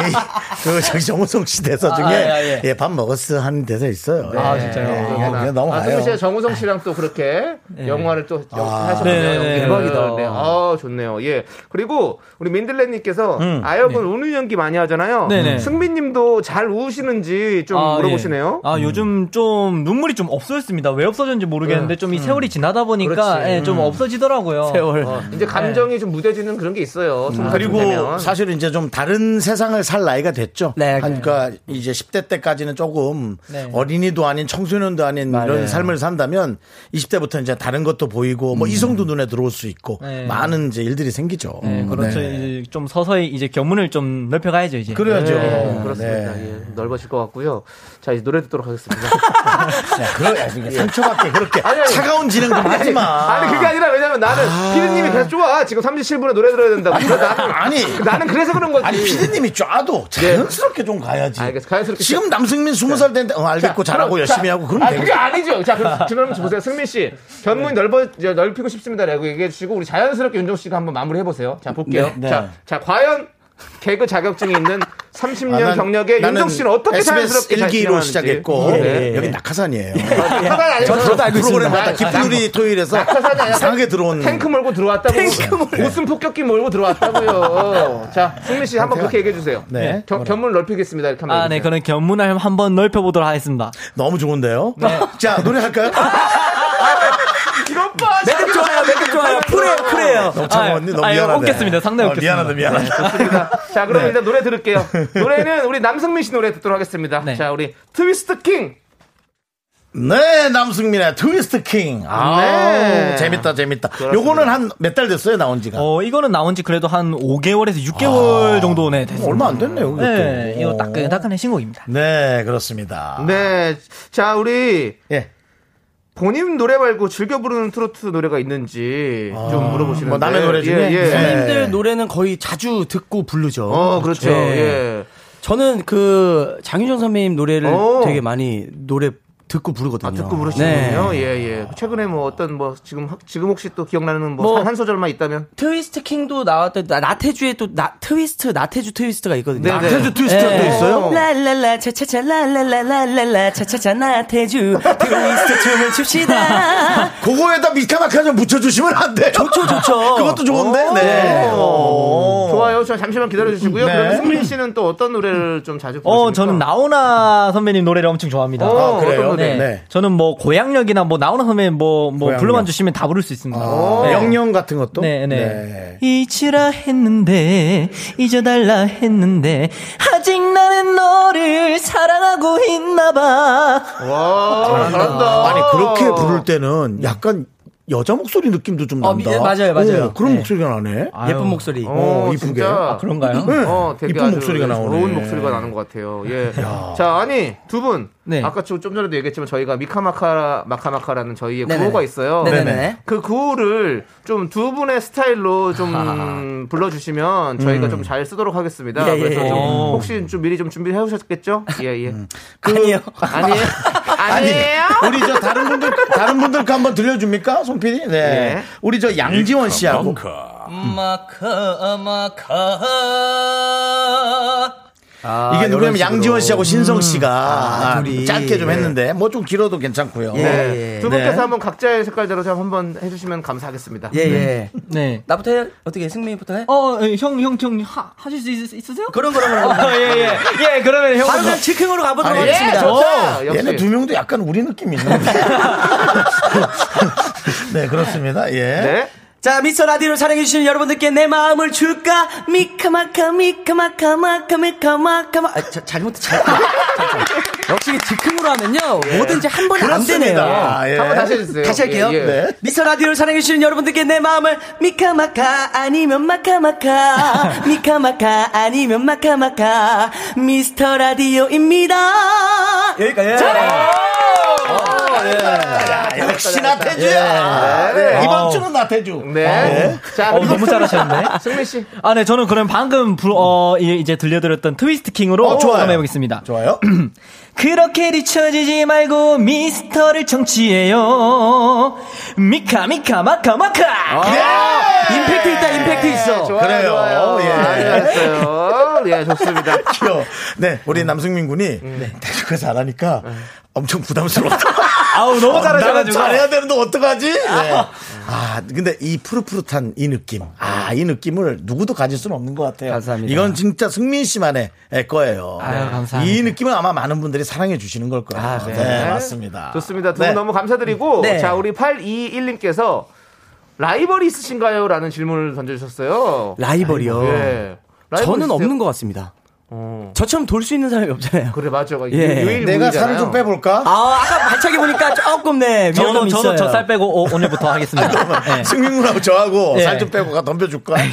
[SPEAKER 1] 그, 저기 정우성 씨 대사 중에,
[SPEAKER 6] 아, 예, 예.
[SPEAKER 1] 예, 밥 먹었어? 하는 대사 있어요.
[SPEAKER 6] 아
[SPEAKER 1] 예.
[SPEAKER 6] 진짜요?
[SPEAKER 1] 예, 그냥,
[SPEAKER 2] 아,
[SPEAKER 1] 그냥 넘어가요.
[SPEAKER 2] 승민 씨가 정우성 씨랑 또 그렇게 영화를 또
[SPEAKER 6] 네,
[SPEAKER 2] 하셨네요.
[SPEAKER 6] 네, 네.
[SPEAKER 2] 대박이다. 네. 아, 좋네요. 예. 그리고 우리 민들레님께서 아역은 우는 연기 많이 하잖아요.
[SPEAKER 6] 네, 네.
[SPEAKER 2] 승민님도 잘 우시는지 좀
[SPEAKER 6] 아,
[SPEAKER 2] 물어보시네요.
[SPEAKER 6] 예. 아 요즘 좀 눈물이 좀 없어졌습니다. 왜 없어졌는지 모르겠는데 좀 이 세월이 지나다 보니까
[SPEAKER 2] 그렇지.
[SPEAKER 6] 예, 좀 없어지더라고요.
[SPEAKER 5] 세월.
[SPEAKER 2] 어, 이제 감정이 좀 무뎌지는 그런 게 있어요. 스무 살쯤
[SPEAKER 1] 그리고
[SPEAKER 2] 되면.
[SPEAKER 1] 사실은 이제 좀 다른 세상을 살 나이가 됐죠.
[SPEAKER 5] 네,
[SPEAKER 1] 그러니까 이제 10대 때까지는 조금
[SPEAKER 6] 네.
[SPEAKER 1] 어린이도 아닌 청소년도 아닌 이런 삶을 산다면 20대부터 이제 다른 것도 보이고
[SPEAKER 2] 음.
[SPEAKER 1] 뭐 이성도 눈에 들어올 수 있고
[SPEAKER 6] 네.
[SPEAKER 1] 많은 이제 일들이 생기죠.
[SPEAKER 6] 네, 그렇죠.
[SPEAKER 1] 네.
[SPEAKER 6] 이제 좀 서서히 이제 견문을 좀 넓혀가야죠 이제.
[SPEAKER 1] 그래야죠.
[SPEAKER 2] 네,
[SPEAKER 1] 네.
[SPEAKER 2] 그렇습니다. 예, 넓어질 것 같고요. 자, 이제 노래 듣도록 하겠습니다.
[SPEAKER 1] 야, 그래야 이게 상처받게 그렇게
[SPEAKER 2] 네. 아니, 아니.
[SPEAKER 1] 차가운 진행 좀 하지 마.
[SPEAKER 2] 아니, 그게 아니라 왜냐면 나는 피디님이 계속 좋아. 지금 37분에 노래 들어야 된다고. 그래서 나는,
[SPEAKER 1] 아니.
[SPEAKER 2] 나는 그래서 그런 거지.
[SPEAKER 1] 아니 피디님이 쫙도 자연스럽게 좀 가야지.
[SPEAKER 2] 네. 알겠어. 자연스럽게. (laughs)
[SPEAKER 1] 지금 남승민 20살 됐는데 어, 알겠고 잘하고 열심히 하고 그러면
[SPEAKER 2] 아,
[SPEAKER 1] 되겠
[SPEAKER 2] 그게 아니죠. 자, 그럼, 그럼 보세요. 승민 씨. 견문 넓어, 이제 넓히고 싶습니다라고 얘기해 주시고, 우리 자연스럽게 윤종 씨가 한번 마무리해보세요. 자, 볼게요.
[SPEAKER 1] 네, 네.
[SPEAKER 2] 자, 자, 과연 개그 자격증이 있는 30년
[SPEAKER 1] 난-
[SPEAKER 2] 경력의
[SPEAKER 1] 아, 나는
[SPEAKER 2] 윤종 씨는 어떻게
[SPEAKER 1] SBS
[SPEAKER 2] 자연스럽게 잘
[SPEAKER 1] 1기로
[SPEAKER 2] 진행하는지.
[SPEAKER 1] 시작했고 예.
[SPEAKER 2] 네.
[SPEAKER 1] 여기 낙하산이에요.
[SPEAKER 2] 하나는 아니고
[SPEAKER 5] 저도 저도 알고 있습니다.
[SPEAKER 1] 프로그램마다
[SPEAKER 2] 아, 나-
[SPEAKER 1] 기풀이 토요일에서
[SPEAKER 2] 낙하산이 아니라
[SPEAKER 1] 이상하게 들어온
[SPEAKER 2] 탱크 몰고 들어왔다고. 웃음 폭격기 몰고 들어왔다고요. 자, 승민 씨 한번 그렇게 얘기해 주세요.
[SPEAKER 1] 네.
[SPEAKER 2] 네. 견- 견문 넓히겠습니다. 이렇게 한번.
[SPEAKER 6] 아, 네,
[SPEAKER 2] 얘기해주세요.
[SPEAKER 6] 그럼 견문을 한번 넓혀보도록 하겠습니다.
[SPEAKER 2] 네.
[SPEAKER 1] 너무 좋은데요. 자 노래 할까요?
[SPEAKER 2] 이것 봐!
[SPEAKER 5] 매듭 좋아요, 맥주 좋아요. 쿨해요, 쿨해요.
[SPEAKER 1] 어, 너참 언니 너무
[SPEAKER 6] 아,
[SPEAKER 1] 미안하네.
[SPEAKER 6] 웃겠습니다. 상당히
[SPEAKER 1] 어, 미안하다
[SPEAKER 6] 웃겠습니다.
[SPEAKER 1] 미안하다.
[SPEAKER 2] 자,
[SPEAKER 1] 네.
[SPEAKER 2] 그럼 일단
[SPEAKER 1] (laughs)
[SPEAKER 2] 노래 들을게요. 노래는 우리 남승민 씨 노래 듣도록 하겠습니다.
[SPEAKER 6] 네.
[SPEAKER 2] 자, 우리 트위스트 킹.
[SPEAKER 1] 네 남승민의 트위스트 킹. 아
[SPEAKER 2] 네.
[SPEAKER 1] 재밌다 재밌다. 요거는 한 몇 달 됐어요 나온 지가.
[SPEAKER 6] 어, 이거는 나온 지 그래도 한 5개월에서 6개월 정도 네, 됐습니다.
[SPEAKER 1] 얼마 안 됐네요. 이것도.
[SPEAKER 6] 네, 이거
[SPEAKER 1] 어.
[SPEAKER 6] 따끈따끈한 신곡입니다.
[SPEAKER 1] 네 그렇습니다.
[SPEAKER 2] 네. 자, 우리
[SPEAKER 1] 예.
[SPEAKER 2] 본인 노래 말고 즐겨 부르는 트로트 노래가 있는지 좀 물어보시는데.
[SPEAKER 1] 뭐 남의 노래 중에?
[SPEAKER 2] 예, 예.
[SPEAKER 1] 네.
[SPEAKER 5] 선생님들 노래는 거의 자주 듣고 부르죠.
[SPEAKER 2] 어, 그렇죠.
[SPEAKER 5] 예.
[SPEAKER 1] 네.
[SPEAKER 2] 예.
[SPEAKER 5] 저는 그 장윤정 선배님 노래를
[SPEAKER 2] 오.
[SPEAKER 5] 되게 많이 노래 듣고 부르거든요. 네.
[SPEAKER 2] 아, 듣고
[SPEAKER 1] 네.
[SPEAKER 2] 부르시는군요. 예, 예. 최근에 뭐 어떤 뭐 지금 확- 지금 혹시 또 기억나는 뭐
[SPEAKER 5] 뭐-
[SPEAKER 2] 한 소절만 있다면
[SPEAKER 5] 트위스트 킹도 나왔던 나- 나태주의 또 나, 트위스트 나태주 트위스트가 있거든요. 아.
[SPEAKER 2] 네, 네.
[SPEAKER 1] 나태주 트위스트가 또 있어요?
[SPEAKER 5] 랄랄라 차차차 랄랄랄랄랄라 차차차 나태주 트위스트 춤을 춥시다.
[SPEAKER 1] 그거에다 미카마카 좀 붙여주시면 안 돼요?
[SPEAKER 5] 좋죠 좋죠.
[SPEAKER 1] 그것도 좋은데. 네. 오.
[SPEAKER 2] 좋아요. 저 잠시만 기다려 주시고요.
[SPEAKER 1] 네.
[SPEAKER 2] 그러면 승민 씨는 또 어떤 노래를 좀 자주 부르십니까?
[SPEAKER 6] 어, 저는 나훈아 선배님 노래를 엄청 좋아합니다.
[SPEAKER 2] 어,
[SPEAKER 1] 아, 그래요?
[SPEAKER 2] 어떤 노래?
[SPEAKER 6] 네.
[SPEAKER 1] 네.
[SPEAKER 6] 저는 뭐 고향역이나 뭐 나훈아 선배님 뭐, 뭐
[SPEAKER 1] 고향역.
[SPEAKER 6] 불러만 주시면 다 부를 수 있습니다. 네.
[SPEAKER 1] 어. 영영 같은 것도.
[SPEAKER 6] 네, 네. 잊으라 했는데 잊어달라 했는데 아직 나는 너를 사랑하고 있나봐.
[SPEAKER 2] 와, 잘한다.
[SPEAKER 1] 아니
[SPEAKER 5] 어.
[SPEAKER 1] 그렇게 부를 때는 약간 여자 목소리 느낌도 좀
[SPEAKER 5] 어,
[SPEAKER 1] 난다.
[SPEAKER 5] 미- 맞아요, 맞아요.
[SPEAKER 1] 어, 그런
[SPEAKER 5] 네.
[SPEAKER 1] 목소리가 나네.
[SPEAKER 5] 예쁜 목소리.
[SPEAKER 1] 어, 이쁘게.
[SPEAKER 2] 진짜.
[SPEAKER 6] 그런가요?
[SPEAKER 1] 네.
[SPEAKER 2] 어, 되게
[SPEAKER 1] 이쁜
[SPEAKER 2] 아주
[SPEAKER 1] 목소리가 나오네.
[SPEAKER 2] 좋은 목소리가 나는 것 같아요. 예. 자, 아니 두 분.
[SPEAKER 6] 네.
[SPEAKER 2] 아까 좀, 좀 전에도 얘기했지만 저희가 미카마카 마카마카라는 저희의
[SPEAKER 5] 네네네.
[SPEAKER 2] 구호가 있어요.
[SPEAKER 5] 네네네.
[SPEAKER 2] 그 구호를 좀 두 분의 스타일로 좀 불러주시면 저희가 좀 잘 쓰도록 하겠습니다.
[SPEAKER 5] 예, 예,
[SPEAKER 2] 그래서 좀
[SPEAKER 5] 예.
[SPEAKER 2] 혹시 좀 미리 좀 준비해 오셨겠죠? 예, 예.
[SPEAKER 5] 아니요.
[SPEAKER 2] 아니에요. 아니에요.
[SPEAKER 1] 우리 저 다른 분들 다른 분들께 한번 들려줍니까, 송 PD? 네.
[SPEAKER 2] 예.
[SPEAKER 1] 우리 저 양지원 씨하고
[SPEAKER 5] 마카 그, 마카.
[SPEAKER 2] 아,
[SPEAKER 1] 이게 누구냐면 양지원 씨하고 신성 씨가
[SPEAKER 5] 음. 아, 둘이.
[SPEAKER 1] 짧게 좀 했는데 뭐 좀 길어도 괜찮고요.
[SPEAKER 2] 네.
[SPEAKER 5] 예.
[SPEAKER 2] 두 분께서
[SPEAKER 1] 네.
[SPEAKER 2] 한번 각자의 색깔대로 좀 한번 해주시면 감사하겠습니다.
[SPEAKER 5] 예예.
[SPEAKER 6] 네.
[SPEAKER 5] 나부터 해? 어떻게 해? 승민이부터 해?
[SPEAKER 6] 어, 형, 형, 형, 하, 하실 수 있, 으세요
[SPEAKER 5] 그런 거라 그런 거.
[SPEAKER 6] 예, 예. 예, 그러면 형.
[SPEAKER 5] 바로 그냥 치킨으로 가보도록
[SPEAKER 1] 아니,
[SPEAKER 5] 하겠습니다.
[SPEAKER 1] 예,
[SPEAKER 2] 좋다. 역시.
[SPEAKER 1] 얘네 두 명도 약간 우리 느낌이
[SPEAKER 2] (laughs)
[SPEAKER 1] 있는데. 네, 그렇습니다. 예.
[SPEAKER 2] 네.
[SPEAKER 5] 자, 미스터 라디오를 사랑해주시는 여러분들께 내 마음을 줄까? 미카마카, 미카마카, 마카, 미카마카, 마. 아, 자, 잘못, 잘못. 역시 즉흥으로 하면요. 뭐든지 한 번에 안 되네요.
[SPEAKER 1] 그렇습니다. 예.
[SPEAKER 2] 한번 다시 해주세요.
[SPEAKER 5] 다시 할게요.
[SPEAKER 2] 예, 예.
[SPEAKER 1] 네.
[SPEAKER 5] 미스터 라디오를 사랑해주시는 여러분들께 내 마음을 미카마카 아니면 마카마카 미카마카 아니면 마카마카 미스터 라디오입니다. 여기까지.
[SPEAKER 1] 야, 역시 나태주야. 어.
[SPEAKER 2] 네.
[SPEAKER 1] 이번 주는 나태주.
[SPEAKER 2] 네. 자,
[SPEAKER 6] 어,
[SPEAKER 2] 그리고
[SPEAKER 6] 너무 잘하셨네.
[SPEAKER 2] 승민 씨.
[SPEAKER 6] 아, 네, 저는 그럼 방금, 부, 어, 이- 이제 들려드렸던 트위스트 킹으로
[SPEAKER 1] 어, 좋아요.
[SPEAKER 6] 한번 해보겠습니다.
[SPEAKER 1] 좋아요.
[SPEAKER 6] 그렇게 뒤처지지 말고 미스터를 청취해요. 미카 미카 마카
[SPEAKER 5] 아,
[SPEAKER 6] 마카.
[SPEAKER 1] 아, 네.
[SPEAKER 5] 임팩트 있다, 임팩트 있어.
[SPEAKER 2] 좋아요,
[SPEAKER 1] 그래요.
[SPEAKER 2] 좋아요.
[SPEAKER 1] 예.
[SPEAKER 2] 아주
[SPEAKER 5] 네.
[SPEAKER 2] 잘했어요. 예, 좋습니다.
[SPEAKER 1] 귀여워. 네, 우리 남승민 군이 태주가 잘하니까 엄청 (laughs) 부담스러웠다.
[SPEAKER 6] 아우 너무
[SPEAKER 1] 나는
[SPEAKER 6] 잘하셔가지고.
[SPEAKER 1] 잘해야 되는데 어떡하지? 네. 아, 근데 이 푸릇푸릇한 이 느낌. 아, 이 느낌을 누구도 가질 수는 없는 것 같아요.
[SPEAKER 5] 감사합니다.
[SPEAKER 1] 이건 진짜 승민 씨만의 거예요.
[SPEAKER 6] 아유,
[SPEAKER 1] 네.
[SPEAKER 6] 감사합니다.
[SPEAKER 1] 이 느낌은 아마 많은 분들이 사랑해 주시는 걸 거예요. 네. 맞습니다.
[SPEAKER 2] 좋습니다. 두 분
[SPEAKER 1] 네.
[SPEAKER 2] 너무 감사드리고
[SPEAKER 5] 네.
[SPEAKER 2] 자, 우리 821님께서 라이벌이 있으신가요? 라는 질문을 던져주셨어요.
[SPEAKER 5] 라이벌이요.
[SPEAKER 2] 예. 라이벌
[SPEAKER 5] 저는
[SPEAKER 2] 있으세요? 어.
[SPEAKER 5] 없는 것 같습니다. 저처럼 돌 수 있는 사람이 없잖아요.
[SPEAKER 2] 그래 맞아. 요
[SPEAKER 5] 예.
[SPEAKER 2] 유일
[SPEAKER 1] 내가
[SPEAKER 2] 무이잖아요.
[SPEAKER 1] 살을 좀 빼볼까?
[SPEAKER 5] 아, 아까 발차기 보니까 조금 네
[SPEAKER 6] 저도
[SPEAKER 5] 위험함
[SPEAKER 6] 저도
[SPEAKER 5] 있어요.
[SPEAKER 6] 저살 빼고 오, 늘부터 하겠습니다. 네.
[SPEAKER 1] 예. 승민 군하고 저하고
[SPEAKER 6] 예.
[SPEAKER 1] 살 좀 빼고 가 덤벼줄까? (laughs)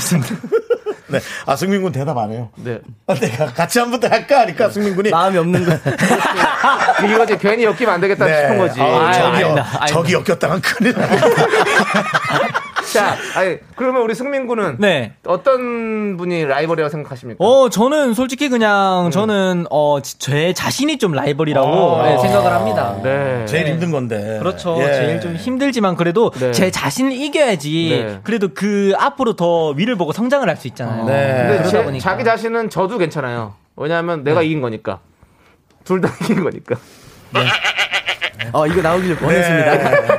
[SPEAKER 1] 네. 아, 승민 군 대답 안 해요.
[SPEAKER 2] 네.
[SPEAKER 1] 아, 내가 같이 한번 더 할까?
[SPEAKER 6] 네.
[SPEAKER 1] 하니까 승민 군이.
[SPEAKER 5] 마음이
[SPEAKER 6] (laughs)
[SPEAKER 5] 없는 거.
[SPEAKER 2] 이거 이제 괜히 엮이면 안 되겠다
[SPEAKER 5] 네.
[SPEAKER 2] 싶은 거지.
[SPEAKER 1] 아,
[SPEAKER 6] 아유,
[SPEAKER 1] 저기, 요
[SPEAKER 6] 아닙니다. 아닙니다.
[SPEAKER 1] 저기 엮였다간 큰일 나.
[SPEAKER 2] 자, 아니, 그러면 우리 승민 군은
[SPEAKER 6] 네.
[SPEAKER 2] 어떤 분이 라이벌이라고 생각하십니까?
[SPEAKER 6] 어 저는 솔직히 그냥 저는 어제 자신이 좀 라이벌이라고 네, 생각을 합니다.
[SPEAKER 5] 어?
[SPEAKER 1] (laughs)
[SPEAKER 2] 네.
[SPEAKER 1] 제일 힘든 건데.
[SPEAKER 6] 그렇죠.
[SPEAKER 1] 예.
[SPEAKER 6] 제일 좀 힘들지만 그래도
[SPEAKER 2] 네.
[SPEAKER 6] 제 자신을 이겨야지.
[SPEAKER 2] 네.
[SPEAKER 6] 그래도 그 앞으로 더 위를 보고 성장을 할 수 있잖아요.
[SPEAKER 1] 네.
[SPEAKER 2] 근데
[SPEAKER 6] 그러다
[SPEAKER 2] 제-
[SPEAKER 6] 보니까.
[SPEAKER 2] 자기 자신은 저도 괜찮아요. 왜냐하면 내가 이긴 거니까. 둘 다 이긴 거니까.
[SPEAKER 5] 어, 이거
[SPEAKER 6] 네.
[SPEAKER 5] 나오길 원했습니다.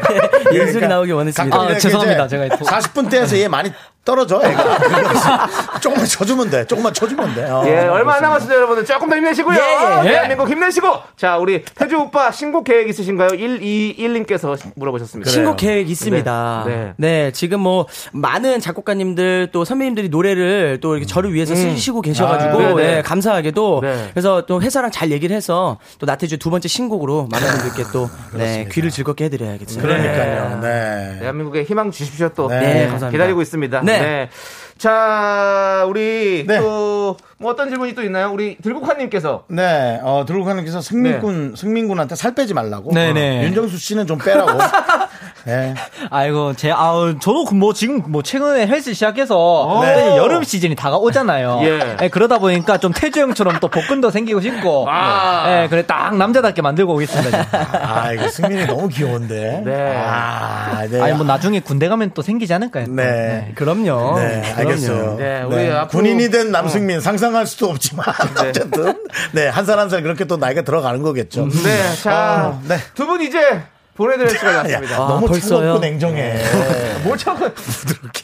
[SPEAKER 5] (laughs) 예술이
[SPEAKER 1] 그러니까
[SPEAKER 5] 나오길 원했습니다.
[SPEAKER 1] 가끔
[SPEAKER 6] 아,
[SPEAKER 1] 이렇게
[SPEAKER 6] 죄송합니다.
[SPEAKER 1] 이제
[SPEAKER 6] 제가 또-
[SPEAKER 1] 40분 대에서 얘 많이 떨어져, 애가.
[SPEAKER 6] (laughs)
[SPEAKER 1] 그래서 조금만 쳐주면 돼. 조금만 쳐주면 돼. 어.
[SPEAKER 2] 예, 얼마 안 남았습니다, 여러분들. 조금 더 힘내시고요.
[SPEAKER 5] 예, 예.
[SPEAKER 2] 대한민국 힘내시고. 자, 우리 태주 오빠 신곡 계획 있으신가요? 121님께서 물어보셨습니다.
[SPEAKER 5] 신곡 계획 있습니다.
[SPEAKER 2] 네,
[SPEAKER 5] 네,
[SPEAKER 2] 네.
[SPEAKER 5] 지금 뭐 많은 작곡가님들 또 선배님들이 노래를 또 이렇게 저를 위해서 쓰시고 계셔가지고
[SPEAKER 2] 음. 아, 네, 네.
[SPEAKER 5] 네, 감사하게도
[SPEAKER 2] 네.
[SPEAKER 5] 그래서 또 회사랑 잘 얘기를 해서 또 나태주 두 번째 신곡으로 많은 분들께
[SPEAKER 2] (laughs)
[SPEAKER 5] 또 네, 귀를 즐겁게 해드려야겠어요.
[SPEAKER 1] 그러니까요. 네.
[SPEAKER 2] 대한민국에 희망 주십시오, 또.
[SPEAKER 1] 네.
[SPEAKER 5] 네, 감사합니다.
[SPEAKER 2] 기다리고 있습니다. 네.
[SPEAKER 5] 네.
[SPEAKER 2] 자, 우리
[SPEAKER 1] 네.
[SPEAKER 2] 또, 뭐 어떤 질문이 또 있나요? 우리 들국화님께서.
[SPEAKER 1] 네, 어, 들고 가는 기사
[SPEAKER 2] 네.
[SPEAKER 1] 승민군, 승민군한테 살 빼지 말라고.
[SPEAKER 6] 네네.
[SPEAKER 1] 어, 윤정수 씨는 좀
[SPEAKER 2] (laughs)
[SPEAKER 1] 빼라고. 네.
[SPEAKER 6] 아이고, 제, 아우, 저도 그 뭐 지금 뭐 최근에 헬스 시작해서
[SPEAKER 1] 네.
[SPEAKER 6] 이제 여름 시즌이 다가오잖아요.
[SPEAKER 2] 어. 예.
[SPEAKER 6] 예, 그러다 보니까 좀 태주 형처럼 또 복근도 생기고 싶고.
[SPEAKER 2] 아.
[SPEAKER 6] 예, 그래 딱 남자답게 만들고 오겠습니다. 지금.
[SPEAKER 1] 아, 이거 승민이 너무 귀여운데.
[SPEAKER 2] 네.
[SPEAKER 1] 아, 네.
[SPEAKER 6] 아니, 뭐 나중에 군대 가면 또 생기지 않을까요? 또.
[SPEAKER 1] 네.
[SPEAKER 5] 그럼요.
[SPEAKER 1] 네, 알겠어요.
[SPEAKER 2] 네, 우리 앞으로- 어.
[SPEAKER 1] 군인이 된 남승민 상상할 수도 없지만
[SPEAKER 2] (laughs) 네.
[SPEAKER 1] 어쨌든 네 한 살 한 살 그렇게 또 나이가 들어가는 거겠죠.
[SPEAKER 2] 네, 자,
[SPEAKER 1] 어, 네.
[SPEAKER 2] 두 분 이제 보내드릴 시간이
[SPEAKER 1] 야,
[SPEAKER 2] 왔습니다. 네.
[SPEAKER 5] 아,
[SPEAKER 1] 너무
[SPEAKER 5] 벌써요?
[SPEAKER 1] 차갑고 냉정해. 네. (laughs)
[SPEAKER 2] 뭘 참아.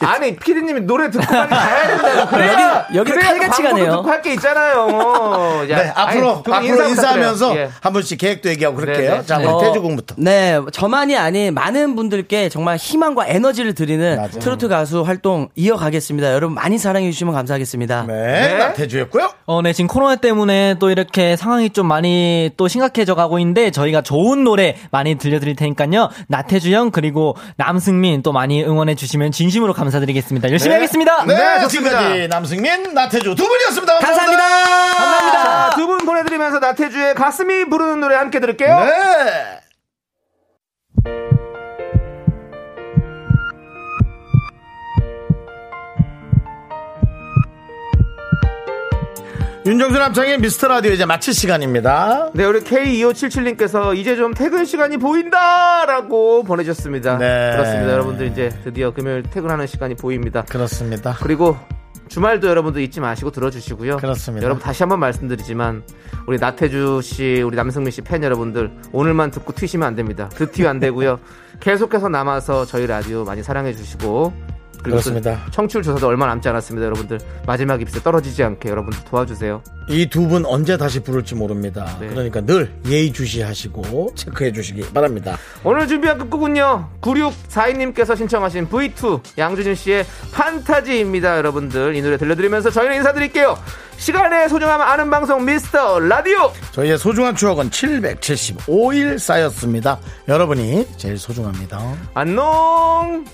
[SPEAKER 2] 아니, 피디님이 노래 듣고 빨리 가야 된다고. 그래야,
[SPEAKER 5] 여기- 여기는
[SPEAKER 2] 그래야
[SPEAKER 5] (laughs) 칼같이
[SPEAKER 2] 광고도
[SPEAKER 5] 가네요.
[SPEAKER 2] 듣고 할 게 있잖아요. 야,
[SPEAKER 1] 네, 앞으로
[SPEAKER 2] 아니, 두분
[SPEAKER 1] 앞으로
[SPEAKER 2] 부탁드려요.
[SPEAKER 1] 인사하면서
[SPEAKER 2] 예.
[SPEAKER 1] 한 분씩 계획도 얘기하고 그럴게요.
[SPEAKER 2] 네, 네.
[SPEAKER 1] 자, 우리
[SPEAKER 5] 어,
[SPEAKER 1] 태주공부터.
[SPEAKER 5] 네, 저만이 아닌 많은 분들께 정말 희망과 에너지를 드리는
[SPEAKER 1] 맞아요.
[SPEAKER 5] 트로트 가수 활동 이어가겠습니다. 여러분 많이 사랑해 주시면 감사하겠습니다.
[SPEAKER 1] 네, 나태주였고요.
[SPEAKER 6] 어, 네, 지금 코로나 때문에 또 이렇게 상황이 좀 많이 또 심각해져 가고 있는데 저희가 좋은 노래 많이 들려드릴 테니까요. 나태주 형, 그리고 남승민 또 많이 응원해 주시면 진심으로 감사드리겠습니다. 열심히 하겠습니다!
[SPEAKER 1] 네,
[SPEAKER 2] 네, 좋습니다.
[SPEAKER 1] 지금까지 남승민, 나태주 두 분이었습니다.
[SPEAKER 5] 감사합니다.
[SPEAKER 2] 자, 두 분 보내드리면서 나태주의 가슴이 부르는 노래 함께 들을게요.
[SPEAKER 1] 네. 윤정수 남창의 미스터 라디오 이제 마칠 시간입니다.
[SPEAKER 2] 네, 우리 K2577님께서 이제 좀 퇴근 시간이 보인다! 라고 보내주셨습니다.
[SPEAKER 1] 네.
[SPEAKER 2] 그렇습니다. 여러분들 이제 드디어 금요일 퇴근하는 시간이 보입니다.
[SPEAKER 1] 그렇습니다.
[SPEAKER 2] 그리고 주말도 여러분들 잊지 마시고 들어주시고요.
[SPEAKER 1] 그렇습니다.
[SPEAKER 2] 여러분 다시 한번 말씀드리지만 우리 나태주 씨, 우리 남승민 씨 팬 여러분들 오늘만 듣고 튀시면 안 됩니다. 드튀
[SPEAKER 1] (laughs)
[SPEAKER 2] 안 되고요. 계속해서 남아서 저희 라디오 많이 사랑해 주시고 그리고 또
[SPEAKER 1] 그렇습니다.
[SPEAKER 2] 청취율 조사도 얼마 남지 않았습니다. 여러분들 마지막 입술 떨어지지 않게 여러분들 도와주세요.
[SPEAKER 1] 이 두 분 언제 다시 부를지 모릅니다.
[SPEAKER 2] 네.
[SPEAKER 1] 그러니까 늘 예의주시하시고 체크해 주시기 바랍니다.
[SPEAKER 2] 오늘 준비한 끝곡은요 9642님께서 신청하신 V2 양준일 씨의 판타지입니다 여러분들 이 노래 들려드리면서 저희는 인사드릴게요 시간의 소중함 아는 방송 미스터 라디오
[SPEAKER 1] 저희의 소중한 추억은 775일 쌓였습니다. 여러분이 제일 소중합니다.
[SPEAKER 2] 안녕